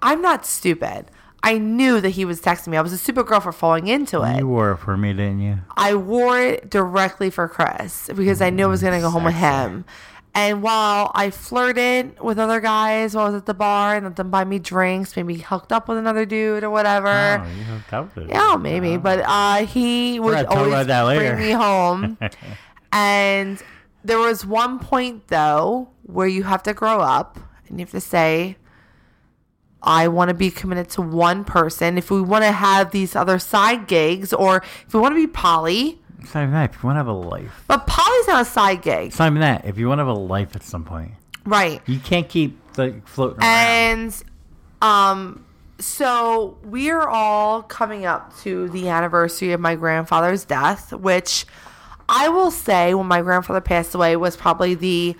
Speaker 1: I'm not stupid. I knew that he was texting me. I was a stupid girl for falling into it.
Speaker 2: you wore it for me, didn't you?
Speaker 1: I wore it directly for Chris because I knew I was
Speaker 2: Mm,
Speaker 1: going to go home with him. And while I flirted with other guys while I was at the bar and let them buy me drinks, maybe hooked up with another dude or whatever.
Speaker 2: Oh, you hooked up with it.
Speaker 1: Uh, Yeah, maybe. But uh, he would
Speaker 2: gonna talk
Speaker 1: always
Speaker 2: about that later.
Speaker 1: bring me home. and there was one point though where you have to grow up and you have to say, I want to be committed to one person. If we want to have these other side gigs, or if we want to be poly,
Speaker 2: It's not even that. If you want to have a life,
Speaker 1: but poly's not a side gig,
Speaker 2: it's not even that. If you want to have a life at some point,
Speaker 1: right?
Speaker 2: you can't keep like floating
Speaker 1: And
Speaker 2: around.
Speaker 1: um so we're all coming up to the anniversary of my grandfather's death, which I will say when my grandfather passed away was probably the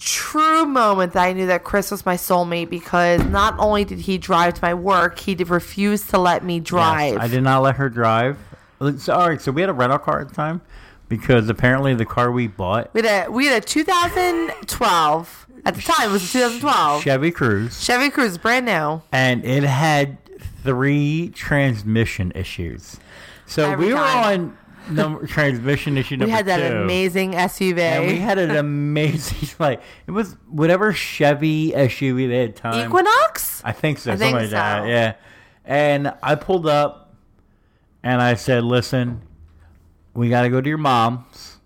Speaker 1: true moment that I knew that Chris was my soulmate because not only did he drive to my work, he did refuse to let me drive.
Speaker 2: Yes, I did not let her drive. Uh, So, all right, so we had a rental car at the time because apparently the car we bought
Speaker 1: We had a we had a 2012 at the time it was a 2012
Speaker 2: Chevy Cruze.
Speaker 1: Chevy Cruze, brand new.
Speaker 2: and it had three transmission issues. So
Speaker 1: Every
Speaker 2: we were
Speaker 1: time.
Speaker 2: on number, transmission issue number
Speaker 1: We had that
Speaker 2: two,
Speaker 1: amazing SUV.
Speaker 2: and we had an amazing like it was whatever Chevy SUV they had time.
Speaker 1: Equinox.
Speaker 2: I think so.
Speaker 1: I
Speaker 2: something
Speaker 1: think
Speaker 2: like that.
Speaker 1: so.
Speaker 2: Yeah. And I pulled up and I said, "Listen, we got to go to your mom's."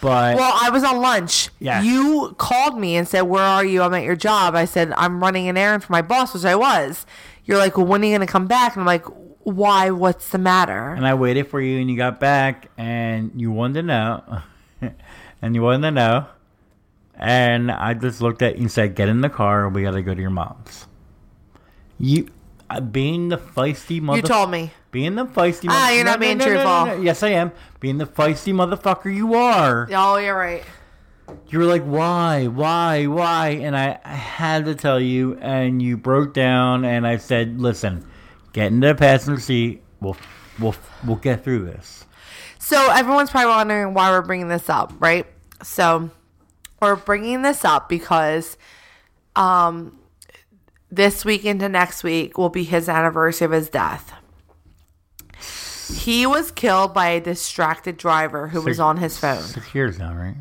Speaker 2: But
Speaker 1: Well, I was on lunch.
Speaker 2: Yes.
Speaker 1: You called me and said, Where are you? I'm at your job. I said, I'm running an errand for my boss, which I was. You're like, Well, when are you going to come back? And I'm like, Why? What's the matter?
Speaker 2: and I waited for you, and you got back, and you wanted to know, and you wanted to know, and I just looked at you and said, "Get in the car. We got to go to your mom's." You uh, being the feisty mother.
Speaker 1: You told me.
Speaker 2: Being the feisty.
Speaker 1: Ah,
Speaker 2: mother-
Speaker 1: you're not being truthful.
Speaker 2: Yes, I am. Being the feisty motherfucker you are.
Speaker 1: Oh, you're right.
Speaker 2: You were like, why, why, why? And I, I had to tell you, and you broke down, and I said, listen, get into the passenger seat. We'll, we'll, we'll get through this.
Speaker 1: So everyone's probably wondering why we're bringing this up, right? So we're bringing this up because um, this week into next week will be his anniversary of his death. He was killed by a distracted driver who was on his phone.
Speaker 2: Six years now, right?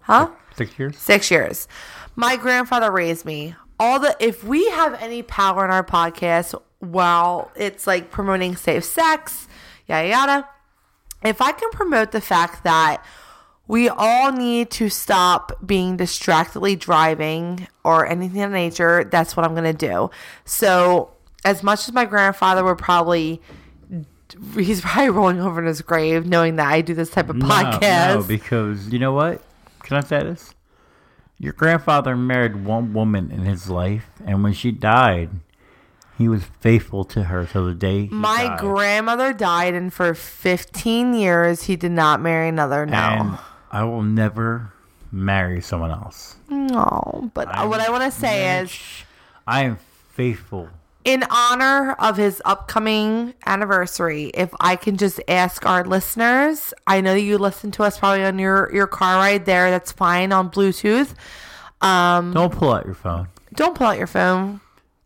Speaker 1: Huh?
Speaker 2: Six years.
Speaker 1: Six years. My grandfather raised me. All the if we have any power in our podcast while it's like promoting safe sex, yada yada. If I can promote the fact that we all need to stop being distractedly driving or anything of nature, that's what I'm gonna do. So as much as my grandfather would probably he's probably rolling over in his grave knowing that I do this type of podcast.
Speaker 2: No, no, because you know what? Can I say this? Your grandfather married one woman in his life, and when she died, he was faithful to her till the day. he
Speaker 1: My
Speaker 2: died.
Speaker 1: grandmother died, and for 15 years, he did not marry another.
Speaker 2: And
Speaker 1: No.
Speaker 2: I will never marry someone else.
Speaker 1: No. But Uh, what I want to say is,
Speaker 2: I am faithful.
Speaker 1: in honor of his upcoming anniversary, if I can just ask our listeners, I know you listen to us probably on your, your car ride there. That's fine on Bluetooth. Um,
Speaker 2: Don't pull out your phone.
Speaker 1: Don't pull out your phone.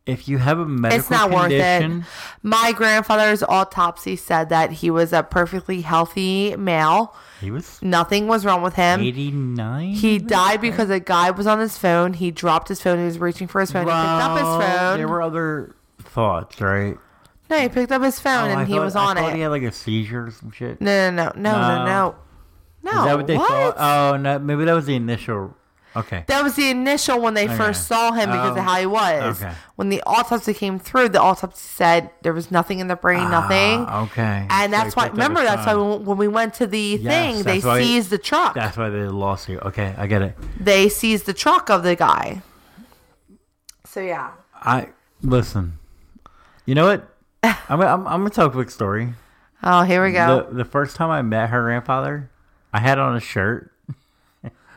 Speaker 2: If you have a medical
Speaker 1: It's not
Speaker 2: condition,
Speaker 1: worth it. My grandfather's autopsy said that he was a perfectly healthy male.
Speaker 2: he was
Speaker 1: Nothing was wrong with him.
Speaker 2: 89.
Speaker 1: He died because a guy was on his phone. He dropped his phone. He was reaching for his phone. he picked up his
Speaker 2: Well,
Speaker 1: phone.
Speaker 2: There were other thoughts, right?
Speaker 1: no, he picked up his phone
Speaker 2: Oh, I
Speaker 1: and he
Speaker 2: thought-
Speaker 1: was
Speaker 2: I
Speaker 1: on
Speaker 2: thought
Speaker 1: it.
Speaker 2: He had like a seizure or some shit.
Speaker 1: no, no, no, no, no, no. No.
Speaker 2: Is that what they
Speaker 1: what?
Speaker 2: thought? Oh, no, maybe that was the initial. Okay.
Speaker 1: That was the initial when they first saw him because
Speaker 2: Oh,
Speaker 1: of how he was.
Speaker 2: okay.
Speaker 1: When the autopsy came through, the autopsy said there was nothing in the brain, nothing.
Speaker 2: Ah, okay.
Speaker 1: And
Speaker 2: So
Speaker 1: that's
Speaker 2: they
Speaker 1: why,
Speaker 2: picked up
Speaker 1: remember,
Speaker 2: his
Speaker 1: that's why
Speaker 2: phone.
Speaker 1: when when we went to the
Speaker 2: Yes,
Speaker 1: thing, they
Speaker 2: that's why-
Speaker 1: seized the truck.
Speaker 2: That's why the lawsuit. Okay, I get it.
Speaker 1: They seized the truck of the guy. So, yeah.
Speaker 2: I listen. You know what? I'm gonna, I'm, I'm gonna tell a quick story.
Speaker 1: Oh, here we go.
Speaker 2: The, the first time I met her grandfather, I had on a shirt.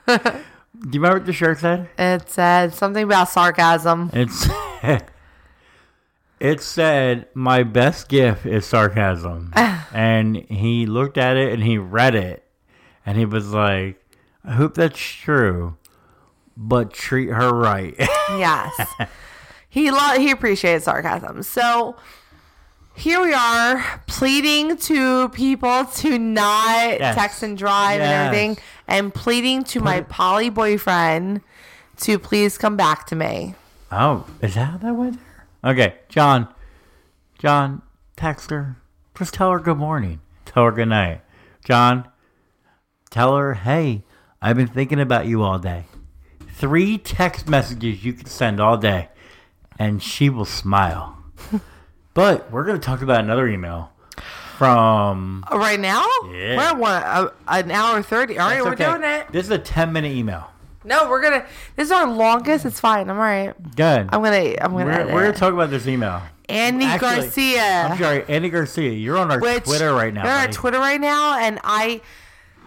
Speaker 2: Do you remember what the shirt said?
Speaker 1: It said something about sarcasm.
Speaker 2: It said, it said, my best gift is sarcasm. and he looked at it and he read it. And he was like, I hope that's true, but treat her right.
Speaker 1: Yes. he lo- he appreciated sarcasm. So here we are pleading to people to not
Speaker 2: Yes.
Speaker 1: text and drive
Speaker 2: Yes.
Speaker 1: and everything and pleading to my
Speaker 2: it-
Speaker 1: poly boyfriend to please come back to me.
Speaker 2: oh, is that how that went there? Okay, John. John, text her. Just tell her good morning. Tell her good night. John, tell her, hey, I've been thinking about you all day. Three text messages you can send all day, and she will smile. but we're going to talk about another email from.
Speaker 1: Uh, Right now?
Speaker 2: Yeah.
Speaker 1: We're at one, uh, an hour 30. All right,
Speaker 2: That's
Speaker 1: we're
Speaker 2: okay.
Speaker 1: doing it.
Speaker 2: This is a 10 minute email.
Speaker 1: No, we're going to This is our longest. It's fine. I'm all right.
Speaker 2: Good.
Speaker 1: I'm going to I'm going
Speaker 2: we're
Speaker 1: to
Speaker 2: we're going to talk about this email.
Speaker 1: Andy
Speaker 2: Actually,
Speaker 1: Garcia.
Speaker 2: I'm sorry, Andy Garcia. You're on our
Speaker 1: Which-
Speaker 2: Twitter right now.
Speaker 1: You're on
Speaker 2: buddy.
Speaker 1: Twitter right now, and I,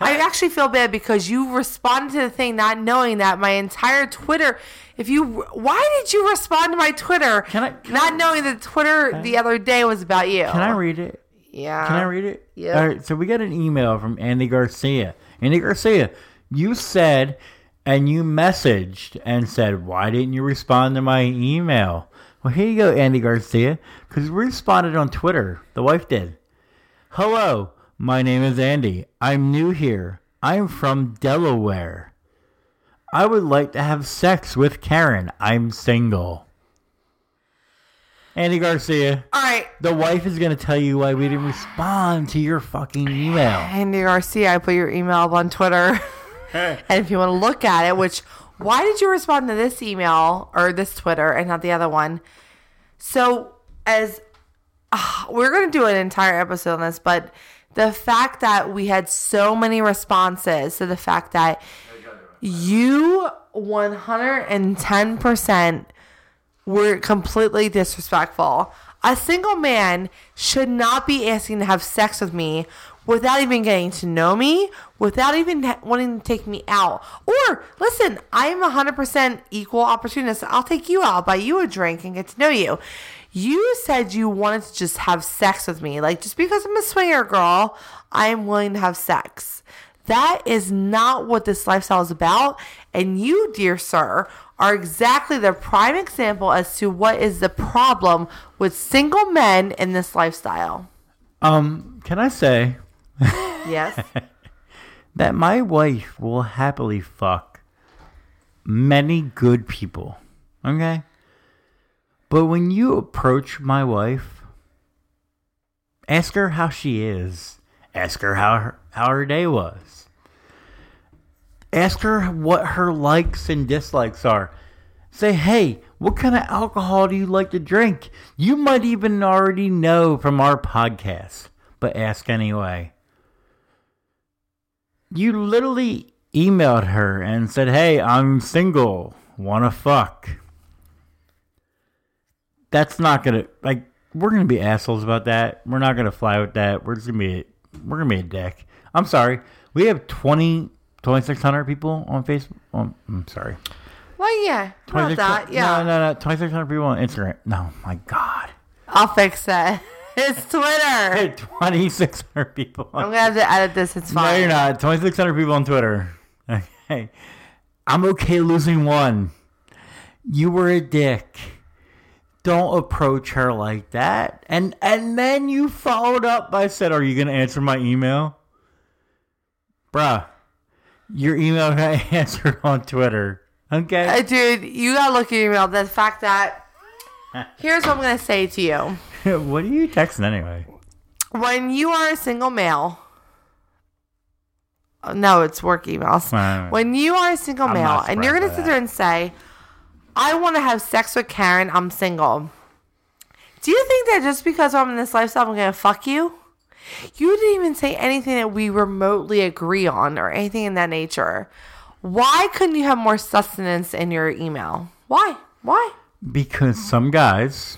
Speaker 1: I actually feel bad because you responded to the thing not knowing that my entire Twitter. If you, why did you respond to my Twitter?
Speaker 2: Can I- can
Speaker 1: not knowing that Twitter the other day was about you?
Speaker 2: Can I read it?
Speaker 1: Yeah.
Speaker 2: Can I read it?
Speaker 1: yeah.
Speaker 2: All right. So we got an email from Andy Garcia. Andy Garcia, you said and you messaged and said, why didn't you respond to my email? Well, here you go, Andy Garcia, because we responded on Twitter. The wife did. Hello, my name is Andy. I'm new here. I'm from Delaware. I would like to have sex with Karen. I'm single. Andy Garcia.
Speaker 1: All right,
Speaker 2: The wife is gonna tell you why we didn't respond to your fucking email.
Speaker 1: Andy Garcia, I put your email up on Twitter, and if you want to look at it, which why did you respond to this email or this Twitter and not the other one? So as ah, we're gonna do an entire episode on this, but the fact that we had so many responses to the fact that you 110% were completely disrespectful. A single man should not be asking to have sex with me without even getting to know me, without even ha- wanting to take me out. Or, listen, I'm 100% equal opportunist. I'll take you out, buy you a drink, and get to know you. You said you wanted to just have sex with me. Like, just because I'm a swinger girl, I am willing to have sex. That is not what this lifestyle is about. And you, dear sir, are exactly the prime example as to what is the problem with single men in this lifestyle.
Speaker 2: Um, can I say
Speaker 1: Yes.
Speaker 2: that my wife will happily fuck many good people. Okay? But when you approach my wife, ask her how she is. Ask her how her, how her day was. Ask her what her likes and dislikes are. Say, hey, what kind of alcohol do you like to drink? You might even already know from our podcast, but ask anyway you literally emailed her and said, "Hey, I'm single. Wanna fuck?" That's not gonna like. We're gonna be assholes about that. We're not gonna fly with that. We're just gonna be we're gonna be a dick. I'm sorry. We have 20, 2,600 people on Facebook. On, I'm sorry.
Speaker 1: well, yeah. About
Speaker 2: 26
Speaker 1: that. Yeah.
Speaker 2: No, no, no. 2,600 people on Instagram. No, my God.
Speaker 1: I'll fix that. It's Twitter.
Speaker 2: 2,600 people on
Speaker 1: I'm gonna have to edit this. It's fine.
Speaker 2: No, you're not. 2,600 people on Twitter. Okay. I'm okay losing one. You were a dick. Don't approach her like that. And and then you followed up by said, Are you gonna answer my email? Bruh. Your email got answered on Twitter.
Speaker 1: Uh,
Speaker 2: Okay.
Speaker 1: dude, you gotta look at your email. The fact that here's what I'm gonna say to you:
Speaker 2: what are you texting anyway?
Speaker 1: when you are a single male, oh, no, it's work emails.
Speaker 2: Right.
Speaker 1: When you are a single
Speaker 2: I'm
Speaker 1: male
Speaker 2: not
Speaker 1: and you're
Speaker 2: surprised
Speaker 1: gonna
Speaker 2: by
Speaker 1: sit there and say,
Speaker 2: that.
Speaker 1: "I want to have sex with Karen. I'm single." Do you think that just because I'm in this lifestyle, I'm gonna fuck you? You didn't even say anything that we remotely agree on or anything in that nature. Why couldn't you have more sustenance in your email? Why? Why?
Speaker 2: Because some guys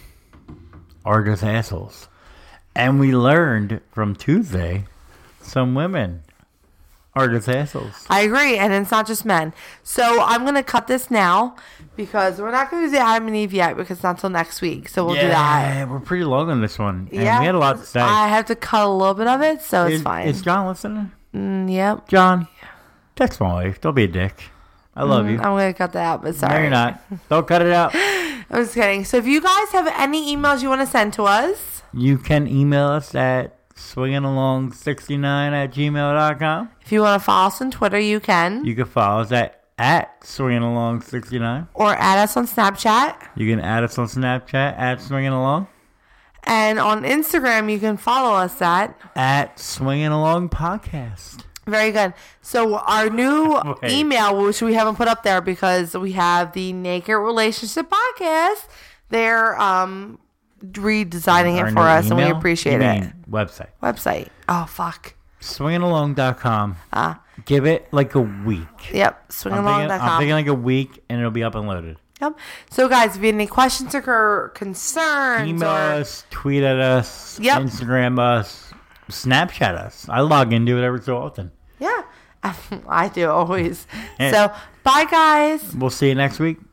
Speaker 2: are just assholes. And we learned from Tuesday some women are just assholes.
Speaker 1: I agree, and it's not just men. So I'm gonna cut this now because we're not gonna do Adam and Eve yet because it's not till next week. So we'll do that.
Speaker 2: we're pretty long on this one. And
Speaker 1: yeah,
Speaker 2: we had a lot to say.
Speaker 1: I have to cut a little bit of it, so it's
Speaker 2: is,
Speaker 1: fine.
Speaker 2: is John listening?
Speaker 1: Mm, yep.
Speaker 2: John, text my wife. Don't be a dick. I love you.
Speaker 1: I'm gonna cut that out, but
Speaker 2: no,
Speaker 1: Mm, sorry,
Speaker 2: you're not. Don't cut it out.
Speaker 1: I'm just kidding. So if you guys have any emails you want to send to us,
Speaker 2: You can email us at swingingalong69 at gmail.com.
Speaker 1: if you want to follow us on Twitter, you can,
Speaker 2: You can follow us at, at swingingalong69.
Speaker 1: or add us on Snapchat
Speaker 2: You can add us on Snapchat at Swinging Along
Speaker 1: and on Instagram. You can follow us at.
Speaker 2: at Swinging Along Podcast.
Speaker 1: Very good. So our new
Speaker 2: Wait.
Speaker 1: email, which we haven't put up there because we have the Naked Relationship Podcast. They're um, redesigning
Speaker 2: Our
Speaker 1: it
Speaker 2: new
Speaker 1: for us, and we
Speaker 2: email?
Speaker 1: appreciate
Speaker 2: You
Speaker 1: it.
Speaker 2: mean Website
Speaker 1: Website. Oh fuck.
Speaker 2: swingingalong.com.
Speaker 1: Ah.
Speaker 2: Give it like a week.
Speaker 1: Yep.
Speaker 2: I'm thinking, I'm thinking
Speaker 1: Swingalong.com.
Speaker 2: like a week, and it'll be up and loaded.
Speaker 1: Yep. So guys, if you have any questions or concerns,
Speaker 2: Email
Speaker 1: or,
Speaker 2: us, tweet at us,
Speaker 1: Yep.
Speaker 2: Instagram us, Snapchat us. I log into it every so often.
Speaker 1: yeah, I do always. so bye, guys.
Speaker 2: We'll see you next week.